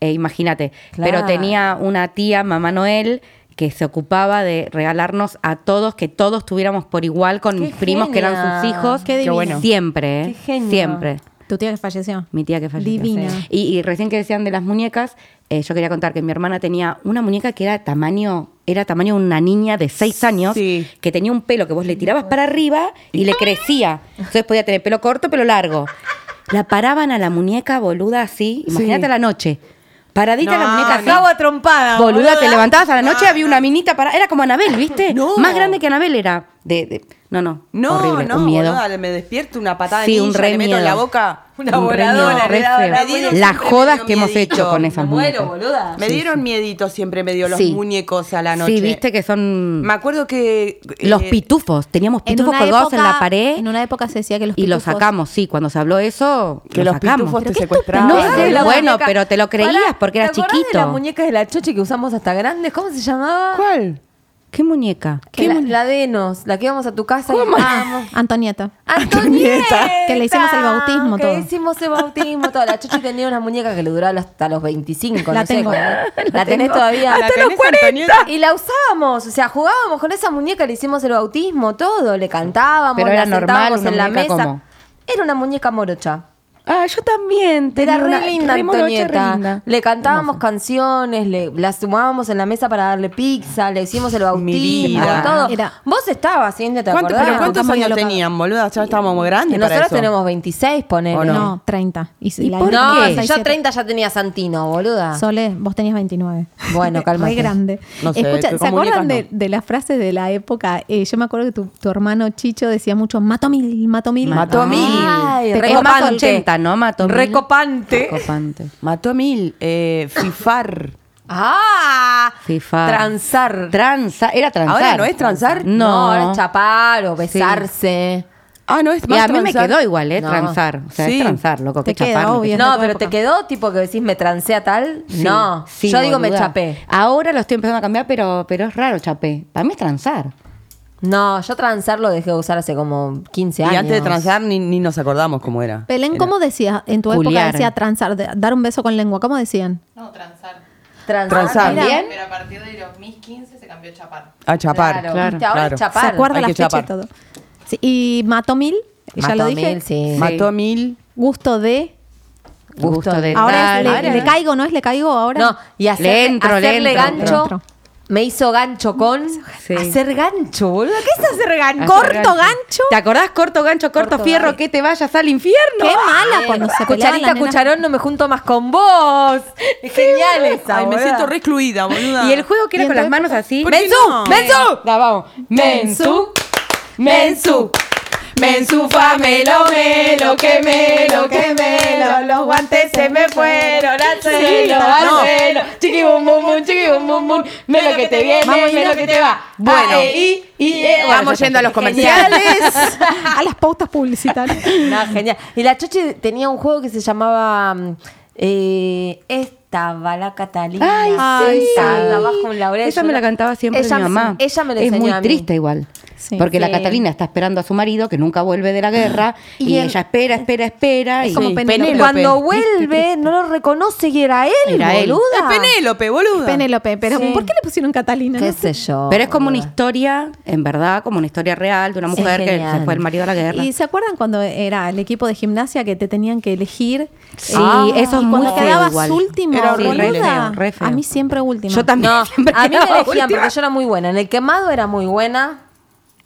[SPEAKER 6] eh, imagínate,
[SPEAKER 3] Claro.
[SPEAKER 6] pero tenía una tía, mamá Noel, que se ocupaba de regalarnos a todos, que todos tuviéramos por igual con
[SPEAKER 3] Qué
[SPEAKER 6] mis primos que eran sus
[SPEAKER 3] genia.
[SPEAKER 6] hijos.
[SPEAKER 5] Qué divino. bueno.
[SPEAKER 6] Siempre, ¿eh?
[SPEAKER 3] Qué genio.
[SPEAKER 6] siempre.
[SPEAKER 5] Tu tía que falleció.
[SPEAKER 6] Mi tía que falleció.
[SPEAKER 5] Divina.
[SPEAKER 6] Sí. Y, y recién que decían de las muñecas, eh, yo quería contar que mi hermana tenía una muñeca que era tamaño, era tamaño de una niña de seis años,
[SPEAKER 4] Sí.
[SPEAKER 6] que tenía un pelo que vos le tirabas para arriba y le crecía. Entonces podía tener pelo corto, pelo largo. La paraban a la muñeca boluda así, imagínate a la noche. Paradita la muñeca así.
[SPEAKER 3] Acabo a trompada.
[SPEAKER 6] Boluda, te levantabas a la noche, había una minita para. Era como Anabel, ¿viste? Más grande que Anabel era. De, de- No, no.
[SPEAKER 4] No,
[SPEAKER 6] horrible,
[SPEAKER 4] no,
[SPEAKER 6] un miedo.
[SPEAKER 4] boluda, me despierto una patada
[SPEAKER 6] Sí,
[SPEAKER 4] de
[SPEAKER 6] un
[SPEAKER 4] ninja,
[SPEAKER 6] re
[SPEAKER 4] le meto en la
[SPEAKER 6] miedo.
[SPEAKER 4] boca.
[SPEAKER 3] Una
[SPEAKER 6] Un
[SPEAKER 3] voladora,
[SPEAKER 6] reñido,
[SPEAKER 3] le
[SPEAKER 6] re
[SPEAKER 3] daba una
[SPEAKER 4] Me
[SPEAKER 6] feo.
[SPEAKER 4] dieron
[SPEAKER 6] Las
[SPEAKER 4] siempre
[SPEAKER 6] jodas
[SPEAKER 4] medio
[SPEAKER 6] que hemos
[SPEAKER 4] miedito.
[SPEAKER 6] hecho con esas
[SPEAKER 3] Me muero,
[SPEAKER 6] muñecas.
[SPEAKER 3] boluda.
[SPEAKER 4] Me
[SPEAKER 6] Sí,
[SPEAKER 4] dieron
[SPEAKER 6] sí.
[SPEAKER 4] miedito siempre, me dio los
[SPEAKER 6] Sí.
[SPEAKER 4] muñecos a la noche.
[SPEAKER 6] Sí, viste que son
[SPEAKER 4] Me acuerdo que.
[SPEAKER 6] los
[SPEAKER 4] eh,
[SPEAKER 6] pitufos. Teníamos
[SPEAKER 5] En
[SPEAKER 6] pitufos
[SPEAKER 5] una
[SPEAKER 6] colgados en la
[SPEAKER 5] época-
[SPEAKER 6] pared
[SPEAKER 5] En una época se decía que los
[SPEAKER 6] y los
[SPEAKER 5] pitufos-
[SPEAKER 6] sacamos. Sí, cuando se habló eso,
[SPEAKER 4] Que los
[SPEAKER 6] los sacamos.
[SPEAKER 4] pitufos te
[SPEAKER 5] Pero qué
[SPEAKER 4] secuestraban.
[SPEAKER 6] No
[SPEAKER 3] Pará,
[SPEAKER 6] sé,
[SPEAKER 3] la
[SPEAKER 6] bueno,
[SPEAKER 3] muñeca.
[SPEAKER 6] pero te lo creías
[SPEAKER 3] Pará,
[SPEAKER 6] porque era
[SPEAKER 3] ¿te acordás de la
[SPEAKER 6] chiquito.
[SPEAKER 3] muñeca de la choche que usamos hasta grandes? ¿Cómo se llamaba?
[SPEAKER 4] ¿Cuál?
[SPEAKER 6] ¿Qué muñeca?
[SPEAKER 3] Que la, la de Enos, la que íbamos a tu casa y estábamos.
[SPEAKER 5] Antonieta.
[SPEAKER 3] ¡Antonieta!
[SPEAKER 5] Que le hicimos el bautismo,
[SPEAKER 3] que
[SPEAKER 5] todo.
[SPEAKER 3] le hicimos el bautismo, todo. La Chochi tenía una muñeca que le duraba hasta los 25,
[SPEAKER 5] La
[SPEAKER 3] no sé,
[SPEAKER 5] tengo.
[SPEAKER 3] ¿eh? La, tenés todavía.
[SPEAKER 4] ¿La tenés, Antonieta?
[SPEAKER 3] Y la usábamos, o sea, jugábamos con esa muñeca, le hicimos el bautismo, todo. Le cantábamos,
[SPEAKER 6] Pero
[SPEAKER 3] la
[SPEAKER 6] era normal,
[SPEAKER 3] sentábamos
[SPEAKER 6] una
[SPEAKER 3] en la mesa.
[SPEAKER 6] muñeca como-
[SPEAKER 3] Era una muñeca morocha.
[SPEAKER 6] Ah, yo también.
[SPEAKER 3] Era
[SPEAKER 6] tenía
[SPEAKER 3] re
[SPEAKER 6] una-
[SPEAKER 3] linda
[SPEAKER 6] morocha, re
[SPEAKER 3] Antonieta.
[SPEAKER 6] linda.
[SPEAKER 3] Le cantábamos canciones, le, la sumábamos en la mesa para darle pizza, le hicimos el bautismo,
[SPEAKER 4] vida.
[SPEAKER 3] todo.
[SPEAKER 5] Era-
[SPEAKER 3] Vos estabas, ¿sí? ¿Te
[SPEAKER 4] ¿Cuánto-
[SPEAKER 3] acordás?
[SPEAKER 4] ¿Pero cuántos
[SPEAKER 5] Estamos
[SPEAKER 4] años
[SPEAKER 5] dialogadas.
[SPEAKER 4] tenían, boluda? Ya estábamos muy grandes.
[SPEAKER 3] Y
[SPEAKER 4] para
[SPEAKER 3] nosotros
[SPEAKER 4] eso.
[SPEAKER 3] tenemos 26, ponele.
[SPEAKER 4] ¿O
[SPEAKER 5] No,
[SPEAKER 4] no?
[SPEAKER 5] 30. Y, si
[SPEAKER 6] ¿Y
[SPEAKER 5] la
[SPEAKER 6] por
[SPEAKER 5] Irene
[SPEAKER 3] No,
[SPEAKER 6] qué?
[SPEAKER 5] tenía
[SPEAKER 3] si yo
[SPEAKER 5] 37.
[SPEAKER 3] 30 ya tenía Santino, boluda.
[SPEAKER 5] Sole, vos tenías 29.
[SPEAKER 3] Ah. Bueno,
[SPEAKER 5] Muy
[SPEAKER 3] cálmate.
[SPEAKER 5] grande.
[SPEAKER 4] No sé,
[SPEAKER 5] Escucha,
[SPEAKER 4] con
[SPEAKER 5] ¿se
[SPEAKER 4] muñecas
[SPEAKER 5] acuerdan
[SPEAKER 4] no.
[SPEAKER 5] de, de la frase de la época? Eh, yo me acuerdo que tu, tu hermano Chicho decía mucho, mato mil, mato mil.
[SPEAKER 6] Mato a mil.
[SPEAKER 3] Ay,
[SPEAKER 6] Te-
[SPEAKER 3] recopante.
[SPEAKER 6] Es más 80, ¿no? Mato mil.
[SPEAKER 3] Recopante.
[SPEAKER 6] Recopante.
[SPEAKER 4] Mató a mil. eh, fifar.
[SPEAKER 3] ¡Ah!
[SPEAKER 6] Fifar.
[SPEAKER 3] Transar.
[SPEAKER 6] Transa, era transar.
[SPEAKER 4] ¿Ahora no es transar?
[SPEAKER 6] No,
[SPEAKER 3] ahora es chapar o besarse.
[SPEAKER 4] Ah, no, es
[SPEAKER 6] Y
[SPEAKER 4] más
[SPEAKER 6] a mí me
[SPEAKER 4] transar.
[SPEAKER 6] quedó igual, ¿eh?
[SPEAKER 3] No.
[SPEAKER 6] Transar. O sea,
[SPEAKER 4] Sí.
[SPEAKER 6] es transar, loco.
[SPEAKER 5] Te
[SPEAKER 6] que
[SPEAKER 5] queda,
[SPEAKER 6] chapar, no
[SPEAKER 5] obvio.
[SPEAKER 6] te-
[SPEAKER 5] en
[SPEAKER 3] No,
[SPEAKER 5] otra
[SPEAKER 3] pero te
[SPEAKER 5] época.
[SPEAKER 3] quedó tipo que decís me transé a tal.
[SPEAKER 6] Sí,
[SPEAKER 3] no,
[SPEAKER 6] sí,
[SPEAKER 3] yo digo me
[SPEAKER 6] boluda.
[SPEAKER 3] chapé.
[SPEAKER 6] Ahora lo estoy empezando a cambiar, pero, pero es raro chapé. Para mí es transar.
[SPEAKER 3] No, yo transar lo dejé de usar hace como 15
[SPEAKER 4] Y
[SPEAKER 3] años.
[SPEAKER 4] antes de transar ni, ni nos acordamos cómo era.
[SPEAKER 5] Belén,
[SPEAKER 4] Era-
[SPEAKER 5] ¿cómo decías en tu época?
[SPEAKER 6] Culiar.
[SPEAKER 5] Decía transar, de- dar un beso con lengua. ¿Cómo decían?
[SPEAKER 3] Transar.
[SPEAKER 4] Transar.
[SPEAKER 3] Mira,
[SPEAKER 6] ¿Bien?
[SPEAKER 8] Pero a partir de los 1515 se cambió a chapar.
[SPEAKER 4] A chapar.
[SPEAKER 3] Claro, viste, ahora es chapar.
[SPEAKER 5] ¿Se acuerda
[SPEAKER 4] hay
[SPEAKER 5] la
[SPEAKER 4] que
[SPEAKER 5] fecha y
[SPEAKER 4] chapar.
[SPEAKER 5] todo? Sí, y mató mil, ya
[SPEAKER 3] Mató
[SPEAKER 5] lo dije.
[SPEAKER 3] mil, sí.
[SPEAKER 4] Mató a mil.
[SPEAKER 5] Gusto de.
[SPEAKER 3] Gusto de
[SPEAKER 5] Ahora es
[SPEAKER 6] dar.
[SPEAKER 5] le, le caigo, ¿no es le caigo ahora?
[SPEAKER 3] No, y hacer,
[SPEAKER 6] Le entro, le
[SPEAKER 3] hacerle
[SPEAKER 6] entro,
[SPEAKER 3] gancho.
[SPEAKER 5] le entro.
[SPEAKER 3] Me hizo gancho con.
[SPEAKER 6] Sí.
[SPEAKER 3] Hacer gancho, boludo. ¿Qué es hacer gancho?
[SPEAKER 5] Corto gancho.
[SPEAKER 6] ¿Te acordás? Corto gancho, corto,
[SPEAKER 3] Corto
[SPEAKER 6] fierro,
[SPEAKER 3] gancho.
[SPEAKER 6] que te vayas al infierno.
[SPEAKER 5] Qué mala cuando se peleaban
[SPEAKER 3] Cucharita,
[SPEAKER 5] las nenas.
[SPEAKER 3] cucharón, no me junto más con vos. Es genial esa.
[SPEAKER 4] Ay, me
[SPEAKER 3] boluda.
[SPEAKER 4] siento re excluida, boluda.
[SPEAKER 6] Y el juego que era
[SPEAKER 5] Y
[SPEAKER 6] con
[SPEAKER 5] en
[SPEAKER 6] las
[SPEAKER 5] tu
[SPEAKER 6] manos así.
[SPEAKER 4] ¿Por qué
[SPEAKER 3] ¡Mensú!
[SPEAKER 4] no?
[SPEAKER 3] ¡Mensú!
[SPEAKER 6] Da, vamos. Mensu. Mensu.
[SPEAKER 4] Mensufamelo, melo, que melo, que melo.
[SPEAKER 6] Los guantes se me fueron al suelo, al
[SPEAKER 4] No.
[SPEAKER 6] suelo. Chiqui bum bum bum, chiqui bum bum bum. Ve lo que te viene, ve lo que te va.
[SPEAKER 4] Bueno.
[SPEAKER 6] A, E, I, I, E. Bueno,
[SPEAKER 4] Vamos
[SPEAKER 6] ya
[SPEAKER 4] yendo a
[SPEAKER 6] está.
[SPEAKER 4] los comerciales.
[SPEAKER 5] a las pautas publicitarias.
[SPEAKER 3] No, genial. Y la Chochi tenía un juego que se llamaba mm, eh, Esta va la Catalina.
[SPEAKER 6] Ay,
[SPEAKER 5] Ay,
[SPEAKER 6] sí.
[SPEAKER 3] sentada bajo un laurel.
[SPEAKER 6] Esa
[SPEAKER 3] Yo
[SPEAKER 6] me la cantaba siempre
[SPEAKER 3] ella
[SPEAKER 6] mi
[SPEAKER 3] me-
[SPEAKER 6] mamá.
[SPEAKER 3] Ella me la
[SPEAKER 6] Es
[SPEAKER 3] enseñó
[SPEAKER 6] muy
[SPEAKER 3] a mí.
[SPEAKER 6] triste igual.
[SPEAKER 5] Sí.
[SPEAKER 6] porque la
[SPEAKER 3] Sí.
[SPEAKER 6] Catalina está esperando a su marido, que nunca vuelve de la guerra, y,
[SPEAKER 5] Y el-
[SPEAKER 6] ella espera, espera, espera.
[SPEAKER 5] Es
[SPEAKER 6] y
[SPEAKER 5] como
[SPEAKER 6] Sí.
[SPEAKER 5] Penélope.
[SPEAKER 3] Y Cuando vuelve, no lo reconoce y era él,
[SPEAKER 6] Era él.
[SPEAKER 3] boluda.
[SPEAKER 4] Es Penélope, boluda.
[SPEAKER 5] Penélope, pero ¿por qué le pusieron Catalina?
[SPEAKER 3] Qué
[SPEAKER 5] No sé.
[SPEAKER 3] sé yo.
[SPEAKER 6] Pero es como una
[SPEAKER 3] boluda.
[SPEAKER 6] historia, en verdad, como una historia real de una
[SPEAKER 3] Es
[SPEAKER 6] mujer que
[SPEAKER 3] genial.
[SPEAKER 6] se fue el marido a la guerra.
[SPEAKER 5] ¿Y se acuerdan cuando era el equipo de gimnasia que te tenían que elegir?
[SPEAKER 6] Sí,
[SPEAKER 5] Ah.
[SPEAKER 6] eso es
[SPEAKER 5] y cuando
[SPEAKER 6] muy feo
[SPEAKER 5] quedabas
[SPEAKER 6] igual.
[SPEAKER 5] último,
[SPEAKER 4] Era
[SPEAKER 6] horrible.
[SPEAKER 5] boluda.
[SPEAKER 6] Re feo.
[SPEAKER 5] A mí siempre última.
[SPEAKER 6] Yo también.
[SPEAKER 3] No,
[SPEAKER 6] siempre
[SPEAKER 3] a mí me
[SPEAKER 6] quedaba
[SPEAKER 3] elegían
[SPEAKER 6] última.
[SPEAKER 3] porque yo era muy buena. En el quemado era muy buena.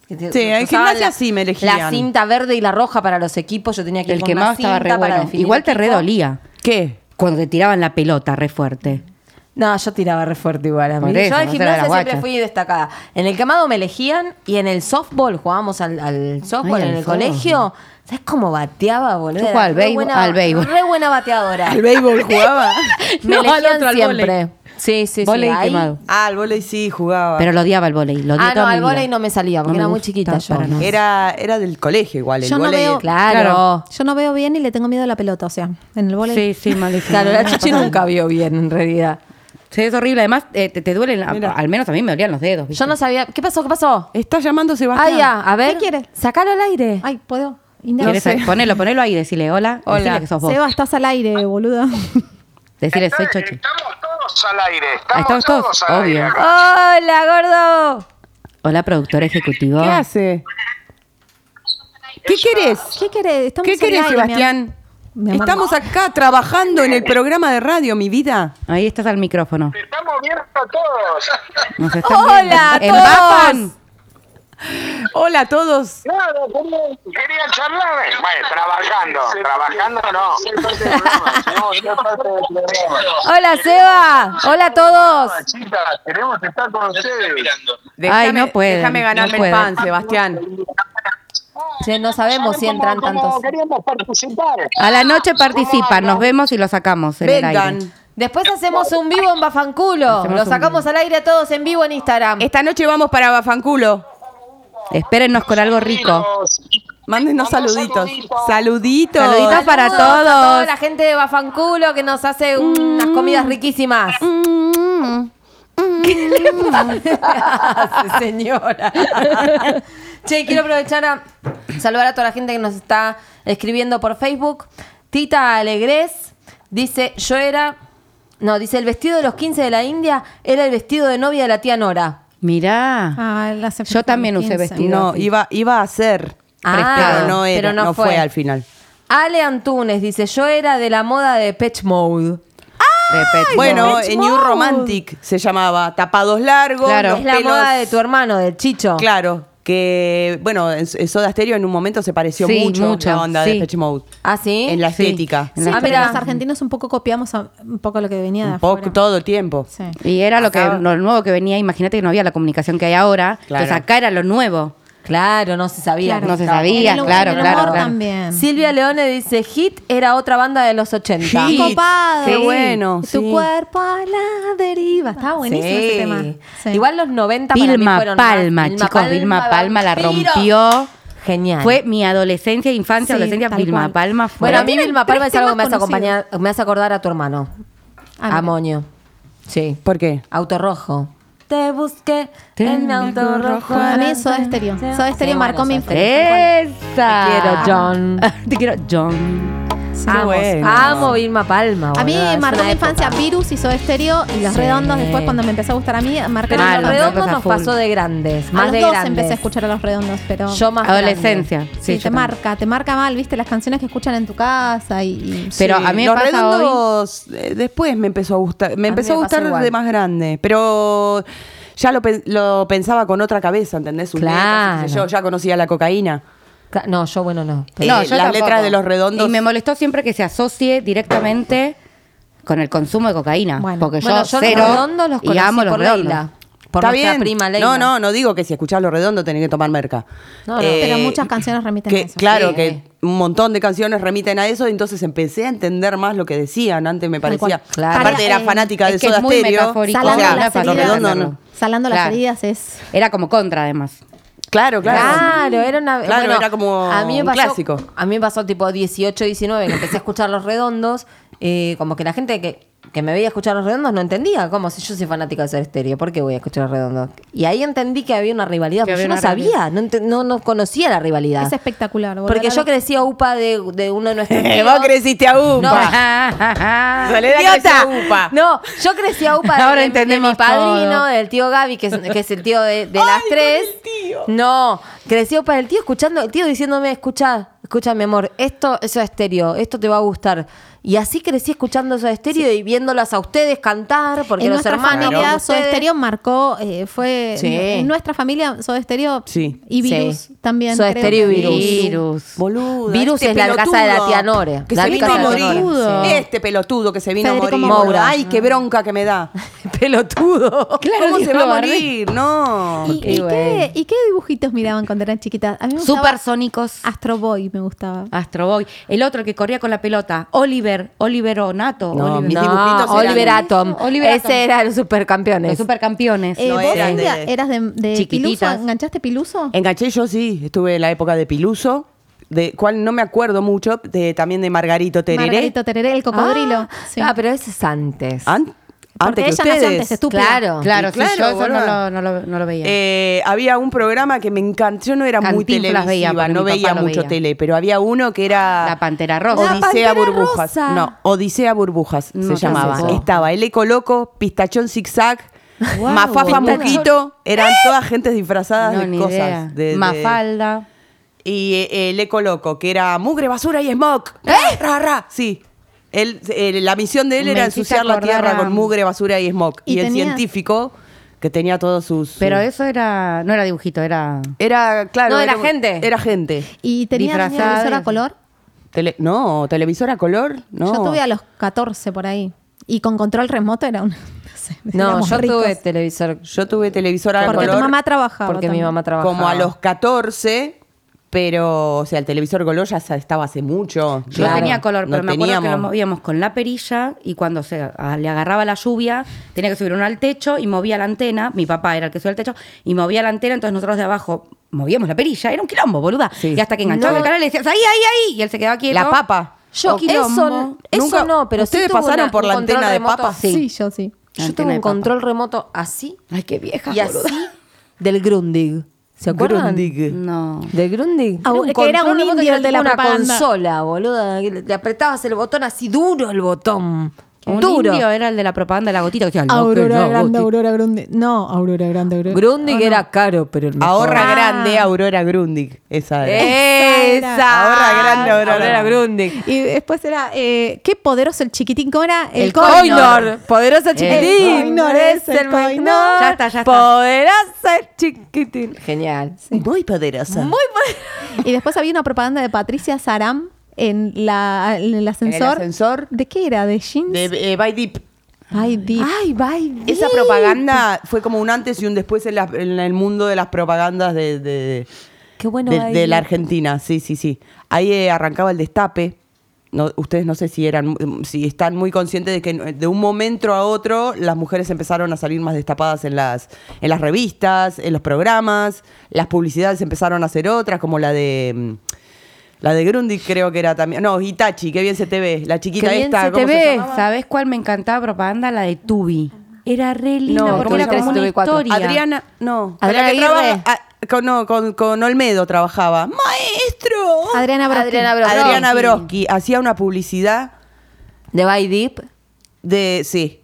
[SPEAKER 3] Que te-
[SPEAKER 4] Sí,
[SPEAKER 3] que
[SPEAKER 4] en
[SPEAKER 3] usaban
[SPEAKER 4] gimnasia
[SPEAKER 3] la-
[SPEAKER 4] sí me elegían.
[SPEAKER 3] La cinta verde y la roja para los equipos. Yo tenía que ir
[SPEAKER 6] El
[SPEAKER 3] con
[SPEAKER 6] quemado
[SPEAKER 3] una
[SPEAKER 6] estaba re
[SPEAKER 3] cinta para
[SPEAKER 6] bueno.
[SPEAKER 3] definir
[SPEAKER 6] Igual te
[SPEAKER 3] equipo.
[SPEAKER 6] redolía
[SPEAKER 4] ¿Qué?
[SPEAKER 6] cuando te tiraban la pelota re fuerte.
[SPEAKER 3] No, yo tiraba re fuerte igual a mí.
[SPEAKER 6] Por eso,
[SPEAKER 3] yo en
[SPEAKER 6] no será
[SPEAKER 3] gimnasia
[SPEAKER 6] la
[SPEAKER 3] siempre
[SPEAKER 6] guacha.
[SPEAKER 3] fui destacada. En el quemado me elegían y en el softball jugábamos al, al softball
[SPEAKER 6] Ay,
[SPEAKER 3] en
[SPEAKER 6] al
[SPEAKER 3] el
[SPEAKER 6] softball.
[SPEAKER 3] colegio. ¿Sabes cómo bateaba, boludo?
[SPEAKER 6] Yo jugaba al béisbol- al béisbol.
[SPEAKER 3] Re buena bateadora.
[SPEAKER 4] ¿Al béisbol jugaba?
[SPEAKER 3] Me
[SPEAKER 6] No, al
[SPEAKER 3] elegían
[SPEAKER 6] otro, al
[SPEAKER 3] siempre.
[SPEAKER 6] vóley.
[SPEAKER 3] Sí, sí, sí.
[SPEAKER 6] Volei y
[SPEAKER 3] ahí-
[SPEAKER 6] quemado.
[SPEAKER 4] ah, al volei sí jugaba.
[SPEAKER 6] Pero lo odiaba el volei. Lo odié
[SPEAKER 3] Ah, no,
[SPEAKER 6] toda mi
[SPEAKER 3] al
[SPEAKER 6] vida.
[SPEAKER 3] vóley no me salía porque
[SPEAKER 6] No me
[SPEAKER 3] era muy
[SPEAKER 6] gusta
[SPEAKER 3] chiquita yo.
[SPEAKER 6] para nada.
[SPEAKER 4] Era, era del colegio igual. El
[SPEAKER 5] Yo no
[SPEAKER 4] vóley-
[SPEAKER 5] veo.
[SPEAKER 3] Claro.
[SPEAKER 5] Yo no veo bien y le tengo miedo a la pelota, o sea, en el vóley.
[SPEAKER 6] Sí, sí, malísimo.
[SPEAKER 3] Claro, la Chuchi nunca vio bien en realidad.
[SPEAKER 6] Sí, es horrible. Además, eh, te, te duelen, a- al menos a mí me dolían los dedos. ¿viste?
[SPEAKER 3] Yo no sabía. ¿Qué pasó? ¿Qué pasó?
[SPEAKER 4] Está llamando Sebastián.
[SPEAKER 3] Ay, ya, a ver.
[SPEAKER 5] ¿Qué quiere?
[SPEAKER 3] Sacalo al aire.
[SPEAKER 5] Ay, ¿puedo?
[SPEAKER 6] ¿Quieres saber? Ponelo, ponelo ahí, decirle hola.
[SPEAKER 4] Hola.
[SPEAKER 6] Decirle que sos vos.
[SPEAKER 5] Seba, estás al aire, boludo.
[SPEAKER 6] Decirle soy Chochi.
[SPEAKER 1] Estamos todos al aire.
[SPEAKER 6] Ah, estamos todos, obvio.
[SPEAKER 1] Ah,
[SPEAKER 3] Hola, gordo.
[SPEAKER 6] Hola, productor ejecutivo.
[SPEAKER 4] ¿Qué hace? ¿Qué querés?
[SPEAKER 5] ¿Qué querés? Estamos
[SPEAKER 4] ¿Qué
[SPEAKER 5] al
[SPEAKER 4] querés,
[SPEAKER 5] aire, mi
[SPEAKER 4] Sebastián?
[SPEAKER 5] am- mi amor.
[SPEAKER 4] Estamos acá trabajando en el programa de radio, mi vida.
[SPEAKER 6] Ahí estás al micrófono.
[SPEAKER 1] Estamos viendo todos.
[SPEAKER 6] Nos están
[SPEAKER 3] Hola
[SPEAKER 6] viendo.
[SPEAKER 3] a
[SPEAKER 6] ¡Embapan!
[SPEAKER 4] Hola a todos.
[SPEAKER 1] Nada, quería charlar. Bueno, trabajando, trabajando no.
[SPEAKER 3] Hola, Seba. Hola a todos.
[SPEAKER 1] Chicas, queremos estar con ustedes.
[SPEAKER 6] Ay, no pueden,
[SPEAKER 4] Déjame
[SPEAKER 6] no
[SPEAKER 4] ganarme el
[SPEAKER 6] pueden.
[SPEAKER 4] pan, Sebastián.
[SPEAKER 3] Che, no sabemos si entran tantos.
[SPEAKER 1] Queríamos participar.
[SPEAKER 6] A la noche participan. Nos vemos y lo sacamos. en el
[SPEAKER 4] Vengan.
[SPEAKER 6] aire.
[SPEAKER 3] Después hacemos un vivo en Bafanculo.
[SPEAKER 6] Hacemos
[SPEAKER 3] Lo
[SPEAKER 6] un
[SPEAKER 3] sacamos al aire a todos en vivo en Instagram.
[SPEAKER 4] Esta noche vamos para Bafanculo.
[SPEAKER 6] Espérennos con algo rico.
[SPEAKER 4] Mándenos saluditos. Saluditos.
[SPEAKER 6] Saluditos para
[SPEAKER 3] Saludos a toda
[SPEAKER 6] todos. Mm.
[SPEAKER 3] la gente de Bafanculo que nos hace unas comidas riquísimas. ¿Qué le pasa, señora? che, quiero aprovechar a saludar a toda la gente que nos está escribiendo por Facebook. Tita Alegrés dice, yo era... No, dice, el vestido de los 15 de la India era el vestido de novia de la tía Nora.
[SPEAKER 6] Mirá.
[SPEAKER 5] Ah, la hace
[SPEAKER 6] Yo también usé
[SPEAKER 5] 15.
[SPEAKER 6] vestido.
[SPEAKER 4] No, iba, iba a ser.
[SPEAKER 3] Ah,
[SPEAKER 4] pero no era,
[SPEAKER 3] pero no
[SPEAKER 4] no, fue.
[SPEAKER 3] fue.
[SPEAKER 4] al final.
[SPEAKER 3] Ale Antunes dice, yo era de la moda de Pech Mode.
[SPEAKER 6] De pecho.
[SPEAKER 4] Bueno,
[SPEAKER 3] Pitch
[SPEAKER 4] en New
[SPEAKER 3] Mode.
[SPEAKER 4] Romantic se llamaba Tapados Largos.
[SPEAKER 6] Claro.
[SPEAKER 4] los
[SPEAKER 3] es la
[SPEAKER 4] pelos-
[SPEAKER 3] moda de tu hermano, del Chicho.
[SPEAKER 4] Claro, que bueno, en en Soda Stereo en un momento se pareció
[SPEAKER 6] Sí,
[SPEAKER 4] mucho,
[SPEAKER 6] mucho,
[SPEAKER 4] la onda
[SPEAKER 6] sí.
[SPEAKER 4] de Pitch Mode.
[SPEAKER 3] ¿Ah, sí?
[SPEAKER 4] En la
[SPEAKER 6] Sí.
[SPEAKER 4] estética.
[SPEAKER 6] En
[SPEAKER 5] Sí,
[SPEAKER 6] la-
[SPEAKER 3] Ah,
[SPEAKER 5] pero
[SPEAKER 3] mira.
[SPEAKER 5] los argentinos un poco copiamos a- un poco lo que venía de
[SPEAKER 4] Un poco
[SPEAKER 5] afuera.
[SPEAKER 4] todo el tiempo.
[SPEAKER 5] Sí.
[SPEAKER 6] Y era lo que lo nuevo que venía, imagínate que no había la comunicación que hay ahora.
[SPEAKER 4] Claro.
[SPEAKER 6] Entonces acá era lo nuevo.
[SPEAKER 3] Claro, no se sabía.
[SPEAKER 5] Claro.
[SPEAKER 3] que
[SPEAKER 6] No se
[SPEAKER 3] estaba.
[SPEAKER 6] sabía,
[SPEAKER 5] En el-
[SPEAKER 6] claro,
[SPEAKER 5] en el
[SPEAKER 6] claro,
[SPEAKER 5] humor
[SPEAKER 6] claro.
[SPEAKER 5] también.
[SPEAKER 3] Silvia Leone dice, Hit era otra banda de los 80.
[SPEAKER 5] Está copado.
[SPEAKER 4] Qué bueno,
[SPEAKER 5] Tu
[SPEAKER 4] sí.
[SPEAKER 5] cuerpo a la deriva. Está buenísimo ese
[SPEAKER 3] Sí.
[SPEAKER 5] tema. Sí.
[SPEAKER 3] Igual los 90 para mí
[SPEAKER 6] Vilma
[SPEAKER 3] fueron más-
[SPEAKER 6] Palma, chicos, Vilma Palma la
[SPEAKER 3] vampiro.
[SPEAKER 6] rompió.
[SPEAKER 3] Genial.
[SPEAKER 6] Fue mi adolescencia,
[SPEAKER 5] Sí,
[SPEAKER 6] infancia, adolescencia.
[SPEAKER 5] tal
[SPEAKER 6] Vilma
[SPEAKER 5] cual.
[SPEAKER 6] Palma fue.
[SPEAKER 3] bueno, a mí
[SPEAKER 5] Tienen
[SPEAKER 3] Vilma
[SPEAKER 5] tres
[SPEAKER 3] Palma es algo que me
[SPEAKER 5] temas
[SPEAKER 3] hace, acompañar, me hace acordar a tu hermano,
[SPEAKER 5] Ah, mira.
[SPEAKER 3] a Moño. Sí.
[SPEAKER 4] ¿Por qué?
[SPEAKER 3] Auto rojo. Te busqué
[SPEAKER 6] Te
[SPEAKER 3] en mi auto rojo.
[SPEAKER 5] A mí Soda Stereo. Soda Stereo
[SPEAKER 3] Sí,
[SPEAKER 5] marcó
[SPEAKER 3] bueno,
[SPEAKER 5] mi
[SPEAKER 3] Soda
[SPEAKER 6] ¡Esa!
[SPEAKER 3] Te quiero, John.
[SPEAKER 6] Te quiero, John.
[SPEAKER 4] Qué
[SPEAKER 3] Amo,
[SPEAKER 4] bueno.
[SPEAKER 3] amo Vilma Palma.
[SPEAKER 5] A mí
[SPEAKER 3] boluda, es
[SPEAKER 5] marcó
[SPEAKER 3] una
[SPEAKER 5] mi
[SPEAKER 3] época.
[SPEAKER 5] infancia Virus y Soda Estéreo y Los
[SPEAKER 3] Sí.
[SPEAKER 5] Redondos después cuando me empezó a gustar a mí
[SPEAKER 3] Pero
[SPEAKER 5] marcaron
[SPEAKER 6] Mal,
[SPEAKER 5] los
[SPEAKER 3] los
[SPEAKER 6] otra
[SPEAKER 5] redondos.
[SPEAKER 3] redondos
[SPEAKER 6] cosa
[SPEAKER 3] nos
[SPEAKER 6] full.
[SPEAKER 3] pasó de grandes.
[SPEAKER 5] A
[SPEAKER 3] Más
[SPEAKER 5] los
[SPEAKER 3] de
[SPEAKER 5] dos
[SPEAKER 3] grandes.
[SPEAKER 5] empecé a escuchar a Los Redondos, pero
[SPEAKER 3] Yo más
[SPEAKER 6] Adolescencia.
[SPEAKER 3] grande.
[SPEAKER 5] sí,
[SPEAKER 6] Sí,
[SPEAKER 5] te
[SPEAKER 6] yo también.
[SPEAKER 5] marca, te marca mal, viste las canciones que escuchan en tu casa y, y-
[SPEAKER 6] Pero a mí me
[SPEAKER 4] Los
[SPEAKER 6] pasa
[SPEAKER 4] redondos eh, después me empezó a gustar, me
[SPEAKER 3] A
[SPEAKER 4] empezó
[SPEAKER 3] mí
[SPEAKER 4] a
[SPEAKER 3] me pasó
[SPEAKER 4] gustar
[SPEAKER 3] igual.
[SPEAKER 4] de más grande, pero ya lo, pen- lo pensaba con otra cabeza, ¿entendés? Sus letras, qué sé
[SPEAKER 3] Claro.
[SPEAKER 4] yo ya conocía la cocaína.
[SPEAKER 3] Ca- No, yo bueno no.
[SPEAKER 4] Eh,
[SPEAKER 6] No,
[SPEAKER 4] las
[SPEAKER 6] yo tampoco.
[SPEAKER 4] letras de los redondos.
[SPEAKER 6] Y me molestó siempre que se asocie directamente con el consumo de cocaína.
[SPEAKER 5] Bueno.
[SPEAKER 6] porque
[SPEAKER 3] Bueno,
[SPEAKER 6] yo,
[SPEAKER 3] yo
[SPEAKER 6] cero
[SPEAKER 3] los redondos los
[SPEAKER 6] y
[SPEAKER 3] conocí
[SPEAKER 6] amo los
[SPEAKER 3] por
[SPEAKER 6] redondos.
[SPEAKER 3] Leila. Por
[SPEAKER 4] Está
[SPEAKER 3] nuestra
[SPEAKER 4] bien.
[SPEAKER 3] prima Leila.
[SPEAKER 4] No, no, no digo que si escuchás los redondos tenés que tomar merca. Eh,
[SPEAKER 3] No, no.
[SPEAKER 5] Pero muchas canciones remiten a
[SPEAKER 4] que-
[SPEAKER 5] eso.
[SPEAKER 4] Claro,
[SPEAKER 3] Sí.
[SPEAKER 4] que un montón de canciones remiten a eso, entonces empecé a entender más lo que decían. Antes me
[SPEAKER 5] Tal
[SPEAKER 4] parecía.
[SPEAKER 5] cual. Claro.
[SPEAKER 4] Aparte, era
[SPEAKER 5] Eh,
[SPEAKER 4] fanática de
[SPEAKER 6] es que es
[SPEAKER 4] Soda
[SPEAKER 6] muy
[SPEAKER 4] Stereo.
[SPEAKER 6] metafórico.
[SPEAKER 4] o
[SPEAKER 5] Salando
[SPEAKER 4] sea,
[SPEAKER 5] las
[SPEAKER 4] los
[SPEAKER 5] heridas.
[SPEAKER 4] redondos no-
[SPEAKER 5] Salando las
[SPEAKER 6] Claro.
[SPEAKER 5] heridas es
[SPEAKER 6] Era como contra, además.
[SPEAKER 4] Claro, claro.
[SPEAKER 3] Claro, era una.
[SPEAKER 4] Claro,
[SPEAKER 3] bueno,
[SPEAKER 4] era como
[SPEAKER 3] a mí me
[SPEAKER 4] un
[SPEAKER 3] pasó-
[SPEAKER 4] clásico.
[SPEAKER 3] A mí me pasó tipo 18, 19, que empecé a escuchar Los Redondos. eh, como que la gente que, que me veía escuchar Los Redondos no entendía. ¿Cómo? Si yo soy fanática de ser estéreo, ¿por qué voy a escuchar Los Redondos? Y ahí entendí que había una rivalidad.
[SPEAKER 6] Que
[SPEAKER 3] porque yo
[SPEAKER 6] había
[SPEAKER 3] no
[SPEAKER 6] una rivalidad.
[SPEAKER 3] sabía, no, ente- no, no conocía la rivalidad.
[SPEAKER 5] es espectacular. volver
[SPEAKER 3] porque
[SPEAKER 5] a
[SPEAKER 3] yo
[SPEAKER 5] lo-
[SPEAKER 3] crecí a UPA de, de uno de nuestros.
[SPEAKER 4] Eh,
[SPEAKER 3] tíos.
[SPEAKER 4] Vos creciste a UPA.
[SPEAKER 3] No.
[SPEAKER 4] Soledad
[SPEAKER 3] ¡Idiota!
[SPEAKER 4] creció UPA.
[SPEAKER 3] No, yo crecí a UPA de-
[SPEAKER 6] Ahora
[SPEAKER 3] de,
[SPEAKER 6] entendemos
[SPEAKER 3] mi padrino,
[SPEAKER 6] todo.
[SPEAKER 3] del tío Gaby, que es, que es el tío de, de las tres. No, crecí a UPA del tío escuchando, el tío diciéndome, escucha, escucha mi amor, esto eso es estéreo, esto te va a gustar. Y así crecí escuchando eso de estéreo y viéndolas a ustedes cantar, porque
[SPEAKER 5] en
[SPEAKER 3] los
[SPEAKER 5] nuestra
[SPEAKER 3] hermanos.
[SPEAKER 5] familia
[SPEAKER 3] como
[SPEAKER 5] Soda
[SPEAKER 3] ustedes-
[SPEAKER 5] Stereo marcó eh, fue
[SPEAKER 3] Sí.
[SPEAKER 5] en nuestra familia Soda Stereo
[SPEAKER 4] Sí.
[SPEAKER 5] y Virus
[SPEAKER 3] Sí.
[SPEAKER 5] también
[SPEAKER 3] Soda
[SPEAKER 5] creo
[SPEAKER 3] Stereo y
[SPEAKER 5] que-
[SPEAKER 3] Virus.
[SPEAKER 6] Virus.
[SPEAKER 4] Boluda, este
[SPEAKER 3] Virus es la casa de la tía Nore,
[SPEAKER 4] Que
[SPEAKER 3] la
[SPEAKER 4] se vino
[SPEAKER 3] casa
[SPEAKER 4] a
[SPEAKER 3] de la tía
[SPEAKER 4] morir.
[SPEAKER 6] Nore, sí.
[SPEAKER 4] Este pelotudo que se vino
[SPEAKER 5] Federico
[SPEAKER 4] a morir.
[SPEAKER 5] Moura.
[SPEAKER 4] Ay, qué bronca que me da.
[SPEAKER 3] Pelotudo.
[SPEAKER 6] Claro,
[SPEAKER 4] ¿Cómo se
[SPEAKER 6] Dios
[SPEAKER 4] va a
[SPEAKER 6] lo guarde.
[SPEAKER 4] morir? No.
[SPEAKER 5] ¿Y, y qué, y qué dibujitos miraban cuando eran chiquitas? A mí me gustaba
[SPEAKER 6] Supersónicos.
[SPEAKER 5] Astro Boy me gustaba.
[SPEAKER 3] Ah,
[SPEAKER 6] Astro Boy. El otro que corría con la pelota. Oliver. Oliver Onato.
[SPEAKER 4] No,
[SPEAKER 6] Oliver.
[SPEAKER 4] mis
[SPEAKER 3] No,
[SPEAKER 4] dibujitos eran-
[SPEAKER 3] Oliver Atom.
[SPEAKER 6] Oliver Atom.
[SPEAKER 3] Ese era el supercampeones.
[SPEAKER 6] Los supercampeones.
[SPEAKER 5] Eh,
[SPEAKER 4] No
[SPEAKER 5] ¿Vos
[SPEAKER 4] eran
[SPEAKER 5] Silvia,
[SPEAKER 4] de-
[SPEAKER 5] eras de, de Piluso?
[SPEAKER 6] Chiquititas.
[SPEAKER 5] ¿Enganchaste Piluso?
[SPEAKER 3] Eh,
[SPEAKER 4] Enganché yo sí, estuve en la época de Piluso, de cual no me acuerdo mucho, de, también de Margarito Tereré.
[SPEAKER 5] Margarito Tereré, el cocodrilo.
[SPEAKER 3] Ah,
[SPEAKER 5] Sí. Ah,
[SPEAKER 3] ah, pero ese es antes.
[SPEAKER 4] An-
[SPEAKER 5] Porque
[SPEAKER 4] antes que
[SPEAKER 5] ella nació
[SPEAKER 4] ustedes.
[SPEAKER 5] antes, estúpida.
[SPEAKER 3] Claro.
[SPEAKER 6] claro,
[SPEAKER 4] Y
[SPEAKER 6] sí,
[SPEAKER 4] claro,
[SPEAKER 6] yo eso no
[SPEAKER 4] boluda.
[SPEAKER 6] lo, no lo- no lo veía.
[SPEAKER 4] Eh, había un programa que me encantó, yo no era muy
[SPEAKER 6] Cantinflas
[SPEAKER 4] televisiva,
[SPEAKER 6] veía, porque
[SPEAKER 4] no
[SPEAKER 6] mi
[SPEAKER 4] veía
[SPEAKER 6] papá lo
[SPEAKER 4] mucho
[SPEAKER 6] veía.
[SPEAKER 4] tele, pero había uno que era
[SPEAKER 6] La Pantera Rosa. La
[SPEAKER 4] Odisea
[SPEAKER 3] Pantera
[SPEAKER 4] Burbujas.
[SPEAKER 3] Rosa.
[SPEAKER 4] No, Odisea Burbujas se
[SPEAKER 6] No,
[SPEAKER 4] llamaba.
[SPEAKER 6] tampoco.
[SPEAKER 4] Estaba el Eco Loco, Pistachón Zigzag,
[SPEAKER 6] Guau.
[SPEAKER 4] Mafafa
[SPEAKER 6] Pistachón.
[SPEAKER 4] Muquito, eran todas gentes disfrazadas
[SPEAKER 6] no,
[SPEAKER 4] de
[SPEAKER 6] ni
[SPEAKER 4] cosas.
[SPEAKER 6] idea.
[SPEAKER 4] de- de-
[SPEAKER 6] Mafalda.
[SPEAKER 4] Y eh, el Eco Loco, que era mugre, basura y smog. Ra, ra. Sí. Él, eh, la misión de él
[SPEAKER 6] Me
[SPEAKER 4] era
[SPEAKER 6] hiciste
[SPEAKER 4] ensuciar la
[SPEAKER 6] acordar
[SPEAKER 4] tierra
[SPEAKER 6] a-
[SPEAKER 4] con mugre, basura y smog.
[SPEAKER 5] Y
[SPEAKER 4] Y, el
[SPEAKER 5] tenías-
[SPEAKER 4] científico, que tenía todos sus...
[SPEAKER 6] Pero
[SPEAKER 4] sus-
[SPEAKER 6] eso era, no era dibujito, era...
[SPEAKER 4] Era, claro.
[SPEAKER 3] No, era gente.
[SPEAKER 4] Era gente.
[SPEAKER 5] ¿Y tenías una
[SPEAKER 6] Disfrazada
[SPEAKER 5] televisora a
[SPEAKER 6] de-
[SPEAKER 5] color?
[SPEAKER 4] Tele- no, televisora color, no.
[SPEAKER 5] Yo tuve a los 14 por ahí. Y con control remoto era una... No, sé,
[SPEAKER 3] No,
[SPEAKER 5] éramos
[SPEAKER 3] yo
[SPEAKER 5] ricos.
[SPEAKER 3] tuve televisor
[SPEAKER 4] Yo tuve televisora
[SPEAKER 5] Porque
[SPEAKER 4] color
[SPEAKER 5] tu mamá trabajaba.
[SPEAKER 3] porque mi
[SPEAKER 5] también.
[SPEAKER 3] mamá trabajaba.
[SPEAKER 4] como a los 14, pero, o sea, el televisor color ya sa- estaba hace mucho.
[SPEAKER 6] Yo
[SPEAKER 3] Claro.
[SPEAKER 6] tenía color,
[SPEAKER 4] No
[SPEAKER 6] pero me acuerdo que lo
[SPEAKER 4] teníamos.
[SPEAKER 6] movíamos con la perilla y cuando se, a- le agarraba la lluvia, tenía que subir uno al techo y movía la antena. Mi papá era el que subía al techo y movía la antena, entonces nosotros de abajo movíamos la perilla. Era un quilombo, boluda.
[SPEAKER 4] Sí.
[SPEAKER 6] Y hasta que enganchaba el canal le decías, ahí, ahí, ahí. Y él se quedaba quieto.
[SPEAKER 4] La papa.
[SPEAKER 3] Yo,
[SPEAKER 6] Oh, quilombo.
[SPEAKER 3] eso, eso
[SPEAKER 4] Nunca-
[SPEAKER 3] no, pero sí
[SPEAKER 4] ¿Ustedes
[SPEAKER 3] tuve
[SPEAKER 4] pasaron
[SPEAKER 3] una-
[SPEAKER 4] por
[SPEAKER 3] un
[SPEAKER 4] la
[SPEAKER 3] control
[SPEAKER 4] antena de
[SPEAKER 3] remoto.
[SPEAKER 4] papa?
[SPEAKER 5] Sí, yo sí.
[SPEAKER 3] Yo
[SPEAKER 6] Antena
[SPEAKER 3] tuve
[SPEAKER 6] de
[SPEAKER 3] un
[SPEAKER 6] papa.
[SPEAKER 3] control remoto así
[SPEAKER 6] Ay, qué vieja,
[SPEAKER 3] y
[SPEAKER 6] boluda.
[SPEAKER 3] así del Grundig. ¿Se acuerdan?
[SPEAKER 4] Grundig.
[SPEAKER 6] No.
[SPEAKER 3] Del Grundig.
[SPEAKER 5] Ah, que era
[SPEAKER 3] control
[SPEAKER 5] un
[SPEAKER 3] remoto que
[SPEAKER 5] indio
[SPEAKER 3] era
[SPEAKER 5] el de
[SPEAKER 3] tipo
[SPEAKER 5] la
[SPEAKER 3] una
[SPEAKER 5] propaganda.
[SPEAKER 3] consola, boluda. que Le le apretabas el botón así duro el botón.
[SPEAKER 6] Un
[SPEAKER 3] duro.
[SPEAKER 6] indio eh. era el de la propaganda de la gotita. que decía, "Lo que
[SPEAKER 5] Aurora
[SPEAKER 6] la
[SPEAKER 5] grande,
[SPEAKER 6] gotita".
[SPEAKER 5] Aurora grande. No, Aurora grande, Aurora.
[SPEAKER 3] Grundig era caro, pero el mejor. Ah,
[SPEAKER 4] Ahorra grande Aurora Grundig. Esa era.
[SPEAKER 3] Eh, Esa. era.
[SPEAKER 4] Ahorra grande, ahorra
[SPEAKER 3] Aurora
[SPEAKER 4] grande.
[SPEAKER 3] Grundig.
[SPEAKER 5] Y después era, eh, qué poderoso el chiquitín, ¿cómo era?
[SPEAKER 6] El
[SPEAKER 3] Coinor, poderosa
[SPEAKER 5] El
[SPEAKER 3] chiquitín,
[SPEAKER 5] Coinor
[SPEAKER 3] es
[SPEAKER 5] es
[SPEAKER 3] el
[SPEAKER 5] el
[SPEAKER 3] Coinor,
[SPEAKER 5] Coinor.
[SPEAKER 6] Ya está, ya está.
[SPEAKER 3] poderosa chiquitín. Genial.
[SPEAKER 4] Muy poderosa.
[SPEAKER 3] Muy poderosa.
[SPEAKER 5] Y después había una propaganda de Patricia Saram en, la, en el ascensor.
[SPEAKER 4] ascensor.
[SPEAKER 5] ¿De qué era? ¿De jeans?
[SPEAKER 4] De eh, By Deep.
[SPEAKER 5] Ay, di-
[SPEAKER 3] Ay, bye.
[SPEAKER 4] Esa propaganda fue como un antes y un después en, las- en el mundo de las propagandas de, de-
[SPEAKER 3] Qué bueno
[SPEAKER 4] de,
[SPEAKER 3] ahí.
[SPEAKER 4] de la Argentina, sí, sí, sí. Ahí eh, arrancaba el destape. No, ustedes no sé si eran, mm, si están muy conscientes de que de un momento a otro las mujeres empezaron a salir más destapadas en las, en las revistas, en los programas, las publicidades empezaron a hacer otras, como la de mm, la de Grundy creo que era también. No, Itachi, qué bien se te ve, la chiquita
[SPEAKER 6] Qué bien
[SPEAKER 4] esta,
[SPEAKER 6] se te
[SPEAKER 4] ¿cómo
[SPEAKER 6] ve.
[SPEAKER 4] llamaba?
[SPEAKER 6] ¿Sabes cuál me encantaba propaganda? La de Tubi. Era re linda
[SPEAKER 3] No,
[SPEAKER 6] porque
[SPEAKER 3] Tubi
[SPEAKER 6] era
[SPEAKER 3] tres,
[SPEAKER 6] como una
[SPEAKER 3] Tubi cuatro.
[SPEAKER 6] historia.
[SPEAKER 4] Adriana, no.
[SPEAKER 3] Adriana
[SPEAKER 4] Con la que traba-
[SPEAKER 3] Aguirre.
[SPEAKER 4] a- con, no, con, con Olmedo trabajaba. ¡Maestro!
[SPEAKER 5] Adriana Broski.
[SPEAKER 3] Adriana Broski.
[SPEAKER 4] Adriana Broski hacía una publicidad
[SPEAKER 3] De By Deep.
[SPEAKER 4] de. Sí.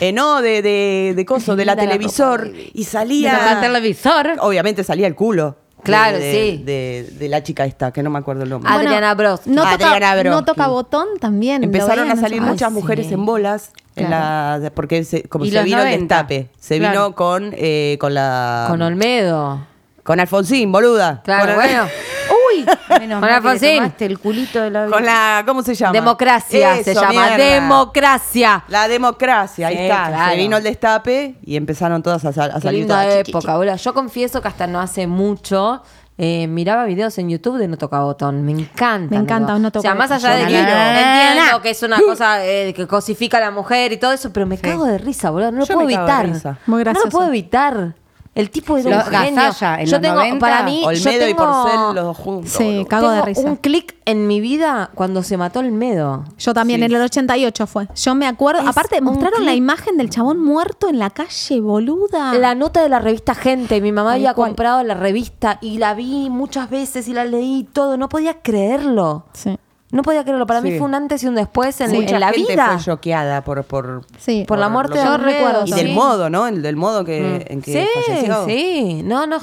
[SPEAKER 4] Eh, no, de, de, de coso, de la
[SPEAKER 3] De la
[SPEAKER 4] televisor.
[SPEAKER 3] ropa,
[SPEAKER 4] y salía.
[SPEAKER 6] De la televisor.
[SPEAKER 4] Obviamente salía el culo.
[SPEAKER 3] Claro,
[SPEAKER 4] de-
[SPEAKER 3] sí.
[SPEAKER 4] De, de la chica esta, que no me acuerdo el nombre.
[SPEAKER 3] Ah, Adriana Broski.
[SPEAKER 5] No toca,
[SPEAKER 4] Adriana Broski.
[SPEAKER 5] no toca botón también. lo
[SPEAKER 4] Empezaron
[SPEAKER 5] veían
[SPEAKER 4] a salir
[SPEAKER 5] en-
[SPEAKER 4] muchas
[SPEAKER 5] Ay,
[SPEAKER 4] mujeres
[SPEAKER 5] ah, sí.
[SPEAKER 4] en bolas. en
[SPEAKER 5] Claro.
[SPEAKER 4] la- porque se- como
[SPEAKER 6] Y
[SPEAKER 4] se
[SPEAKER 6] los
[SPEAKER 4] vino
[SPEAKER 6] 90.
[SPEAKER 4] el destape. Se
[SPEAKER 6] Claro.
[SPEAKER 4] vino con, eh, con la.
[SPEAKER 3] Con Olmedo.
[SPEAKER 4] Con Alfonsín, boluda. Con-
[SPEAKER 3] Claro, bueno.
[SPEAKER 6] Uy, menos
[SPEAKER 3] Con
[SPEAKER 6] mal que le
[SPEAKER 3] Alfonsín.
[SPEAKER 6] tomaste el culito de la
[SPEAKER 4] Con la, ¿cómo se llama?
[SPEAKER 3] Democracia se
[SPEAKER 4] Eso,
[SPEAKER 3] llama.
[SPEAKER 4] mierda.
[SPEAKER 3] Democracia.
[SPEAKER 4] La democracia, ahí
[SPEAKER 3] Sí,
[SPEAKER 4] está.
[SPEAKER 3] claro.
[SPEAKER 4] Se vino el destape y empezaron todas a, sal- a
[SPEAKER 3] Qué
[SPEAKER 4] salir
[SPEAKER 3] linda
[SPEAKER 4] todas. chi, chi,
[SPEAKER 3] época, boludo. Yo confieso que hasta no hace mucho eh, miraba videos en YouTube de No Toca Botón. Me encanta.
[SPEAKER 5] Me encanta,
[SPEAKER 3] botón.
[SPEAKER 5] No Toca
[SPEAKER 3] O sea, más
[SPEAKER 5] Botón.
[SPEAKER 3] allá de
[SPEAKER 6] Yo
[SPEAKER 3] que
[SPEAKER 6] no quiero.
[SPEAKER 3] entiendo que es una cosa eh, que cosifica a la mujer y todo eso, pero me cago de risa, boludo. No lo
[SPEAKER 4] Yo
[SPEAKER 3] puedo
[SPEAKER 4] me cago de
[SPEAKER 3] evitar.
[SPEAKER 4] risa.
[SPEAKER 5] Muy
[SPEAKER 3] No
[SPEAKER 5] gracioso.
[SPEAKER 3] lo puedo evitar. El tipo de un
[SPEAKER 6] Los
[SPEAKER 3] genio.
[SPEAKER 6] Gazalla, en
[SPEAKER 3] yo
[SPEAKER 6] los
[SPEAKER 3] tengo,
[SPEAKER 6] 90,
[SPEAKER 3] para mí, yo
[SPEAKER 4] Olmedo y
[SPEAKER 3] tengo-
[SPEAKER 4] Porcel los dos juntos.
[SPEAKER 5] Sí,
[SPEAKER 4] boludo.
[SPEAKER 5] cago de
[SPEAKER 3] tengo
[SPEAKER 5] risa.
[SPEAKER 3] un clic en mi vida cuando se mató Olmedo.
[SPEAKER 5] Yo también, en el 88 fue. Yo me acuerdo.
[SPEAKER 3] Es
[SPEAKER 5] Aparte,
[SPEAKER 3] un
[SPEAKER 5] mostraron la
[SPEAKER 3] clip.
[SPEAKER 5] imagen del chabón muerto en la calle, boluda.
[SPEAKER 4] Ah.
[SPEAKER 3] La nota de la revista Gente, mi mamá
[SPEAKER 5] Tal
[SPEAKER 3] había
[SPEAKER 5] cual.
[SPEAKER 3] comprado la revista y la vi muchas veces y la leí y todo, no podía creerlo.
[SPEAKER 5] Sí.
[SPEAKER 3] No podía creerlo, para mí
[SPEAKER 4] Sí.
[SPEAKER 3] fue un antes y un después en,
[SPEAKER 4] Mucha
[SPEAKER 3] en la
[SPEAKER 4] gente
[SPEAKER 3] vida.
[SPEAKER 4] fue choqueada por, por,
[SPEAKER 5] Sí.
[SPEAKER 3] Por la muerte de
[SPEAKER 5] Yo
[SPEAKER 3] Alfredo,
[SPEAKER 5] recuerdo
[SPEAKER 4] Y
[SPEAKER 5] también.
[SPEAKER 4] del modo, ¿no? El, del modo que, en que
[SPEAKER 3] Mm. sí,
[SPEAKER 4] falleció.
[SPEAKER 3] sí, no, no,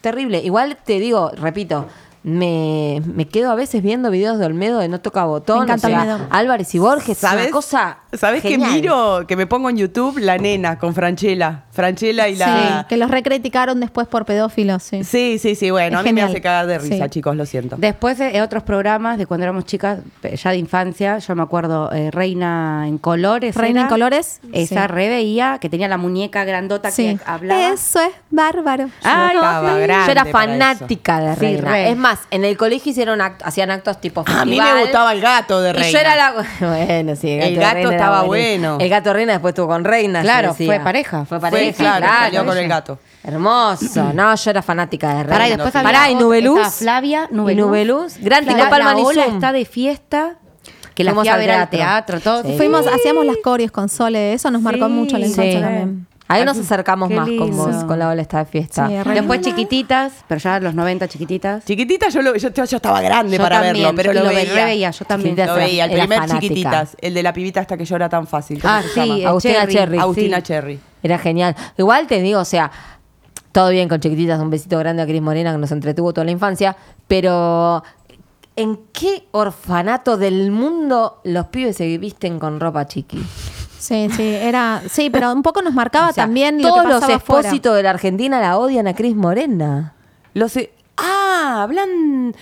[SPEAKER 3] terrible. Igual te digo, repito, me, me quedo a veces viendo videos de Olmedo de No Toca Botón,
[SPEAKER 5] Me encanta
[SPEAKER 3] o sea,
[SPEAKER 5] Olmedo.
[SPEAKER 3] Álvarez y Borges,
[SPEAKER 4] ¿Sabes?
[SPEAKER 3] una cosa
[SPEAKER 4] ¿Sabes que
[SPEAKER 3] genial.
[SPEAKER 4] miro? Que me pongo en YouTube la nena con Franchella. Franchella y
[SPEAKER 5] Sí,
[SPEAKER 4] la.
[SPEAKER 5] que los recriticaron después por pedófilos, sí.
[SPEAKER 4] Sí, sí, sí. Bueno,
[SPEAKER 5] Es
[SPEAKER 4] a mí
[SPEAKER 5] genial.
[SPEAKER 4] me hace cagar de risa,
[SPEAKER 5] Sí.
[SPEAKER 4] chicos, lo siento.
[SPEAKER 6] Después eh, otros programas de cuando éramos chicas, pe- ya de infancia, yo me acuerdo eh, Reina en Colores.
[SPEAKER 5] Reina en Colores,
[SPEAKER 6] Esa
[SPEAKER 5] sí.
[SPEAKER 6] re veía que tenía la muñeca grandota
[SPEAKER 5] Sí.
[SPEAKER 6] que hablaba.
[SPEAKER 5] Eso es bárbaro.
[SPEAKER 6] Ay,
[SPEAKER 4] Estaba
[SPEAKER 6] Ah, sí.
[SPEAKER 4] grande
[SPEAKER 3] Yo era
[SPEAKER 4] para eso.
[SPEAKER 3] fanática de
[SPEAKER 6] Sí,
[SPEAKER 3] Reina.
[SPEAKER 6] re.
[SPEAKER 3] Es más, en el colegio hicieron act- hacían actos tipo
[SPEAKER 4] A mí
[SPEAKER 3] festival.
[SPEAKER 4] me gustaba el gato de Reina.
[SPEAKER 3] Y yo era la. Bueno, sí,
[SPEAKER 4] El
[SPEAKER 3] de
[SPEAKER 4] gato
[SPEAKER 3] Reina era
[SPEAKER 4] estaba
[SPEAKER 3] buenísimo.
[SPEAKER 4] bueno.
[SPEAKER 3] El gato de Reina después estuvo con Reina. se
[SPEAKER 6] Claro,
[SPEAKER 3] decía.
[SPEAKER 6] fue pareja.
[SPEAKER 3] Fue pareja,
[SPEAKER 4] Fue, claro,
[SPEAKER 3] claro.
[SPEAKER 4] salió con el gato.
[SPEAKER 3] Hermoso. No, yo era fanática de Reina.
[SPEAKER 6] Pará, y después había
[SPEAKER 3] Pará, y
[SPEAKER 6] otra-
[SPEAKER 3] Nubeluz.
[SPEAKER 6] estaba Flavia, Nubeluz.
[SPEAKER 3] Y Nubeluz. Gran
[SPEAKER 6] La-
[SPEAKER 3] Tico Palma
[SPEAKER 6] la
[SPEAKER 3] y
[SPEAKER 6] ola
[SPEAKER 3] Zoom.
[SPEAKER 6] está de fiesta, que la
[SPEAKER 3] Fuimos
[SPEAKER 6] fui a
[SPEAKER 3] al
[SPEAKER 6] ver al
[SPEAKER 3] teatro.
[SPEAKER 6] teatro, todo.
[SPEAKER 3] Sí.
[SPEAKER 5] Fuimos, hacíamos las coreos con Sole, eso nos marcó
[SPEAKER 6] Sí.
[SPEAKER 5] mucho la infancia
[SPEAKER 3] Sí.
[SPEAKER 5] también.
[SPEAKER 3] Ahí nos acercamos
[SPEAKER 6] Qué
[SPEAKER 3] más con
[SPEAKER 6] lindo.
[SPEAKER 3] vos, con la ola está de fiesta.
[SPEAKER 5] Sí, re-
[SPEAKER 6] Después chiquititas, pero ya los 90 chiquititas.
[SPEAKER 4] Chiquitita yo, lo- yo, yo estaba grande
[SPEAKER 6] Yo
[SPEAKER 4] para
[SPEAKER 6] también,
[SPEAKER 4] verlo, pero
[SPEAKER 6] yo
[SPEAKER 4] lo,
[SPEAKER 6] lo ve-
[SPEAKER 4] veía.
[SPEAKER 6] reveía, yo también.
[SPEAKER 4] Lo veía, el
[SPEAKER 3] Era
[SPEAKER 4] primer
[SPEAKER 3] fanática.
[SPEAKER 4] Chiquititas, el de la pibita hasta que llora tan fácil. ¿cómo
[SPEAKER 6] Ah,
[SPEAKER 4] se
[SPEAKER 6] sí,
[SPEAKER 4] llama?
[SPEAKER 6] eh,
[SPEAKER 3] Agustina
[SPEAKER 6] Cherry.
[SPEAKER 3] Cherry.
[SPEAKER 4] Agustina
[SPEAKER 6] sí.
[SPEAKER 4] Cherry.
[SPEAKER 3] Era genial. Igual te digo, o sea, todo bien con chiquititas, un besito grande a Cris Morena que nos entretuvo toda la infancia, pero ¿en qué orfanato del mundo los pibes se visten con ropa chiqui?
[SPEAKER 5] Sí, sí, era, sí, pero un poco nos marcaba
[SPEAKER 3] O sea,
[SPEAKER 5] Ah, también lo
[SPEAKER 3] todos
[SPEAKER 5] que
[SPEAKER 3] los
[SPEAKER 5] pasaba afuera.
[SPEAKER 3] expósitos de la Argentina la odian a Cris Morena.
[SPEAKER 4] Los, eh, ah, hablan...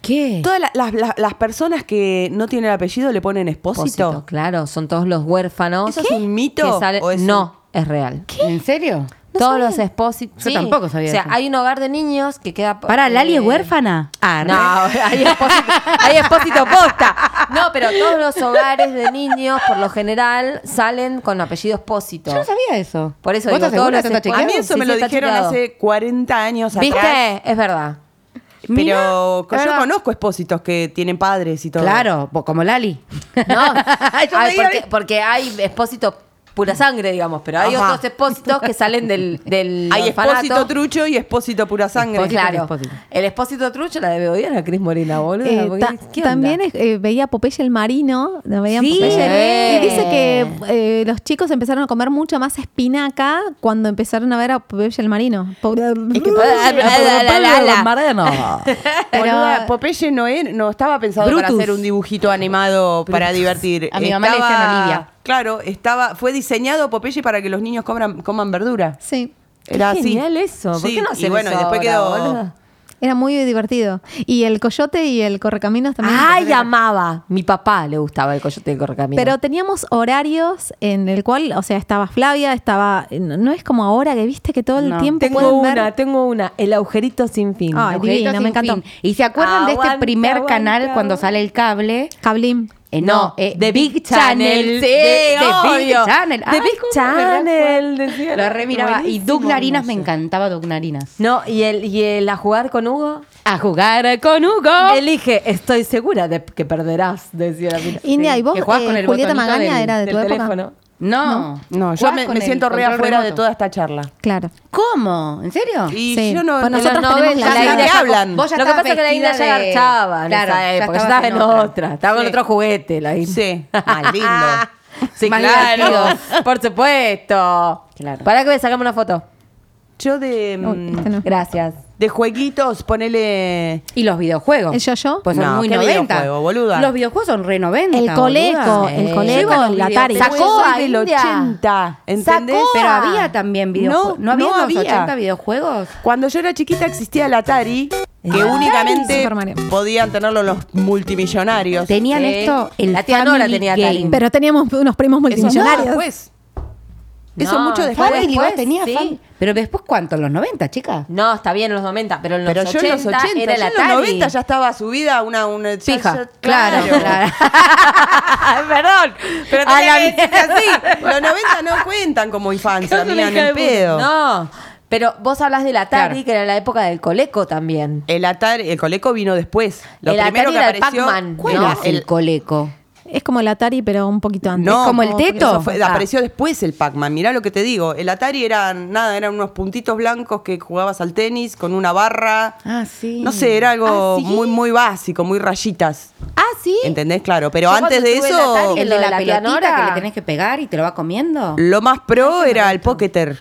[SPEAKER 3] ¿Qué?
[SPEAKER 4] Todas la- las, las- las personas que no tienen apellido le ponen expósito.
[SPEAKER 3] claro, son todos los huérfanos.
[SPEAKER 4] ¿Eso es un mito
[SPEAKER 3] que salen-
[SPEAKER 4] o es un-
[SPEAKER 3] No, es real.
[SPEAKER 6] ¿En serio?
[SPEAKER 3] todos los expósitos.
[SPEAKER 6] Yo tampoco sabía
[SPEAKER 3] O sea,
[SPEAKER 6] eso.
[SPEAKER 3] hay un hogar de niños que queda.
[SPEAKER 6] Para, Lali
[SPEAKER 3] eh,
[SPEAKER 6] es huérfana. Ah,
[SPEAKER 3] No, hay expósito, hay expósito posta. No, pero todos los hogares de niños, por lo general, salen con apellido expósito.
[SPEAKER 6] Yo no sabía eso.
[SPEAKER 3] Por eso
[SPEAKER 6] ¿Vos
[SPEAKER 3] digo,
[SPEAKER 6] estás segura
[SPEAKER 3] todos
[SPEAKER 6] que
[SPEAKER 3] los
[SPEAKER 6] esto está
[SPEAKER 4] A
[SPEAKER 3] Claro,
[SPEAKER 4] mí
[SPEAKER 6] chequeado?
[SPEAKER 4] eso
[SPEAKER 3] sí,
[SPEAKER 4] me
[SPEAKER 3] sí,
[SPEAKER 4] lo
[SPEAKER 3] está
[SPEAKER 4] dijeron
[SPEAKER 3] chequeado.
[SPEAKER 4] hace 40 años atrás.
[SPEAKER 3] ¿Viste? Es verdad.
[SPEAKER 4] Pero
[SPEAKER 6] Mira,
[SPEAKER 4] yo
[SPEAKER 6] era-
[SPEAKER 4] conozco expósitos que tienen padres y todo.
[SPEAKER 6] Claro, vos como Lali.
[SPEAKER 3] No,
[SPEAKER 6] Yo
[SPEAKER 3] Ay,
[SPEAKER 6] me
[SPEAKER 3] porque,
[SPEAKER 6] digo-
[SPEAKER 3] porque hay expósito pura sangre, digamos, pero hay
[SPEAKER 4] Ajá.
[SPEAKER 3] otros expósitos que salen del, del
[SPEAKER 4] Hay expósito
[SPEAKER 3] orfanato. Pues
[SPEAKER 4] trucho y expósito pura sangre.
[SPEAKER 6] Expósito
[SPEAKER 3] Claro.
[SPEAKER 6] Expósito.
[SPEAKER 3] El expósito trucho la debe odiar a Cris Morena, boludo.
[SPEAKER 5] Eh, ta- también es- eh, veía Popeye el marino, lo veían
[SPEAKER 3] Sí.
[SPEAKER 5] Popeye. Y dice que eh, los chicos empezaron a comer mucha más espinaca cuando empezaron a ver a Popeye el marino. Po-
[SPEAKER 4] Pero
[SPEAKER 5] Pero-
[SPEAKER 4] Popeye no, era- no estaba pensado para
[SPEAKER 6] Brutus.
[SPEAKER 4] hacer un dibujito animado para divertir.
[SPEAKER 6] A mi mamá le
[SPEAKER 4] Estaba-
[SPEAKER 6] decían Olivia.
[SPEAKER 4] Claro, estaba, fue diseñado Popeye para que los niños coman, coman verdura.
[SPEAKER 5] Sí.
[SPEAKER 4] Era
[SPEAKER 3] Qué
[SPEAKER 4] así.
[SPEAKER 3] genial eso. ¿Por qué no
[SPEAKER 4] y
[SPEAKER 3] hacen
[SPEAKER 4] bueno, y
[SPEAKER 3] eso
[SPEAKER 4] después
[SPEAKER 3] ahora,
[SPEAKER 4] quedó.
[SPEAKER 3] boluda?
[SPEAKER 5] Era muy divertido. Y el coyote y el correcaminos también.
[SPEAKER 3] Ay, amaba. Mi papá le gustaba el coyote del correcaminos.
[SPEAKER 5] Pero teníamos horarios en el cual, o sea, estaba Flavia, estaba. No no es como ahora que viste que todo el
[SPEAKER 6] No.
[SPEAKER 5] tiempo
[SPEAKER 3] tengo
[SPEAKER 5] pueden
[SPEAKER 3] una,
[SPEAKER 5] ver-
[SPEAKER 3] tengo una. El agujerito sin fin.
[SPEAKER 5] Ay, divino,
[SPEAKER 6] Agujeritos
[SPEAKER 5] me
[SPEAKER 6] sin
[SPEAKER 5] encantó.
[SPEAKER 6] fin. ¿Y se acuerdan de este
[SPEAKER 3] Aguanta,
[SPEAKER 6] primer
[SPEAKER 3] aguanta,
[SPEAKER 6] canal cuando sale el cable?
[SPEAKER 5] Cablim.
[SPEAKER 6] Eh, no,
[SPEAKER 3] de
[SPEAKER 6] eh, Channel.
[SPEAKER 3] Sí,
[SPEAKER 6] De- de
[SPEAKER 3] obvio.
[SPEAKER 6] Big Channel.
[SPEAKER 3] The
[SPEAKER 6] Ay,
[SPEAKER 3] Big
[SPEAKER 6] cómo me
[SPEAKER 3] Channel.
[SPEAKER 6] recuerdo.
[SPEAKER 3] decía.
[SPEAKER 6] Lo remiraba. Y
[SPEAKER 3] Buenísimo,
[SPEAKER 6] Doug Narinas, me
[SPEAKER 3] hermoso.
[SPEAKER 6] encantaba Doug Narinas.
[SPEAKER 3] No, y el, y el a jugar con Hugo.
[SPEAKER 6] A jugar con Hugo.
[SPEAKER 3] Elige, estoy segura de que perderás, decía la mina.
[SPEAKER 5] India, ¿y vos?
[SPEAKER 6] que jugás
[SPEAKER 5] eh,
[SPEAKER 6] con el
[SPEAKER 5] Julieta
[SPEAKER 6] botonito
[SPEAKER 5] Magaña
[SPEAKER 6] del-
[SPEAKER 5] era de tu
[SPEAKER 3] Del
[SPEAKER 5] época.
[SPEAKER 3] teléfono.
[SPEAKER 6] No.
[SPEAKER 4] No, yo
[SPEAKER 6] Jugás
[SPEAKER 4] me,
[SPEAKER 6] con
[SPEAKER 4] me
[SPEAKER 6] el
[SPEAKER 4] siento re
[SPEAKER 6] control
[SPEAKER 4] afuera de
[SPEAKER 6] remoto. Ah,
[SPEAKER 4] toda esta charla.
[SPEAKER 5] Claro.
[SPEAKER 6] ¿Cómo? ¿En serio?
[SPEAKER 4] Y
[SPEAKER 5] Sí.
[SPEAKER 4] yo no,
[SPEAKER 5] Pues
[SPEAKER 4] no-
[SPEAKER 5] nosotras tenemos
[SPEAKER 6] novela,
[SPEAKER 5] la
[SPEAKER 6] ya
[SPEAKER 4] idea.
[SPEAKER 6] estabas-
[SPEAKER 4] ¿Qué hablan?
[SPEAKER 6] vos ya
[SPEAKER 3] Lo que
[SPEAKER 6] estabas
[SPEAKER 3] pasa es que la India
[SPEAKER 6] vestida
[SPEAKER 3] ya
[SPEAKER 6] de-
[SPEAKER 3] garchaba,
[SPEAKER 6] Claro,
[SPEAKER 3] claro,
[SPEAKER 6] ya
[SPEAKER 3] porque ya
[SPEAKER 6] estabas
[SPEAKER 3] estaba en otra. Estaba
[SPEAKER 4] Sí.
[SPEAKER 3] en otro juguete la India.
[SPEAKER 4] Sí, más lindo.
[SPEAKER 3] Sí,
[SPEAKER 6] Más
[SPEAKER 3] claro.
[SPEAKER 6] divertido.
[SPEAKER 3] Por supuesto.
[SPEAKER 6] Claro.
[SPEAKER 3] Para que me sacamos una foto.
[SPEAKER 4] Yo de,
[SPEAKER 5] Uy,
[SPEAKER 4] mm,
[SPEAKER 5] este no.
[SPEAKER 3] Gracias.
[SPEAKER 4] de jueguitos, ponele.
[SPEAKER 6] Y los
[SPEAKER 3] Oh.
[SPEAKER 6] videojuegos.
[SPEAKER 5] ¿El yo-yo?
[SPEAKER 6] Pues son
[SPEAKER 4] No,
[SPEAKER 6] muy
[SPEAKER 4] ¿qué
[SPEAKER 6] 90.
[SPEAKER 4] videojuego, boluda?
[SPEAKER 6] Los videojuegos son re 90.
[SPEAKER 5] El coleco,
[SPEAKER 6] boluda.
[SPEAKER 5] el
[SPEAKER 6] Sí.
[SPEAKER 5] coleco,
[SPEAKER 6] Yo iba a los
[SPEAKER 5] la Atari.
[SPEAKER 6] videojuegos.
[SPEAKER 4] Sacó
[SPEAKER 6] Soy
[SPEAKER 4] a
[SPEAKER 6] del
[SPEAKER 4] India.
[SPEAKER 6] 80.
[SPEAKER 4] ¿Entendés?
[SPEAKER 6] Sacó. Pero había también videojuegos.
[SPEAKER 4] No,
[SPEAKER 6] ¿No, había
[SPEAKER 4] no
[SPEAKER 6] en los
[SPEAKER 4] había.
[SPEAKER 6] 80 videojuegos?
[SPEAKER 4] Cuando yo era chiquita existía el Atari, que
[SPEAKER 5] Atari,
[SPEAKER 4] únicamente
[SPEAKER 5] Super Mario.
[SPEAKER 4] podían tenerlo los multimillonarios.
[SPEAKER 6] Tenían
[SPEAKER 3] Sí.
[SPEAKER 6] esto el
[SPEAKER 3] La tía Nora
[SPEAKER 6] Family
[SPEAKER 3] tenía
[SPEAKER 6] Game.
[SPEAKER 3] Atari.
[SPEAKER 5] Pero teníamos unos primos
[SPEAKER 4] Eso pues.
[SPEAKER 5] multimillonarios.
[SPEAKER 4] después. Eso
[SPEAKER 3] No,
[SPEAKER 4] mucho después.
[SPEAKER 6] Family,
[SPEAKER 3] Después,
[SPEAKER 6] vos tenías
[SPEAKER 3] sí.
[SPEAKER 6] Family. Pero después, ¿cuánto? ¿En los 90, chicas?
[SPEAKER 3] No, está bien en los 90, pero en los
[SPEAKER 4] Pero
[SPEAKER 3] 80
[SPEAKER 4] yo en los 80,
[SPEAKER 3] era
[SPEAKER 4] yo
[SPEAKER 3] la
[SPEAKER 4] en los 90 ya estaba subida una... una ya-
[SPEAKER 3] Fija.
[SPEAKER 4] ya-
[SPEAKER 6] Claro, claro.
[SPEAKER 3] Perdón, pero
[SPEAKER 6] A la
[SPEAKER 3] tenía que decir así.
[SPEAKER 4] Los 90 no cuentan como infancia, mía, ni en pedo.
[SPEAKER 3] No, pero vos hablas del Atari,
[SPEAKER 6] Claro.
[SPEAKER 3] que era la época del Coleco también.
[SPEAKER 4] El Atari, el Coleco vino después. Lo
[SPEAKER 3] El
[SPEAKER 4] primero
[SPEAKER 3] Atari
[SPEAKER 4] que
[SPEAKER 3] era el
[SPEAKER 4] apareció,
[SPEAKER 3] Pac-Man,
[SPEAKER 6] ¿Cuál
[SPEAKER 4] No,
[SPEAKER 6] es el,
[SPEAKER 4] el-
[SPEAKER 6] coleco?
[SPEAKER 5] Es como el Atari, pero un poquito antes.
[SPEAKER 4] No,
[SPEAKER 6] como el
[SPEAKER 4] porque
[SPEAKER 6] teto.
[SPEAKER 4] eso fue-
[SPEAKER 6] Ah.
[SPEAKER 4] Apareció después el Pac-Man. Mirá lo que te digo. El Atari era nada, eran unos puntitos blancos que jugabas al tenis con una barra.
[SPEAKER 6] Ah, sí.
[SPEAKER 4] No sé, era algo
[SPEAKER 3] Ah, ¿sí?
[SPEAKER 4] muy, muy básico, muy rayitas.
[SPEAKER 3] Ah, sí.
[SPEAKER 4] ¿Entendés? Claro. Pero
[SPEAKER 3] Yo
[SPEAKER 4] antes
[SPEAKER 3] cuando
[SPEAKER 4] de
[SPEAKER 3] estuve en
[SPEAKER 4] eso,
[SPEAKER 3] Atari,
[SPEAKER 6] El
[SPEAKER 3] Lo
[SPEAKER 6] de
[SPEAKER 3] de
[SPEAKER 6] la,
[SPEAKER 3] la tía
[SPEAKER 6] pelotita
[SPEAKER 3] Nora.
[SPEAKER 6] que le tenés que pegar y te lo va comiendo.
[SPEAKER 4] lo más pro era el Pocketer.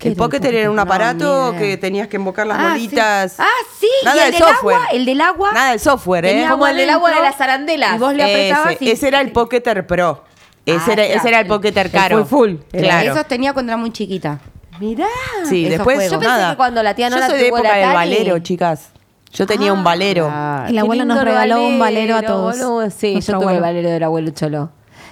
[SPEAKER 4] El Pocketer era un
[SPEAKER 6] No,
[SPEAKER 4] aparato
[SPEAKER 6] ni idea.
[SPEAKER 4] que tenías que embocar las
[SPEAKER 6] Ah, sí.
[SPEAKER 4] bolitas.
[SPEAKER 6] Ah, sí.
[SPEAKER 4] Nada
[SPEAKER 6] y
[SPEAKER 4] de
[SPEAKER 6] el del
[SPEAKER 4] software.
[SPEAKER 6] agua, el del agua.
[SPEAKER 4] Nada del software, ¿eh?
[SPEAKER 6] tenía
[SPEAKER 3] Como el del agua
[SPEAKER 6] adentro,
[SPEAKER 3] de las arandelas.
[SPEAKER 6] Y vos le apretabas
[SPEAKER 4] Ese,
[SPEAKER 6] y...
[SPEAKER 4] ese era el Pocketer Pro. Ese,
[SPEAKER 6] Ah,
[SPEAKER 4] era,
[SPEAKER 6] claro.
[SPEAKER 4] ese era el Pocketer
[SPEAKER 6] El
[SPEAKER 4] caro.
[SPEAKER 6] full, full.
[SPEAKER 4] Claro.
[SPEAKER 6] Esos tenía cuando era muy chiquita.
[SPEAKER 3] Mirá.
[SPEAKER 4] Sí,
[SPEAKER 6] esos
[SPEAKER 4] después
[SPEAKER 6] juegos. Yo
[SPEAKER 3] pensé
[SPEAKER 4] nada.
[SPEAKER 3] que cuando la tía Nora
[SPEAKER 4] Yo soy de
[SPEAKER 3] tuvo el
[SPEAKER 4] época del
[SPEAKER 3] Atari-
[SPEAKER 4] valero, chicas. Yo tenía un valero.
[SPEAKER 5] El abuelo nos regaló un valero a todos.
[SPEAKER 3] boludo. Sí,
[SPEAKER 5] Nuestro
[SPEAKER 3] yo tuve el
[SPEAKER 5] abuelo.
[SPEAKER 3] valero del abuelo Cholo.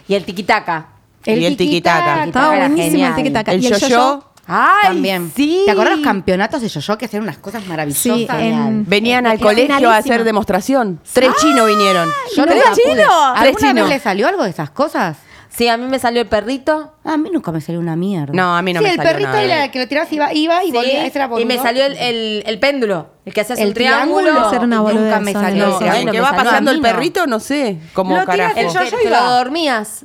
[SPEAKER 3] Y el tiquitaca.
[SPEAKER 4] Y el tiquitaca.
[SPEAKER 5] Estaba
[SPEAKER 3] Era
[SPEAKER 5] buenísimo
[SPEAKER 3] genial.
[SPEAKER 5] el tiquitaca.
[SPEAKER 4] El
[SPEAKER 5] ¿Y el
[SPEAKER 4] yo-yo
[SPEAKER 5] yo-yo?
[SPEAKER 6] Ay, También.
[SPEAKER 3] sí.
[SPEAKER 6] ¿Te acuerdas los campeonatos de yo-yo que hacían unas cosas maravillosas?
[SPEAKER 5] Sí, en-
[SPEAKER 4] venían al
[SPEAKER 5] Era
[SPEAKER 4] colegio a
[SPEAKER 5] finalísima.
[SPEAKER 4] hacer demostración. Tres chinos vinieron.
[SPEAKER 6] Yo
[SPEAKER 5] ¿Tres
[SPEAKER 6] nunca pude.
[SPEAKER 5] chinos?
[SPEAKER 6] ¿Alguna
[SPEAKER 4] Tres
[SPEAKER 6] vez
[SPEAKER 4] chinos.
[SPEAKER 6] le salió algo de esas cosas?
[SPEAKER 3] Sí, a mí me salió el perrito.
[SPEAKER 6] A mí nunca me salió una mierda.
[SPEAKER 4] No, a mí no
[SPEAKER 6] sí,
[SPEAKER 4] me
[SPEAKER 6] el
[SPEAKER 4] salió
[SPEAKER 6] perrito
[SPEAKER 4] nada.
[SPEAKER 6] era el que lo tirabas iba, iba y
[SPEAKER 3] Sí,
[SPEAKER 6] volvía. Ese era
[SPEAKER 3] y me
[SPEAKER 6] boludo.
[SPEAKER 3] salió
[SPEAKER 4] eh,
[SPEAKER 3] el, el- el péndulo. El que hacías
[SPEAKER 6] El
[SPEAKER 3] un triángulo.
[SPEAKER 6] triángulo.
[SPEAKER 5] Ese era una
[SPEAKER 6] Nunca
[SPEAKER 5] boludez,
[SPEAKER 6] me
[SPEAKER 5] son
[SPEAKER 6] salió
[SPEAKER 5] esos.
[SPEAKER 6] ese.
[SPEAKER 4] No,
[SPEAKER 6] bueno,
[SPEAKER 4] el que
[SPEAKER 6] me
[SPEAKER 4] va
[SPEAKER 6] salió a
[SPEAKER 4] pasando
[SPEAKER 6] mí,
[SPEAKER 4] el
[SPEAKER 6] no.
[SPEAKER 4] perrito, no sé, como
[SPEAKER 6] Lo tiras
[SPEAKER 4] carajo.
[SPEAKER 3] El
[SPEAKER 6] yo-yo
[SPEAKER 3] que
[SPEAKER 6] iba.
[SPEAKER 3] lo dormías.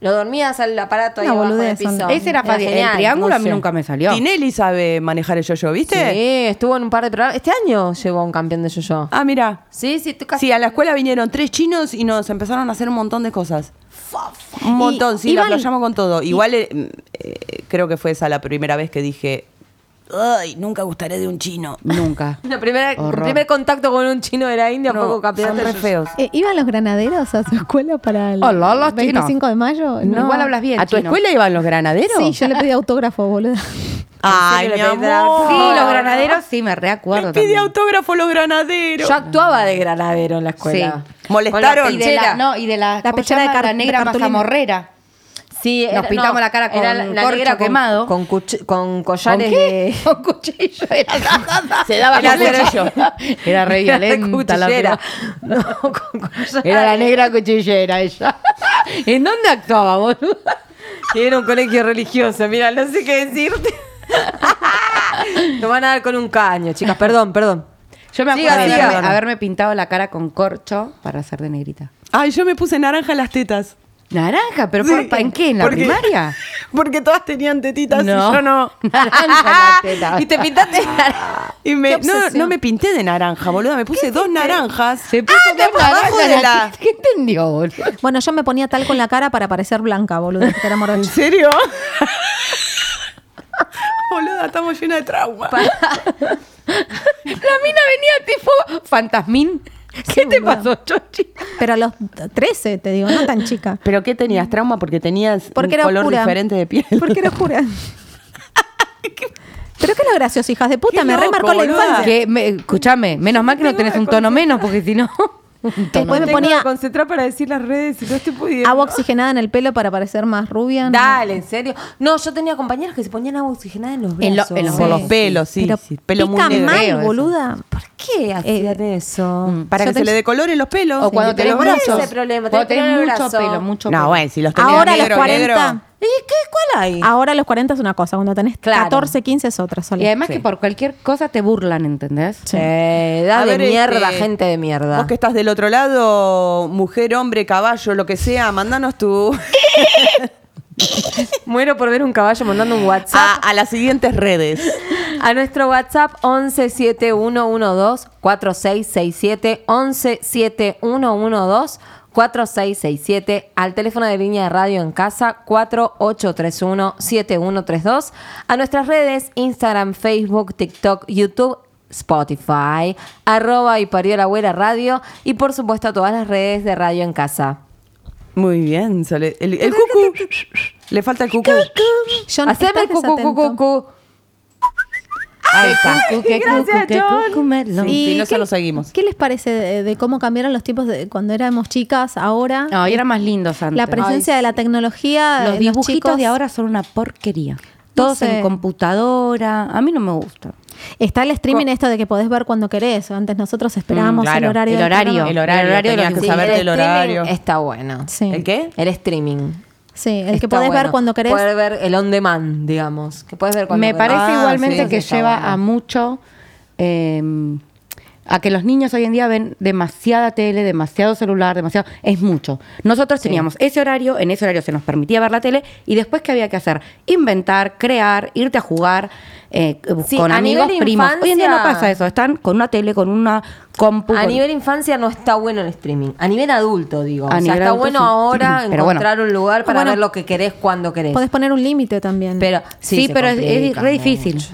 [SPEAKER 3] Lo dormías al aparato ahí
[SPEAKER 5] Una
[SPEAKER 3] abajo del
[SPEAKER 5] boludez,
[SPEAKER 3] piso.
[SPEAKER 5] son-
[SPEAKER 6] Ese era, fácil.
[SPEAKER 3] genial,
[SPEAKER 6] El triángulo
[SPEAKER 3] no
[SPEAKER 6] a mí
[SPEAKER 3] sé.
[SPEAKER 6] nunca me salió.
[SPEAKER 4] Tinelli sabe manejar el yo-yo, ¿viste?
[SPEAKER 3] Sí, estuvo en un par de programas. Este año llegó un campeón de yo-yo.
[SPEAKER 4] Ah, mira.
[SPEAKER 3] Sí, sí, tú casi.
[SPEAKER 4] Sí, a la escuela vinieron tres chinos y nos empezaron a hacer un montón de cosas. Un montón, sí, la
[SPEAKER 5] iban-
[SPEAKER 4] playamos con todo. Igual eh, mm, eh, creo que fue esa la primera vez que dije, ay, nunca gustaré de un chino.
[SPEAKER 6] Nunca.
[SPEAKER 3] La primera-
[SPEAKER 6] Horror.
[SPEAKER 3] el primer contacto con un chino de la India fue con campeón
[SPEAKER 4] son
[SPEAKER 3] de
[SPEAKER 4] re
[SPEAKER 3] yo-yo.
[SPEAKER 4] feos.
[SPEAKER 5] Eh, ¿Iban los granaderos a su escuela para el
[SPEAKER 6] Hola, los
[SPEAKER 5] 25
[SPEAKER 6] chinos.
[SPEAKER 5] de mayo? No.
[SPEAKER 6] Igual hablas bien.
[SPEAKER 4] ¿A tu
[SPEAKER 6] chino.
[SPEAKER 4] escuela iban los granaderos?
[SPEAKER 5] Sí, yo le pedí autógrafo, boludo.
[SPEAKER 4] Ay,
[SPEAKER 3] ¿En
[SPEAKER 4] mi
[SPEAKER 3] serio le pediste autógrafo?
[SPEAKER 4] amor.
[SPEAKER 6] Sí, los granaderos sí, me reacuerdo.
[SPEAKER 4] Me pide
[SPEAKER 6] también.
[SPEAKER 4] autógrafo los granaderos.
[SPEAKER 3] Yo actuaba de granadero en la escuela.
[SPEAKER 6] Sí.
[SPEAKER 4] Molestaron.
[SPEAKER 6] Y de la, no, y de la,
[SPEAKER 5] La
[SPEAKER 6] ¿cómo se
[SPEAKER 5] pechera de
[SPEAKER 6] llama?
[SPEAKER 5] car-
[SPEAKER 6] La
[SPEAKER 5] de
[SPEAKER 6] negra
[SPEAKER 5] cartulina.
[SPEAKER 6] mazamorrera.
[SPEAKER 3] Sí,
[SPEAKER 6] Nos pintamos la cara con
[SPEAKER 3] un
[SPEAKER 6] corcho quemado.
[SPEAKER 3] Con, cuch- con collares de.
[SPEAKER 6] Con cuchillo. Era, se daba
[SPEAKER 3] Era re-
[SPEAKER 6] Era re
[SPEAKER 3] Era de
[SPEAKER 6] violenta la
[SPEAKER 3] cuchillera.
[SPEAKER 6] piba.
[SPEAKER 3] No, con collares.
[SPEAKER 6] Era la negra cuchillera ella. ¿En dónde actuaba, boludo?
[SPEAKER 3] Era un colegio religioso, mira, no sé qué decirte. Lo van a dar con un caño, chicas, perdón, perdón.
[SPEAKER 6] Yo me acuerdo
[SPEAKER 3] Siga,
[SPEAKER 6] de
[SPEAKER 3] siga.
[SPEAKER 6] haberme, haberme pintado la cara con corcho para hacer de negrita.
[SPEAKER 4] Ay, yo me puse naranja en las tetas.
[SPEAKER 6] Naranja, pero
[SPEAKER 4] Sí.
[SPEAKER 6] por, ¿pa- ¿en qué? ¿En la
[SPEAKER 4] Porque-
[SPEAKER 6] primaria?
[SPEAKER 4] Porque todas tenían tetitas y yo no.
[SPEAKER 6] Naranja en la teta.
[SPEAKER 3] Y te pintaste
[SPEAKER 4] Y me,
[SPEAKER 6] Qué
[SPEAKER 4] no,
[SPEAKER 6] obsesión.
[SPEAKER 4] no me pinté de naranja, boluda. Me puse dos naranjas.
[SPEAKER 6] Se puso
[SPEAKER 4] Ah,
[SPEAKER 6] dos
[SPEAKER 4] por abajo
[SPEAKER 6] naranjas
[SPEAKER 4] de
[SPEAKER 6] en
[SPEAKER 4] la...
[SPEAKER 6] ¿Qué entendió, boludo?
[SPEAKER 5] Bueno, yo me ponía tal con la cara para parecer blanca, boludo. que era morocha.
[SPEAKER 4] ¿En serio? boluda, estamos llenas de trauma.
[SPEAKER 6] La mina venía tipo fantasmín. ¿Qué te pasó, Chochi?
[SPEAKER 5] Pero a los 13, te digo, no tan chica.
[SPEAKER 4] ¿Pero qué tenías trauma? Porque tenías
[SPEAKER 5] Porque era
[SPEAKER 4] un color
[SPEAKER 5] oscura.
[SPEAKER 4] diferente de piel.
[SPEAKER 5] Porque era oscura. Pero qué lo gracioso, hijas de puta,
[SPEAKER 4] Qué
[SPEAKER 5] me
[SPEAKER 4] loco,
[SPEAKER 5] remarcó la
[SPEAKER 4] boluda.
[SPEAKER 5] infancia.
[SPEAKER 6] Que me- escúchame, menos mal que no tenés un tono menos, porque si no. un tono
[SPEAKER 5] Después me
[SPEAKER 6] menos.
[SPEAKER 5] ponía
[SPEAKER 9] Me concentré para decir las redes y no estoy pudiendo.
[SPEAKER 5] agua oxigenada en el pelo para parecer más rubia. Ah, ¿no?
[SPEAKER 3] Dale, en serio. No, yo tenía compañeros que se ponían agua oxigenada en los
[SPEAKER 6] En lo-
[SPEAKER 3] brazos.
[SPEAKER 6] en los
[SPEAKER 4] Por los
[SPEAKER 6] Sí,
[SPEAKER 4] pelos, sí.
[SPEAKER 5] Pero
[SPEAKER 4] sí, Pelo
[SPEAKER 5] pica
[SPEAKER 4] muy negro.
[SPEAKER 5] mal,
[SPEAKER 6] Feo eso.
[SPEAKER 5] boluda.
[SPEAKER 3] ¿Por qué hacían eso?
[SPEAKER 4] Para
[SPEAKER 5] Eh, Yo
[SPEAKER 4] que se
[SPEAKER 5] te-
[SPEAKER 4] le decoloren los pelos.
[SPEAKER 6] O cuando
[SPEAKER 3] pero
[SPEAKER 6] tenés
[SPEAKER 3] por ese
[SPEAKER 6] mucho
[SPEAKER 3] problema,
[SPEAKER 6] Cuando
[SPEAKER 3] tenés
[SPEAKER 6] tenés
[SPEAKER 3] pelo
[SPEAKER 6] mucho
[SPEAKER 3] graso.
[SPEAKER 6] pelo, mucho
[SPEAKER 4] No,
[SPEAKER 6] pelo.
[SPEAKER 4] bueno, si los tenés
[SPEAKER 5] Ahora a los
[SPEAKER 4] negro,
[SPEAKER 5] 40.
[SPEAKER 4] negro.
[SPEAKER 3] ¿Y qué? ¿Cuál hay?
[SPEAKER 5] Ahora a los 40 es una cosa, cuando tenés
[SPEAKER 3] Claro.
[SPEAKER 5] 14, 15 es otra sola.
[SPEAKER 6] Y además
[SPEAKER 5] Sí.
[SPEAKER 6] que por cualquier cosa te burlan, ¿entendés?
[SPEAKER 5] Sí.
[SPEAKER 3] Eh, edad
[SPEAKER 4] A
[SPEAKER 3] de
[SPEAKER 4] ver, este,
[SPEAKER 3] mierda, gente de mierda.
[SPEAKER 4] Vos que estás del otro lado, mujer, hombre, caballo, lo que sea, mandanos tu...
[SPEAKER 3] Muero por ver un caballo mandando un
[SPEAKER 4] A,
[SPEAKER 3] WhatsApp.
[SPEAKER 4] a las siguientes redes.
[SPEAKER 3] A nuestro WhatsApp 1171124667 1171124667 al teléfono de línea de radio en casa 4831-7132 a nuestras redes Instagram, Facebook, TikTok, YouTube Spotify, arroba y parió la abuela radio y por supuesto a todas las redes de radio en casa.
[SPEAKER 4] Muy bien, Sole. El, el cucú. Le falta el cucú.
[SPEAKER 5] John,
[SPEAKER 3] Haceme
[SPEAKER 5] ¿estás
[SPEAKER 3] el cu, cu, cu,
[SPEAKER 5] desatento?
[SPEAKER 3] cu, cu.
[SPEAKER 6] Ahí está. Gracias, John.
[SPEAKER 4] Sí, si no,
[SPEAKER 5] qué-
[SPEAKER 4] ya lo seguimos.
[SPEAKER 5] ¿Qué les parece de, de cómo cambiaron los tiempos de cuando éramos chicas, ahora?
[SPEAKER 6] No, y eran más lindos antes.
[SPEAKER 5] La presencia de la tecnología,
[SPEAKER 6] Los
[SPEAKER 5] eh,
[SPEAKER 6] dibujitos
[SPEAKER 5] chicos-
[SPEAKER 6] de ahora son una porquería.
[SPEAKER 5] No
[SPEAKER 6] Todos
[SPEAKER 5] sé.
[SPEAKER 6] en computadora. A mí no me gusta.
[SPEAKER 5] Está el streaming esto de que podés ver cuando querés. Antes nosotros esperábamos
[SPEAKER 4] Mm, claro.
[SPEAKER 5] el horario.
[SPEAKER 6] El
[SPEAKER 5] del
[SPEAKER 6] horario.
[SPEAKER 5] programa.
[SPEAKER 4] El horario,
[SPEAKER 6] El horario de
[SPEAKER 4] tenías
[SPEAKER 6] los
[SPEAKER 4] que
[SPEAKER 6] Sí,
[SPEAKER 4] saber
[SPEAKER 3] el
[SPEAKER 4] del
[SPEAKER 3] streaming
[SPEAKER 4] horario.
[SPEAKER 3] está bueno.
[SPEAKER 5] Sí.
[SPEAKER 4] ¿El qué?
[SPEAKER 3] El streaming.
[SPEAKER 5] Sí, el que
[SPEAKER 3] Está
[SPEAKER 5] podés ver
[SPEAKER 3] bueno.
[SPEAKER 5] cuando querés.
[SPEAKER 3] Poder ver el on demand, digamos. Que puedes ver cuando
[SPEAKER 6] me
[SPEAKER 3] querés.
[SPEAKER 6] parece
[SPEAKER 4] Ah,
[SPEAKER 6] igualmente
[SPEAKER 4] sí,
[SPEAKER 6] que
[SPEAKER 3] está
[SPEAKER 6] lleva
[SPEAKER 3] bueno.
[SPEAKER 6] a mucho eh, a que los niños hoy en día ven demasiada tele, demasiado celular, demasiado es mucho. Nosotros teníamos ese horario, en ese horario se nos permitía ver la tele y después qué había que hacer, inventar, crear, irte a jugar eh,
[SPEAKER 3] Sí,
[SPEAKER 6] con
[SPEAKER 3] a
[SPEAKER 6] amigos,
[SPEAKER 3] nivel
[SPEAKER 6] primos. hoy en día no
[SPEAKER 3] infancia-
[SPEAKER 6] pasa eso, están con una tele, con una compu.
[SPEAKER 3] A
[SPEAKER 6] con-
[SPEAKER 3] nivel infancia no está bueno el streaming. A nivel adulto, digo.
[SPEAKER 6] A
[SPEAKER 3] o sea,
[SPEAKER 6] nivel
[SPEAKER 3] está
[SPEAKER 6] adulto,
[SPEAKER 3] bueno
[SPEAKER 6] sí.
[SPEAKER 3] ahora
[SPEAKER 6] Pero bueno.
[SPEAKER 3] encontrar un lugar para
[SPEAKER 5] Bueno,
[SPEAKER 3] ver lo que querés cuando querés.
[SPEAKER 5] Podés poner un límite también.
[SPEAKER 3] Pero
[SPEAKER 6] sí,
[SPEAKER 3] se
[SPEAKER 6] pero es, es
[SPEAKER 3] complica
[SPEAKER 6] re difícil.
[SPEAKER 3] mucho.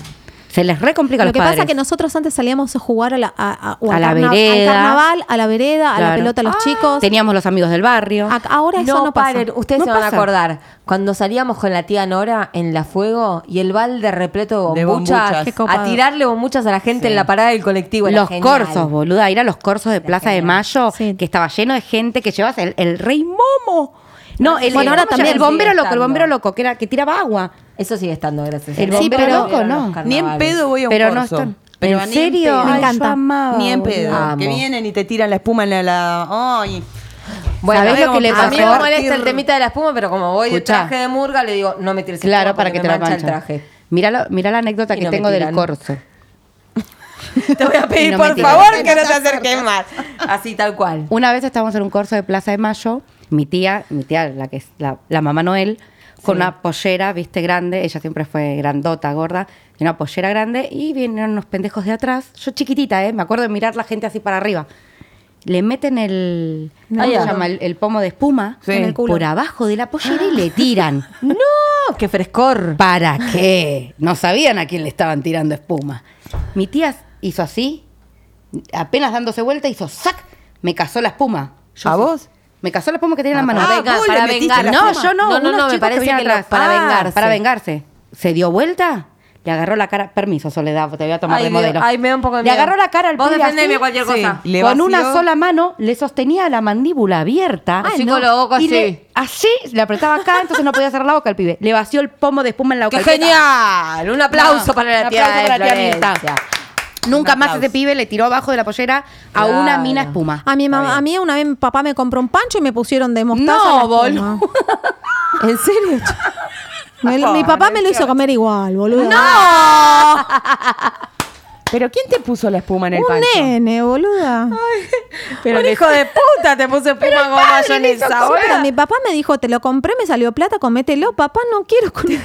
[SPEAKER 6] Se les re complica a
[SPEAKER 5] Lo
[SPEAKER 6] los
[SPEAKER 5] que
[SPEAKER 6] padres.
[SPEAKER 5] pasa es que nosotros antes salíamos a jugar a la, a, a- o
[SPEAKER 6] A
[SPEAKER 5] al
[SPEAKER 6] la
[SPEAKER 5] carna- al
[SPEAKER 6] vereda.
[SPEAKER 5] carnaval, a la vereda, a la
[SPEAKER 6] Claro.
[SPEAKER 5] pelota a los
[SPEAKER 6] Ah.
[SPEAKER 5] chicos. Ah,
[SPEAKER 6] Teníamos los amigos del barrio.
[SPEAKER 5] Ac- Ahora eso no, pasa.
[SPEAKER 3] paren, ustedes
[SPEAKER 6] No
[SPEAKER 3] se van
[SPEAKER 6] pasa.
[SPEAKER 3] a acordar. Cuando salíamos con la tía Nora en La Fuego y el balde repleto
[SPEAKER 4] De
[SPEAKER 3] de bombuchas,
[SPEAKER 4] bombuchas. Qué
[SPEAKER 5] copado.
[SPEAKER 3] a tirarle bombuchas a la gente en la parada del colectivo. era
[SPEAKER 6] los
[SPEAKER 3] genial.
[SPEAKER 6] corsos, boluda. Ir a los corsos de Plaza de Mayo,
[SPEAKER 5] Sí.
[SPEAKER 6] que estaba lleno de gente que llevas el, el rey momo. No, el,
[SPEAKER 5] Bueno, ahora
[SPEAKER 6] el- ¿cómo se llama?
[SPEAKER 5] también
[SPEAKER 6] el bombero
[SPEAKER 3] sigue
[SPEAKER 6] loco, el
[SPEAKER 3] estando.
[SPEAKER 6] bombero loco, que era que tiraba agua.
[SPEAKER 3] Eso sigue estando, gracias.
[SPEAKER 6] El
[SPEAKER 3] a Dios.
[SPEAKER 5] bombero loco,
[SPEAKER 3] Vieron los
[SPEAKER 6] no.
[SPEAKER 3] carnavales.
[SPEAKER 4] Ni en pedo voy a un
[SPEAKER 6] Pero no
[SPEAKER 4] corso.
[SPEAKER 6] están.
[SPEAKER 4] Ah, Pero
[SPEAKER 6] ¿En
[SPEAKER 4] ni
[SPEAKER 6] serio?
[SPEAKER 4] pedo.
[SPEAKER 5] Me
[SPEAKER 6] Ay, yo
[SPEAKER 5] encanta.
[SPEAKER 6] amaba,
[SPEAKER 4] Ni en
[SPEAKER 6] boluda.
[SPEAKER 4] pedo.
[SPEAKER 3] Amo.
[SPEAKER 4] Que vienen y te tiran la espuma en la... la- ¡Ay!
[SPEAKER 3] Bueno,
[SPEAKER 6] ¿Sabés lo que le
[SPEAKER 3] a mí me
[SPEAKER 6] pasó?
[SPEAKER 3] molesta el temita de la espuma, pero como voy de
[SPEAKER 6] Escuchá.
[SPEAKER 3] traje de murga, le digo, no me tires espuma
[SPEAKER 6] Claro, para
[SPEAKER 3] porque
[SPEAKER 6] que te
[SPEAKER 3] me
[SPEAKER 6] la
[SPEAKER 3] mancha
[SPEAKER 6] manchen.
[SPEAKER 3] el traje.
[SPEAKER 6] Mirá, la- mirá la anécdota
[SPEAKER 3] Y
[SPEAKER 6] que
[SPEAKER 3] no me
[SPEAKER 6] tengo del
[SPEAKER 3] tiran.
[SPEAKER 6] corso.
[SPEAKER 4] Te voy a
[SPEAKER 6] Y
[SPEAKER 4] pedir,
[SPEAKER 6] no me
[SPEAKER 4] por
[SPEAKER 6] tiran.
[SPEAKER 4] favor, que no te acerques más.
[SPEAKER 3] Así, tal cual.
[SPEAKER 6] Una vez estábamos en un corso de Plaza de Mayo, mi tía, mi tía, la que es la, la mamá Noel, con una pollera, viste, grande, ella siempre fue grandota, gorda, y una pollera grande, y vinieron unos pendejos de atrás, yo chiquitita, ¿eh? me acuerdo de mirar la gente así para arriba. Le meten el, ¿cómo se
[SPEAKER 3] ya.
[SPEAKER 6] llama? el, el pomo de espuma
[SPEAKER 4] Sí. En el
[SPEAKER 5] culo.
[SPEAKER 6] por abajo de la pollera y le tiran.
[SPEAKER 3] ¡No! ¡Qué frescor!
[SPEAKER 6] ¿Para qué? No sabían a quién le estaban tirando espuma. Mi tía hizo así, apenas dándose vuelta, hizo ¡sac! Me cazó la espuma.
[SPEAKER 4] ¿A vos?
[SPEAKER 6] Me cazó la espuma que tenía en la mano.
[SPEAKER 3] Para,
[SPEAKER 4] Ah,
[SPEAKER 3] venga-
[SPEAKER 4] vos le
[SPEAKER 3] para
[SPEAKER 4] metiste
[SPEAKER 3] vengar.
[SPEAKER 4] la
[SPEAKER 6] no,
[SPEAKER 4] espuma.
[SPEAKER 6] yo no.
[SPEAKER 3] No, no,
[SPEAKER 6] unos
[SPEAKER 3] no, me
[SPEAKER 6] chicos
[SPEAKER 3] parece que,
[SPEAKER 6] vinieron
[SPEAKER 3] lo-
[SPEAKER 6] atrás.
[SPEAKER 3] para
[SPEAKER 6] Ah,
[SPEAKER 3] vengarse.
[SPEAKER 6] Para vengarse. ¿Se dio vuelta? Le agarró la cara. Permiso, Soledad, te voy a tomar
[SPEAKER 3] Ay,
[SPEAKER 6] de
[SPEAKER 3] Dios,
[SPEAKER 6] modelo.
[SPEAKER 3] ay, me da un poco de
[SPEAKER 6] Le
[SPEAKER 3] miedo.
[SPEAKER 6] agarró la cara al
[SPEAKER 3] Vos
[SPEAKER 6] pibe
[SPEAKER 3] defendeme
[SPEAKER 6] así,
[SPEAKER 3] cualquier cosa.
[SPEAKER 4] Le
[SPEAKER 6] con
[SPEAKER 4] vació.
[SPEAKER 6] una sola mano le sostenía la mandíbula abierta.
[SPEAKER 3] Así con la boca
[SPEAKER 6] Y le-
[SPEAKER 3] así.
[SPEAKER 6] así, le apretaba acá, entonces no podía cerrar la boca al pibe. Le vació el pomo de espuma en la boca.
[SPEAKER 3] ¡Qué
[SPEAKER 6] al pibe.
[SPEAKER 3] genial! Un aplauso
[SPEAKER 6] No,
[SPEAKER 3] para
[SPEAKER 6] un
[SPEAKER 3] la tía
[SPEAKER 6] aplauso
[SPEAKER 3] de
[SPEAKER 6] para la tía
[SPEAKER 3] Florencia.
[SPEAKER 6] Mirta. Nunca más ese pibe le tiró abajo de la pollera a una
[SPEAKER 3] Claro.
[SPEAKER 6] mina espuma.
[SPEAKER 5] A mi mamá, a mí una vez mi papá me compró un pancho y me pusieron de mostaza.
[SPEAKER 6] No,
[SPEAKER 5] la espuma.
[SPEAKER 6] boludo.
[SPEAKER 5] ¿En serio? Me- mi papá me lo hizo comer igual, boludo.
[SPEAKER 4] ¿Pero quién te puso la espuma en el
[SPEAKER 5] Un
[SPEAKER 4] pancho?
[SPEAKER 5] nene, boluda.
[SPEAKER 3] Pero un hijo de puta te puse espuma con mayonesa,
[SPEAKER 5] Sí, pero
[SPEAKER 3] boludo.
[SPEAKER 5] mi papá me dijo, te lo compré, me salió plata, comételo, papá, no quiero comer.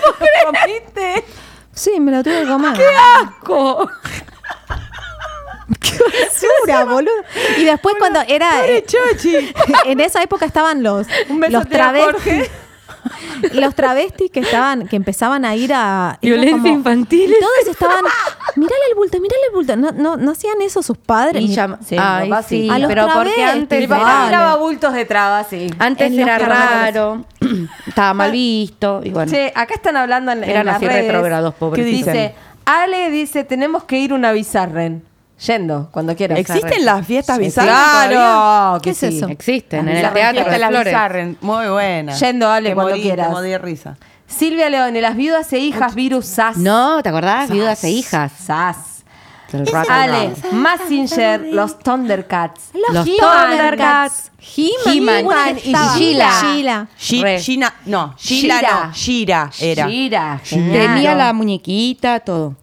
[SPEAKER 9] ¿Comiste?
[SPEAKER 5] Sí, me lo tuve que comer. ¡Qué asco! ¡Qué basura, boludo! Y después cuando era... eh,
[SPEAKER 4] Chochi.
[SPEAKER 5] en esa época estaban los,
[SPEAKER 9] Un beso
[SPEAKER 5] los
[SPEAKER 9] te da
[SPEAKER 5] travestis. Los travestis que estaban, que empezaban a ir a. era
[SPEAKER 6] Violencia infantil.
[SPEAKER 5] y todos estaban Mírale el bulto, mírale el bulto. No, no, no hacían eso sus padres.
[SPEAKER 6] Y
[SPEAKER 5] Mi-
[SPEAKER 6] llam-
[SPEAKER 3] Sí,
[SPEAKER 6] ay,
[SPEAKER 3] papá sí.
[SPEAKER 6] sí,
[SPEAKER 5] A los
[SPEAKER 6] pero porque
[SPEAKER 5] travestis,
[SPEAKER 6] antes...
[SPEAKER 5] mi
[SPEAKER 3] Mi papá
[SPEAKER 5] Vale.
[SPEAKER 3] tiraba bultos de traba, sí.
[SPEAKER 6] Antes
[SPEAKER 5] En los
[SPEAKER 6] era
[SPEAKER 5] carnavales.
[SPEAKER 6] raro, estaba mal visto. Y bueno,
[SPEAKER 3] Che, acá están hablando en, en
[SPEAKER 6] Eran
[SPEAKER 3] las
[SPEAKER 6] así
[SPEAKER 3] redes.
[SPEAKER 6] retrógrados, pobres.
[SPEAKER 4] ¿Qué dicen?
[SPEAKER 3] Dice, Ale dice, tenemos que ir una bizarren. Yendo, cuando quieras.
[SPEAKER 4] ¿Existen las fiestas bizarras? todavía?
[SPEAKER 3] Claro.
[SPEAKER 5] ¿Qué
[SPEAKER 3] que
[SPEAKER 5] es
[SPEAKER 3] sí.
[SPEAKER 5] eso?
[SPEAKER 6] existen en el
[SPEAKER 4] Las
[SPEAKER 6] teatro
[SPEAKER 4] fiestas
[SPEAKER 6] de
[SPEAKER 4] las
[SPEAKER 6] flores.
[SPEAKER 4] bizarren. Muy buena.
[SPEAKER 3] Yendo, Ale,
[SPEAKER 4] Te
[SPEAKER 3] cuando
[SPEAKER 4] morí,
[SPEAKER 3] quieras.
[SPEAKER 4] Te morí de risa.
[SPEAKER 3] Silvia Leone, las viudas e hijas, virus SAS.
[SPEAKER 6] No, ¿te acordás? Viudas e hijas.
[SPEAKER 3] SAS.
[SPEAKER 6] Del rock and
[SPEAKER 3] Ale,
[SPEAKER 6] roll.
[SPEAKER 3] Massinger, los Thundercats.
[SPEAKER 5] Los
[SPEAKER 6] Los
[SPEAKER 5] Thundercats.
[SPEAKER 6] He-Man.
[SPEAKER 5] He-Man
[SPEAKER 6] Y
[SPEAKER 5] estaba.
[SPEAKER 6] Sheila.
[SPEAKER 5] Sheila.
[SPEAKER 4] Shi-
[SPEAKER 6] Re.
[SPEAKER 4] Shina, no, Shila
[SPEAKER 3] Shira.
[SPEAKER 4] no, Shira era.
[SPEAKER 3] Gira,
[SPEAKER 6] Tenía
[SPEAKER 3] claro.
[SPEAKER 6] la muñequita, todo.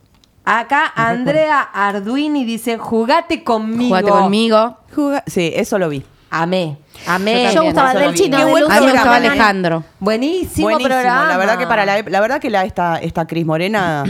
[SPEAKER 3] Acá Andrea Arduini dice, jugate conmigo.
[SPEAKER 6] Jugate conmigo.
[SPEAKER 4] Juga- sí, eso lo vi.
[SPEAKER 3] Amé,
[SPEAKER 6] Yo
[SPEAKER 3] amé.
[SPEAKER 6] también.
[SPEAKER 5] Yo gustaba
[SPEAKER 4] eso lo
[SPEAKER 5] del
[SPEAKER 4] vi.
[SPEAKER 5] chino,
[SPEAKER 4] Qué
[SPEAKER 5] de
[SPEAKER 4] buen
[SPEAKER 5] Lucio
[SPEAKER 6] A mí me
[SPEAKER 4] programa,
[SPEAKER 6] gustaba
[SPEAKER 5] Camanán.
[SPEAKER 6] Alejandro.
[SPEAKER 3] Buenísimo,
[SPEAKER 4] Buenísimo,
[SPEAKER 3] programa.
[SPEAKER 4] la verdad que para la, ep- la verdad que la esta esta Cris Morena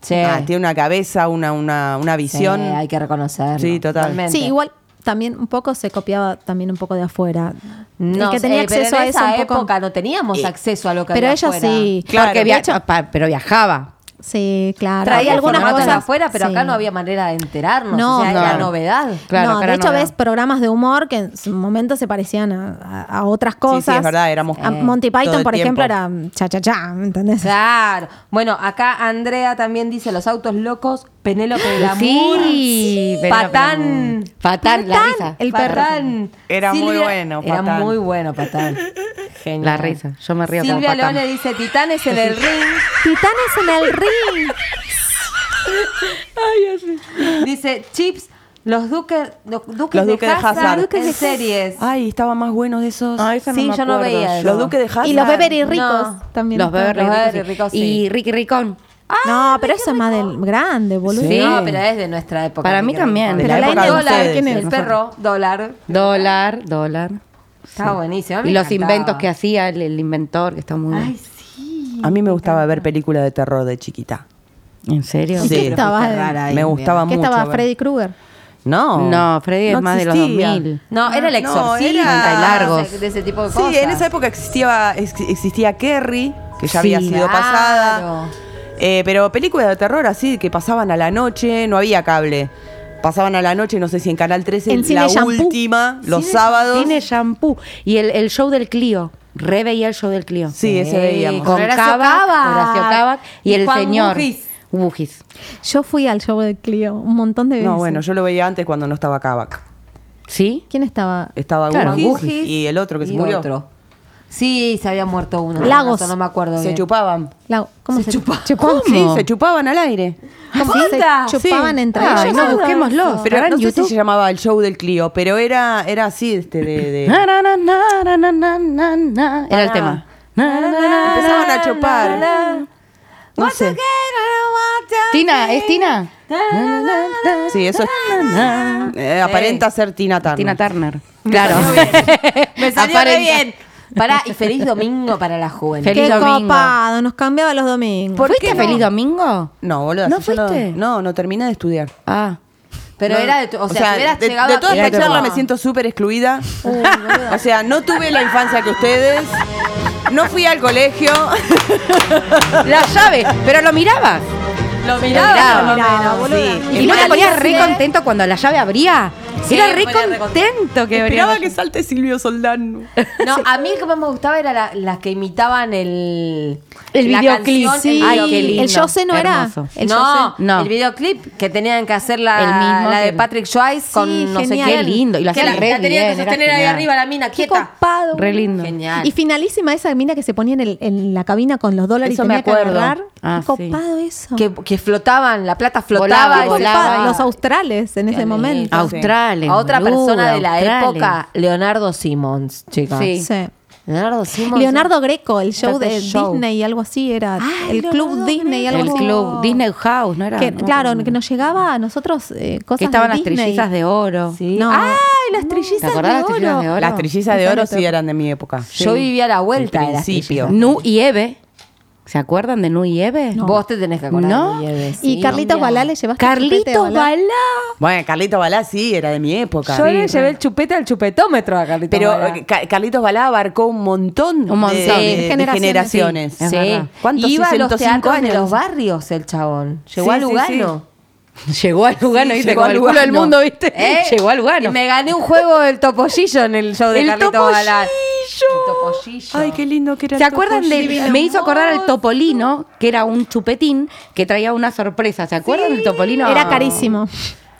[SPEAKER 3] Sí.
[SPEAKER 4] ah, tiene una cabeza, una una una
[SPEAKER 3] Sí,
[SPEAKER 4] visión.
[SPEAKER 3] hay que reconocerlo.
[SPEAKER 4] Sí, total.
[SPEAKER 5] Sí, igual también un poco se copiaba también un poco de afuera.
[SPEAKER 3] No,
[SPEAKER 5] el que
[SPEAKER 3] sé,
[SPEAKER 5] tenía
[SPEAKER 3] pero
[SPEAKER 5] acceso
[SPEAKER 3] en
[SPEAKER 5] a eso
[SPEAKER 3] esa
[SPEAKER 5] un poco. Eh,
[SPEAKER 3] época no teníamos acceso a lo que
[SPEAKER 5] pero
[SPEAKER 3] había
[SPEAKER 5] ella
[SPEAKER 3] afuera.
[SPEAKER 5] sí.
[SPEAKER 4] Claro,
[SPEAKER 6] porque
[SPEAKER 4] de
[SPEAKER 6] via- pa- pero viajaba.
[SPEAKER 5] Sí, claro.
[SPEAKER 3] Traía
[SPEAKER 5] Había
[SPEAKER 3] algunas
[SPEAKER 5] formatos
[SPEAKER 3] cosas afuera, pero
[SPEAKER 5] sí.
[SPEAKER 3] acá no había manera de enterarnos.
[SPEAKER 5] No,
[SPEAKER 3] o sea, era
[SPEAKER 6] claro.
[SPEAKER 3] novedad.
[SPEAKER 5] no,
[SPEAKER 6] Claro, acá
[SPEAKER 5] de
[SPEAKER 6] era
[SPEAKER 5] hecho
[SPEAKER 6] novedad.
[SPEAKER 5] ves programas de humor que en su momento se parecían a, a- a otras
[SPEAKER 4] sí,
[SPEAKER 5] cosas.
[SPEAKER 4] es verdad, éramos
[SPEAKER 5] A
[SPEAKER 4] eh,
[SPEAKER 5] Monty
[SPEAKER 4] todo el
[SPEAKER 5] Python, por
[SPEAKER 4] tiempo.
[SPEAKER 5] ejemplo, era cha cha cha, ¿me entendés?
[SPEAKER 3] Claro. Bueno, acá Andrea también dice los autos locos, Penélope de la
[SPEAKER 6] Sí, pero-
[SPEAKER 3] Patán.
[SPEAKER 6] Patán, la risa.
[SPEAKER 5] el perro.
[SPEAKER 3] Patán.
[SPEAKER 4] Era muy bueno,
[SPEAKER 3] Era
[SPEAKER 4] Patán.
[SPEAKER 3] muy bueno, Patán. Genial.
[SPEAKER 6] La risa. Yo me río cada
[SPEAKER 3] Silvia
[SPEAKER 6] Patán.
[SPEAKER 3] Leone dice Titanes en el ring.
[SPEAKER 5] Titanes en el ring.
[SPEAKER 3] Dice Chips, los duques, los duques,
[SPEAKER 4] Los Duques
[SPEAKER 3] de
[SPEAKER 4] de
[SPEAKER 3] Hazard,
[SPEAKER 4] Hazard.
[SPEAKER 3] en series.
[SPEAKER 4] Ay, estaba más bueno de esos.
[SPEAKER 6] Ah, esa
[SPEAKER 3] Sí,
[SPEAKER 6] me
[SPEAKER 3] yo no
[SPEAKER 6] acuerdo.
[SPEAKER 3] veía.
[SPEAKER 4] los Duques de Hazard.
[SPEAKER 5] Y los Beverly Ricos
[SPEAKER 3] No,
[SPEAKER 5] también.
[SPEAKER 6] Los
[SPEAKER 5] estaban.
[SPEAKER 6] Beverly
[SPEAKER 3] Los
[SPEAKER 6] Ricos,
[SPEAKER 3] Beverly
[SPEAKER 6] sí.
[SPEAKER 3] Ricos, sí.
[SPEAKER 6] Y Ricky Ricón.
[SPEAKER 5] No, pero eso es más del grande, boludo.
[SPEAKER 6] Sí.
[SPEAKER 3] No, pero es de nuestra época.
[SPEAKER 6] Para
[SPEAKER 3] mi
[SPEAKER 6] mí
[SPEAKER 3] querido.
[SPEAKER 6] también.
[SPEAKER 4] De la
[SPEAKER 5] la
[SPEAKER 4] época de
[SPEAKER 5] India no sabe
[SPEAKER 4] ustedes.
[SPEAKER 5] quién es.
[SPEAKER 3] El perro, dólar.
[SPEAKER 6] Dólar, dólar.
[SPEAKER 3] Está buenísimo. a mí
[SPEAKER 6] Y
[SPEAKER 3] me
[SPEAKER 6] los
[SPEAKER 3] encantaba.
[SPEAKER 6] inventos que hacía el, el inventor, que está muy
[SPEAKER 3] Ay,
[SPEAKER 6] bien.
[SPEAKER 3] sí.
[SPEAKER 4] A mí me gustaba ver películas de terror de chiquita.
[SPEAKER 6] ¿En serio?
[SPEAKER 5] ¿Y
[SPEAKER 4] Sí.
[SPEAKER 5] qué estaba?
[SPEAKER 3] Qué rara. Ay,
[SPEAKER 4] me
[SPEAKER 3] bien.
[SPEAKER 4] gustaba
[SPEAKER 5] ¿Qué
[SPEAKER 4] mucho.
[SPEAKER 5] estaba
[SPEAKER 4] ver-
[SPEAKER 5] Freddy Krueger?
[SPEAKER 4] No.
[SPEAKER 6] No, Freddy es más de los
[SPEAKER 4] existía. Ah,
[SPEAKER 6] 2000.
[SPEAKER 3] No, era el
[SPEAKER 4] No,
[SPEAKER 3] exorcista.
[SPEAKER 4] era-
[SPEAKER 3] y
[SPEAKER 6] largos.
[SPEAKER 3] De ese tipo de
[SPEAKER 4] Sí,
[SPEAKER 3] cosas.
[SPEAKER 4] en esa época existía ex- existía Kerry, que ya había
[SPEAKER 6] Sí,
[SPEAKER 4] sido
[SPEAKER 3] claro.
[SPEAKER 4] pasada. Eh, pero películas de terror así que pasaban a la noche, no había cable. Pasaban a la noche, no sé si en Canal 13,
[SPEAKER 5] En Cine
[SPEAKER 4] la
[SPEAKER 5] Shampoo.
[SPEAKER 4] última, los sábados.
[SPEAKER 6] Tiene shampoo. Y el, el show del Clio. Re veía el show del Clio.
[SPEAKER 4] Sí, ese
[SPEAKER 3] Sí,
[SPEAKER 4] veíamos.
[SPEAKER 6] Con
[SPEAKER 3] Horacio
[SPEAKER 6] Cava,
[SPEAKER 3] Cava.
[SPEAKER 6] Horacio Cava y,
[SPEAKER 3] Y
[SPEAKER 6] el
[SPEAKER 3] Juan
[SPEAKER 6] señor.
[SPEAKER 3] Bugis.
[SPEAKER 6] Bugis.
[SPEAKER 5] Yo fui al show de Clio un montón de veces.
[SPEAKER 4] No, bueno, yo lo veía antes cuando no estaba Kavak.
[SPEAKER 6] ¿Sí?
[SPEAKER 5] ¿Quién estaba?
[SPEAKER 4] Estaba
[SPEAKER 6] Claro,
[SPEAKER 4] Gugis
[SPEAKER 3] Gugis
[SPEAKER 4] y el otro que se
[SPEAKER 3] y
[SPEAKER 4] murió.
[SPEAKER 3] otro. Sí, se había muerto uno.
[SPEAKER 5] Lagos.
[SPEAKER 3] No me acuerdo
[SPEAKER 4] Se
[SPEAKER 3] bien.
[SPEAKER 4] chupaban.
[SPEAKER 5] La- ¿Cómo se,
[SPEAKER 3] chupa-
[SPEAKER 5] chupaban?
[SPEAKER 4] Sí, se chupaban al aire.
[SPEAKER 5] ¿Cómo se
[SPEAKER 3] ¡Basta!
[SPEAKER 5] chupaban
[SPEAKER 4] Sí. Ah,
[SPEAKER 5] entre
[SPEAKER 6] Ay,
[SPEAKER 5] ellos?
[SPEAKER 6] no, busquémoslo.
[SPEAKER 4] Pero
[SPEAKER 6] Ah, ¿Estará en
[SPEAKER 4] no sé si
[SPEAKER 6] YouTube?
[SPEAKER 4] se llamaba el show del Clio, pero era, era así, este, de... de-
[SPEAKER 6] Na, na, na, na, na, na, na, na, na. Era el tema. Na, na, na, na,
[SPEAKER 4] Empezaban a chupar. No
[SPEAKER 3] Once
[SPEAKER 4] sé.
[SPEAKER 3] again, I don't want to
[SPEAKER 6] Tina, ¿es Tina?
[SPEAKER 3] Na, na, na.
[SPEAKER 4] Sí, eso es- Eh, aparenta ser Tina Turner.
[SPEAKER 6] Tina Turner. Claro.
[SPEAKER 3] Me salió re
[SPEAKER 6] Aparenta.
[SPEAKER 3] bien. Pará, y feliz domingo para la juventud.
[SPEAKER 6] Feliz
[SPEAKER 5] Qué
[SPEAKER 6] domingo.
[SPEAKER 5] copado, nos cambiaba los domingos.
[SPEAKER 6] ¿Fuiste a Feliz Domingo?
[SPEAKER 4] No, boludo.
[SPEAKER 6] ¿No fuiste?
[SPEAKER 4] No, no, no terminé de estudiar.
[SPEAKER 6] Ah.
[SPEAKER 3] Pero
[SPEAKER 4] No,
[SPEAKER 3] era de tu, o, sea, si hubieras
[SPEAKER 4] de,
[SPEAKER 3] llegado
[SPEAKER 4] de
[SPEAKER 3] a-
[SPEAKER 4] toda
[SPEAKER 3] Mirá
[SPEAKER 4] esta
[SPEAKER 3] que
[SPEAKER 4] charla
[SPEAKER 3] no.
[SPEAKER 4] me siento súper excluida. o sea, no tuve la infancia que ustedes. No fui al colegio.
[SPEAKER 6] La llave, pero lo mirabas.
[SPEAKER 3] Lo
[SPEAKER 6] miraba,
[SPEAKER 3] miraba, miraba,
[SPEAKER 6] lo
[SPEAKER 4] Sí.
[SPEAKER 6] Y no te
[SPEAKER 5] Igual
[SPEAKER 6] ponías
[SPEAKER 5] sí,
[SPEAKER 6] re
[SPEAKER 5] ¿eh?
[SPEAKER 6] contento cuando la llave abría.
[SPEAKER 3] Sí,
[SPEAKER 6] Era re
[SPEAKER 3] me ponía re
[SPEAKER 6] contento que abría.
[SPEAKER 4] Esperaba
[SPEAKER 6] la
[SPEAKER 4] que salte Silvio Soldán.
[SPEAKER 3] No, a mí el que más me gustaba era la- las que imitaban el...
[SPEAKER 6] El
[SPEAKER 3] la
[SPEAKER 6] videoclip,
[SPEAKER 3] canción,
[SPEAKER 6] sí.
[SPEAKER 3] el
[SPEAKER 6] Ay,
[SPEAKER 3] videoclip.
[SPEAKER 6] qué lindo.
[SPEAKER 5] El yo sé no era.
[SPEAKER 6] Hermoso.
[SPEAKER 5] El yo
[SPEAKER 3] no,
[SPEAKER 5] sé.
[SPEAKER 6] No.
[SPEAKER 3] el videoclip que tenían que hacer
[SPEAKER 6] El
[SPEAKER 3] la,
[SPEAKER 6] mismo
[SPEAKER 3] la
[SPEAKER 6] que
[SPEAKER 3] de
[SPEAKER 6] el-
[SPEAKER 3] Patrick Swayze con no sé
[SPEAKER 5] genial.
[SPEAKER 3] quién.
[SPEAKER 6] Qué lindo, y lo
[SPEAKER 3] Que
[SPEAKER 6] hacían
[SPEAKER 3] la,
[SPEAKER 6] re
[SPEAKER 3] la tenían
[SPEAKER 6] bien,
[SPEAKER 3] que
[SPEAKER 6] era
[SPEAKER 3] sostener ahí
[SPEAKER 6] genial.
[SPEAKER 3] arriba la mina,
[SPEAKER 5] Qué
[SPEAKER 3] quieta.
[SPEAKER 5] copado.
[SPEAKER 6] Re lindo.
[SPEAKER 3] Genial.
[SPEAKER 5] Y finalísima esa mina que se ponía en, el- en la cabina con los dólares
[SPEAKER 6] Eso
[SPEAKER 5] y
[SPEAKER 6] me
[SPEAKER 5] tenía que
[SPEAKER 6] acuerdo.
[SPEAKER 5] agarrar. Qué
[SPEAKER 6] Ah, sí.
[SPEAKER 5] copado eso.
[SPEAKER 3] que, que flotaban, la plata flotaba.
[SPEAKER 6] Volaba,
[SPEAKER 3] y
[SPEAKER 5] Qué
[SPEAKER 3] se
[SPEAKER 5] copado.
[SPEAKER 6] volaba.
[SPEAKER 3] iba.
[SPEAKER 5] Los australes en ese
[SPEAKER 3] lindo.
[SPEAKER 5] momento.
[SPEAKER 6] Australes.
[SPEAKER 3] A otra
[SPEAKER 6] boluda,
[SPEAKER 3] persona de la
[SPEAKER 6] australes.
[SPEAKER 3] época, Leonardo Simmons, chicas.
[SPEAKER 6] Sí.
[SPEAKER 5] Sí.
[SPEAKER 3] Leonardo Simmons.
[SPEAKER 5] Leonardo Greco, el show
[SPEAKER 3] Tanto
[SPEAKER 5] de
[SPEAKER 3] show.
[SPEAKER 5] Disney y algo así era.
[SPEAKER 6] ah,
[SPEAKER 5] el Club Disney y algo
[SPEAKER 6] El
[SPEAKER 5] así.
[SPEAKER 6] club Disney House, ¿no era?
[SPEAKER 5] Que,
[SPEAKER 6] No me
[SPEAKER 5] claro,
[SPEAKER 6] acuerdo.
[SPEAKER 5] que nos llegaba a nosotros eh, cosas
[SPEAKER 6] Que estaban
[SPEAKER 5] de
[SPEAKER 6] las
[SPEAKER 5] Disney.
[SPEAKER 6] trillizas de oro.
[SPEAKER 3] Sí.
[SPEAKER 5] No.
[SPEAKER 3] ¡Ay, las
[SPEAKER 6] ¿Te
[SPEAKER 3] trillizas
[SPEAKER 6] acordás
[SPEAKER 3] de
[SPEAKER 6] Ah, las trillizas de
[SPEAKER 3] oro!
[SPEAKER 6] oro?
[SPEAKER 4] Las trillizas de
[SPEAKER 5] Esa
[SPEAKER 4] oro
[SPEAKER 5] era
[SPEAKER 4] sí
[SPEAKER 5] tu-
[SPEAKER 4] eran de mi época.
[SPEAKER 3] Yo vivía a la vuelta
[SPEAKER 4] Al
[SPEAKER 3] de las
[SPEAKER 4] principio.
[SPEAKER 3] trillizas.
[SPEAKER 6] Nu y Eve. ¿Se acuerdan de Nu y Eve?
[SPEAKER 3] Vos te tenés que acordar.
[SPEAKER 6] No.
[SPEAKER 3] Nieve,
[SPEAKER 5] Y
[SPEAKER 3] sí.
[SPEAKER 5] Carlitos
[SPEAKER 3] Un día-
[SPEAKER 5] Balá le llevaste chupete,
[SPEAKER 6] Carlitos
[SPEAKER 5] Balá.
[SPEAKER 6] Balá.
[SPEAKER 4] Bueno, Carlitos Balá sí, era de mi época.
[SPEAKER 3] Yo le llevé el chupete al chupetómetro a Carlitos
[SPEAKER 4] Pero
[SPEAKER 3] Balá.
[SPEAKER 4] eh, Ca- Carlitos Balá abarcó un montón,
[SPEAKER 6] Un montón.
[SPEAKER 4] de,
[SPEAKER 6] Sí,
[SPEAKER 4] de- de
[SPEAKER 5] generaciones.
[SPEAKER 4] generaciones.
[SPEAKER 6] es
[SPEAKER 3] sí.
[SPEAKER 6] verdad.
[SPEAKER 4] Ah. ¿Cuántos
[SPEAKER 3] Iba a los
[SPEAKER 4] 65
[SPEAKER 3] teatros de
[SPEAKER 4] años?
[SPEAKER 3] los barrios el chabón. Llegó
[SPEAKER 4] Sí,
[SPEAKER 3] a
[SPEAKER 4] sí,
[SPEAKER 3] Lugano.
[SPEAKER 4] sí.
[SPEAKER 6] Llegó a Lugano,
[SPEAKER 4] Sí,
[SPEAKER 6] ¿viste?
[SPEAKER 4] llegó
[SPEAKER 6] Como
[SPEAKER 4] a
[SPEAKER 6] el culo del
[SPEAKER 4] Lugano.
[SPEAKER 6] mundo, ¿viste?
[SPEAKER 3] ¿Eh?
[SPEAKER 6] Llegó a Lugano.
[SPEAKER 3] Y me gané un juego del topollillo en el show de
[SPEAKER 4] ¡El
[SPEAKER 3] Carlito Balá.
[SPEAKER 4] topollillo!
[SPEAKER 3] El topollillo.
[SPEAKER 4] Ay, qué lindo que era
[SPEAKER 6] ¿Se
[SPEAKER 4] el
[SPEAKER 6] acuerdan de.?
[SPEAKER 4] topollillo.
[SPEAKER 6] Me hizo acordar al Topolino, que era un chupetín que traía una sorpresa. ¿Se acuerdan del Topolino?
[SPEAKER 5] Era carísimo.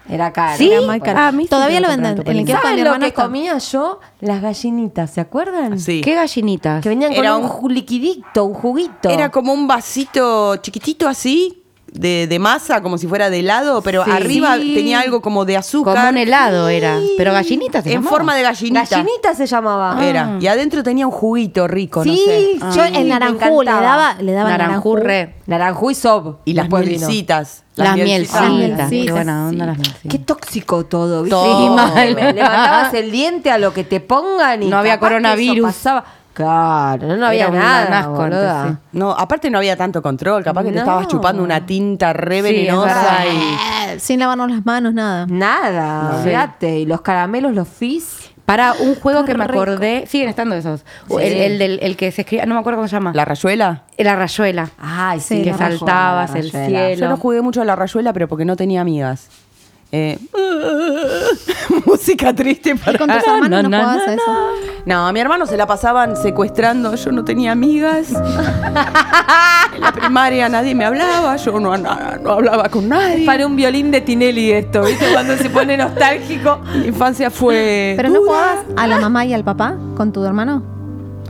[SPEAKER 3] Era caro.
[SPEAKER 6] Sí.
[SPEAKER 5] Era muy caro.
[SPEAKER 6] Ah, a mí sí
[SPEAKER 5] Todavía
[SPEAKER 6] me
[SPEAKER 5] lo
[SPEAKER 6] lo
[SPEAKER 5] venden.
[SPEAKER 6] compraron,
[SPEAKER 5] En el
[SPEAKER 6] Tupperware.
[SPEAKER 5] kiosco de mi
[SPEAKER 3] ¿Saben lo
[SPEAKER 5] hermano
[SPEAKER 3] que
[SPEAKER 5] está.
[SPEAKER 3] comía yo? Las gallinitas, ¿se acuerdan?
[SPEAKER 4] Ah, Sí.
[SPEAKER 6] ¿Qué gallinitas?
[SPEAKER 3] Que venían
[SPEAKER 4] Era
[SPEAKER 3] con un, ju- liquidito, un juguito.
[SPEAKER 4] Era como un vasito chiquitito así, de, de masa, como si fuera de helado, pero
[SPEAKER 6] Sí.
[SPEAKER 4] arriba
[SPEAKER 6] Sí.
[SPEAKER 4] tenía algo como de azúcar.
[SPEAKER 6] Como un helado era. Pero gallinitas. se
[SPEAKER 4] En
[SPEAKER 6] llamaba. Ah.
[SPEAKER 4] forma de gallinita. Ah.
[SPEAKER 3] Gallinita se llamaba.
[SPEAKER 4] Era. Y adentro tenía un juguito rico, no
[SPEAKER 3] sí,
[SPEAKER 4] sé.
[SPEAKER 5] Yo el naranjú le daba, le daba Ah, naranjú.
[SPEAKER 6] Naranjurre.
[SPEAKER 3] Naranjú y sob.
[SPEAKER 4] Y las
[SPEAKER 3] Después vino.
[SPEAKER 4] mielcitas. Ah.
[SPEAKER 6] Las mielcitas.
[SPEAKER 5] mielcitas.
[SPEAKER 6] Qué buena
[SPEAKER 5] Sí.
[SPEAKER 6] onda las
[SPEAKER 3] Qué
[SPEAKER 6] mielcitas.
[SPEAKER 3] tóxico todo, ¿viste?
[SPEAKER 6] Todo.
[SPEAKER 3] Sí, mal.
[SPEAKER 6] Me
[SPEAKER 3] Levantabas el diente a lo que te pongan y
[SPEAKER 6] No había
[SPEAKER 3] capaz que eso
[SPEAKER 6] coronavirus.
[SPEAKER 3] pasaba. Claro, no, no había
[SPEAKER 6] Era un este,
[SPEAKER 3] nada,
[SPEAKER 6] asco,
[SPEAKER 3] boluda.
[SPEAKER 6] entonces,
[SPEAKER 4] No, aparte no había tanto control. Capaz que te
[SPEAKER 3] No.
[SPEAKER 4] estabas chupando una tinta re
[SPEAKER 6] Sí,
[SPEAKER 4] venenosa
[SPEAKER 6] es
[SPEAKER 4] y.
[SPEAKER 5] Eh, Sin lavarnos las manos, nada.
[SPEAKER 3] Nada, olvídate. Y los caramelos, los fizz.
[SPEAKER 6] Para un juego que me
[SPEAKER 5] rico.
[SPEAKER 6] acordé, siguen estando esos. O El, el del- el que se escribe, no me acuerdo cómo se llama.
[SPEAKER 4] ¿La rayuela?
[SPEAKER 6] La rayuela.
[SPEAKER 3] Ay, sí,
[SPEAKER 6] que
[SPEAKER 3] la
[SPEAKER 6] saltabas
[SPEAKER 3] rayuela,
[SPEAKER 6] el
[SPEAKER 3] la rayuela.
[SPEAKER 6] cielo.
[SPEAKER 4] Yo no jugué mucho a la rayuela, pero porque no tenía amigas. Eh, música triste para.
[SPEAKER 5] Y con tus hermanos no,
[SPEAKER 6] na,
[SPEAKER 5] jugabas
[SPEAKER 6] na,
[SPEAKER 5] a eso.
[SPEAKER 4] No, a mi hermano se la pasaban secuestrando, yo no tenía amigas. en la primaria nadie me hablaba, yo no, no- no hablaba con nadie.
[SPEAKER 3] Para un violín de Tinelli esto, ¿viste? Cuando se pone nostálgico.
[SPEAKER 4] Mi infancia fue.
[SPEAKER 5] Pero no
[SPEAKER 4] dura.
[SPEAKER 5] jugabas a la mamá y al papá con tu hermano.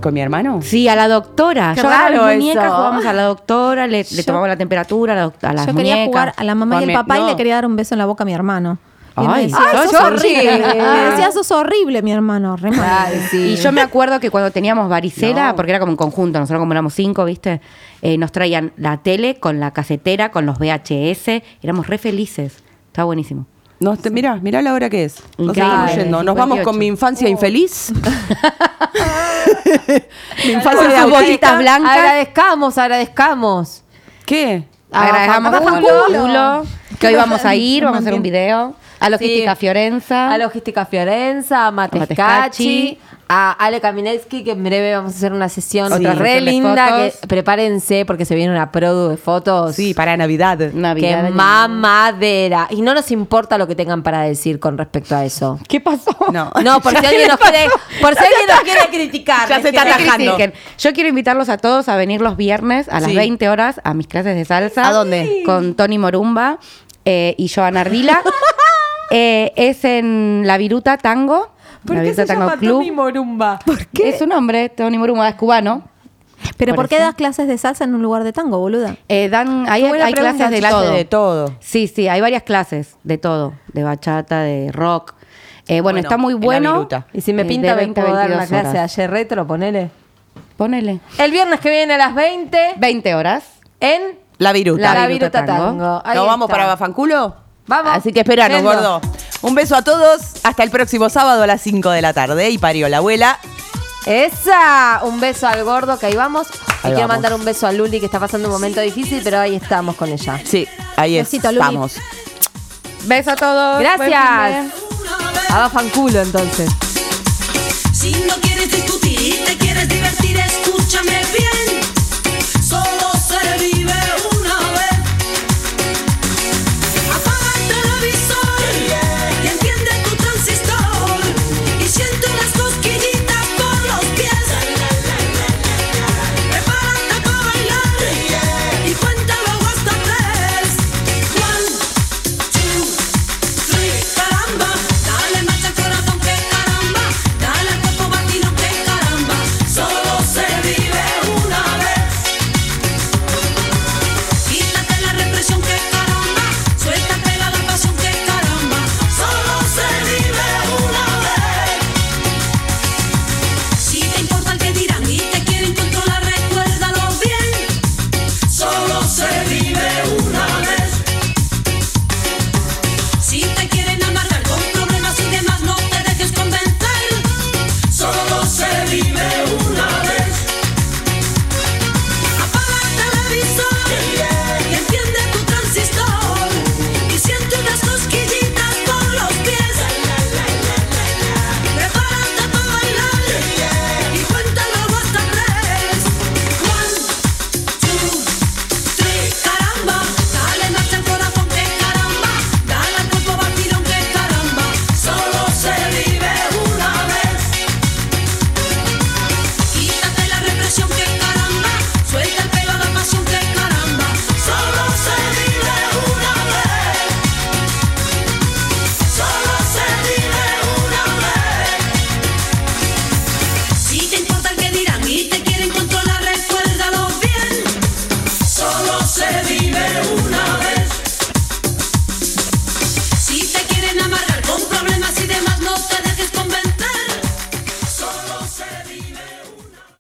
[SPEAKER 4] ¿Con mi hermano?
[SPEAKER 6] Sí, a la doctora.
[SPEAKER 3] Qué
[SPEAKER 6] Yo agarraba
[SPEAKER 3] raro
[SPEAKER 6] mi muñeca,
[SPEAKER 3] eso.
[SPEAKER 6] jugábamos a la doctora, le, le tomamos la temperatura a, la doc- a las
[SPEAKER 5] Yo quería
[SPEAKER 6] muñecas.
[SPEAKER 5] jugar a la mamá
[SPEAKER 4] Con
[SPEAKER 5] y al
[SPEAKER 4] mi-
[SPEAKER 5] papá y
[SPEAKER 4] no.
[SPEAKER 5] le quería dar un beso en la boca a mi hermano. Y él me
[SPEAKER 6] Ay,
[SPEAKER 5] decía,
[SPEAKER 6] ay,
[SPEAKER 5] "Sos
[SPEAKER 6] sos
[SPEAKER 5] horrible".
[SPEAKER 3] horrible.
[SPEAKER 5] Me decía, sos horrible, mi hermano. Re mal.
[SPEAKER 3] Ay, sí.
[SPEAKER 6] Y yo me acuerdo que cuando teníamos varicela, porque era como un conjunto, nosotros como éramos cinco, ¿viste? Eh, nos traían la tele con la casetera, con los VHS, éramos re felices. Estaba buenísimo.
[SPEAKER 4] No, te- mirá, mirá la hora que es. Nos
[SPEAKER 6] Increíble.
[SPEAKER 4] seguimos yendo. Nos vamos con
[SPEAKER 6] 58.
[SPEAKER 4] mi infancia infeliz. mi infancia de
[SPEAKER 6] Con sus
[SPEAKER 4] autista.
[SPEAKER 6] bolitas blancas.
[SPEAKER 3] Agradezcamos, agradezcamos.
[SPEAKER 4] ¿Qué?
[SPEAKER 6] Agradecemos
[SPEAKER 3] Baja
[SPEAKER 6] a
[SPEAKER 3] Ah, culo.
[SPEAKER 6] Julio, que hoy vamos a ir, vamos a hacer un video. A Logística
[SPEAKER 3] Sí.
[SPEAKER 6] Fiorenza.
[SPEAKER 3] A Logística Fiorenza, a Matescachi,
[SPEAKER 6] Matescachi.
[SPEAKER 3] a Ale Kaminetsky, que en breve vamos a hacer una sesión
[SPEAKER 6] Otra
[SPEAKER 3] re
[SPEAKER 6] sesión de
[SPEAKER 3] linda.
[SPEAKER 6] fotos.
[SPEAKER 3] que prepárense porque se viene una produ de fotos.
[SPEAKER 4] Sí, para Navidad.
[SPEAKER 6] Navidad.
[SPEAKER 3] Que mamadera. Y no nos importa lo que tengan para decir con respecto a eso.
[SPEAKER 6] ¿Qué pasó?
[SPEAKER 4] No.
[SPEAKER 3] No, por si alguien nos quiere, por si alguien nos quiere criticar.
[SPEAKER 4] Ya se
[SPEAKER 3] les
[SPEAKER 4] está
[SPEAKER 3] quiere-
[SPEAKER 4] atajando.
[SPEAKER 6] Critiquen. Yo quiero invitarlos a todos a venir los viernes a las
[SPEAKER 4] Sí.
[SPEAKER 6] 20 horas a mis clases de salsa.
[SPEAKER 4] ¿A dónde?
[SPEAKER 6] Con Tony Morumba eh, y Joana Ardila. Eh, es en La Viruta Tango.
[SPEAKER 9] ¿Por
[SPEAKER 6] la
[SPEAKER 9] qué
[SPEAKER 6] Viruta
[SPEAKER 9] se
[SPEAKER 6] Tango
[SPEAKER 9] llama
[SPEAKER 6] Club.
[SPEAKER 9] Tommy Morumba?
[SPEAKER 6] Es un hombre, Tony Morumba, es cubano.
[SPEAKER 5] Pero ¿por qué
[SPEAKER 6] eso.
[SPEAKER 5] das clases de salsa en un lugar de tango, boluda?
[SPEAKER 6] Eh, dan, hay,
[SPEAKER 4] buena
[SPEAKER 6] hay
[SPEAKER 4] pregunta.
[SPEAKER 6] clases de
[SPEAKER 4] Clase
[SPEAKER 6] todo.
[SPEAKER 4] de todo.
[SPEAKER 6] Sí, sí, hay varias clases de todo, de bachata, de rock. Eh, bueno,
[SPEAKER 4] Bueno,
[SPEAKER 6] está muy
[SPEAKER 4] en la
[SPEAKER 6] bueno.
[SPEAKER 4] viruta.
[SPEAKER 3] Y si me
[SPEAKER 6] Eh,
[SPEAKER 3] pinta,
[SPEAKER 6] de
[SPEAKER 3] me
[SPEAKER 6] 20 a
[SPEAKER 3] puedo dar la
[SPEAKER 6] 22
[SPEAKER 3] clase de
[SPEAKER 6] horas.
[SPEAKER 3] ayer retro, ponele.
[SPEAKER 6] Ponele.
[SPEAKER 3] El viernes que viene a las 20
[SPEAKER 6] 20 horas.
[SPEAKER 3] en
[SPEAKER 4] La viruta.
[SPEAKER 6] La
[SPEAKER 3] La
[SPEAKER 6] Viruta
[SPEAKER 3] Viruta
[SPEAKER 6] Tango.
[SPEAKER 3] Tango. Ahí
[SPEAKER 4] ¿Nos vamos
[SPEAKER 3] está.
[SPEAKER 4] para Bafanculo?
[SPEAKER 3] Vamos.
[SPEAKER 4] Así que esperanos,
[SPEAKER 3] Yendo.
[SPEAKER 4] gordo. Un beso a todos. Hasta el próximo sábado a las 5 de la tarde. Y parió la abuela.
[SPEAKER 3] Esa, un beso al gordo, que ahí vamos. y
[SPEAKER 4] Ahí
[SPEAKER 3] quiero
[SPEAKER 4] vamos.
[SPEAKER 3] mandar un beso a Luli, que está pasando un momento difícil, pero ahí estamos con ella.
[SPEAKER 4] Sí, ahí
[SPEAKER 5] Besito, Luli.
[SPEAKER 4] estamos.
[SPEAKER 6] Beso a todos. Buen fin de-
[SPEAKER 3] Gracias. A fanculo entonces.
[SPEAKER 10] Si no quieres discutir y te quieres divertir, escúchame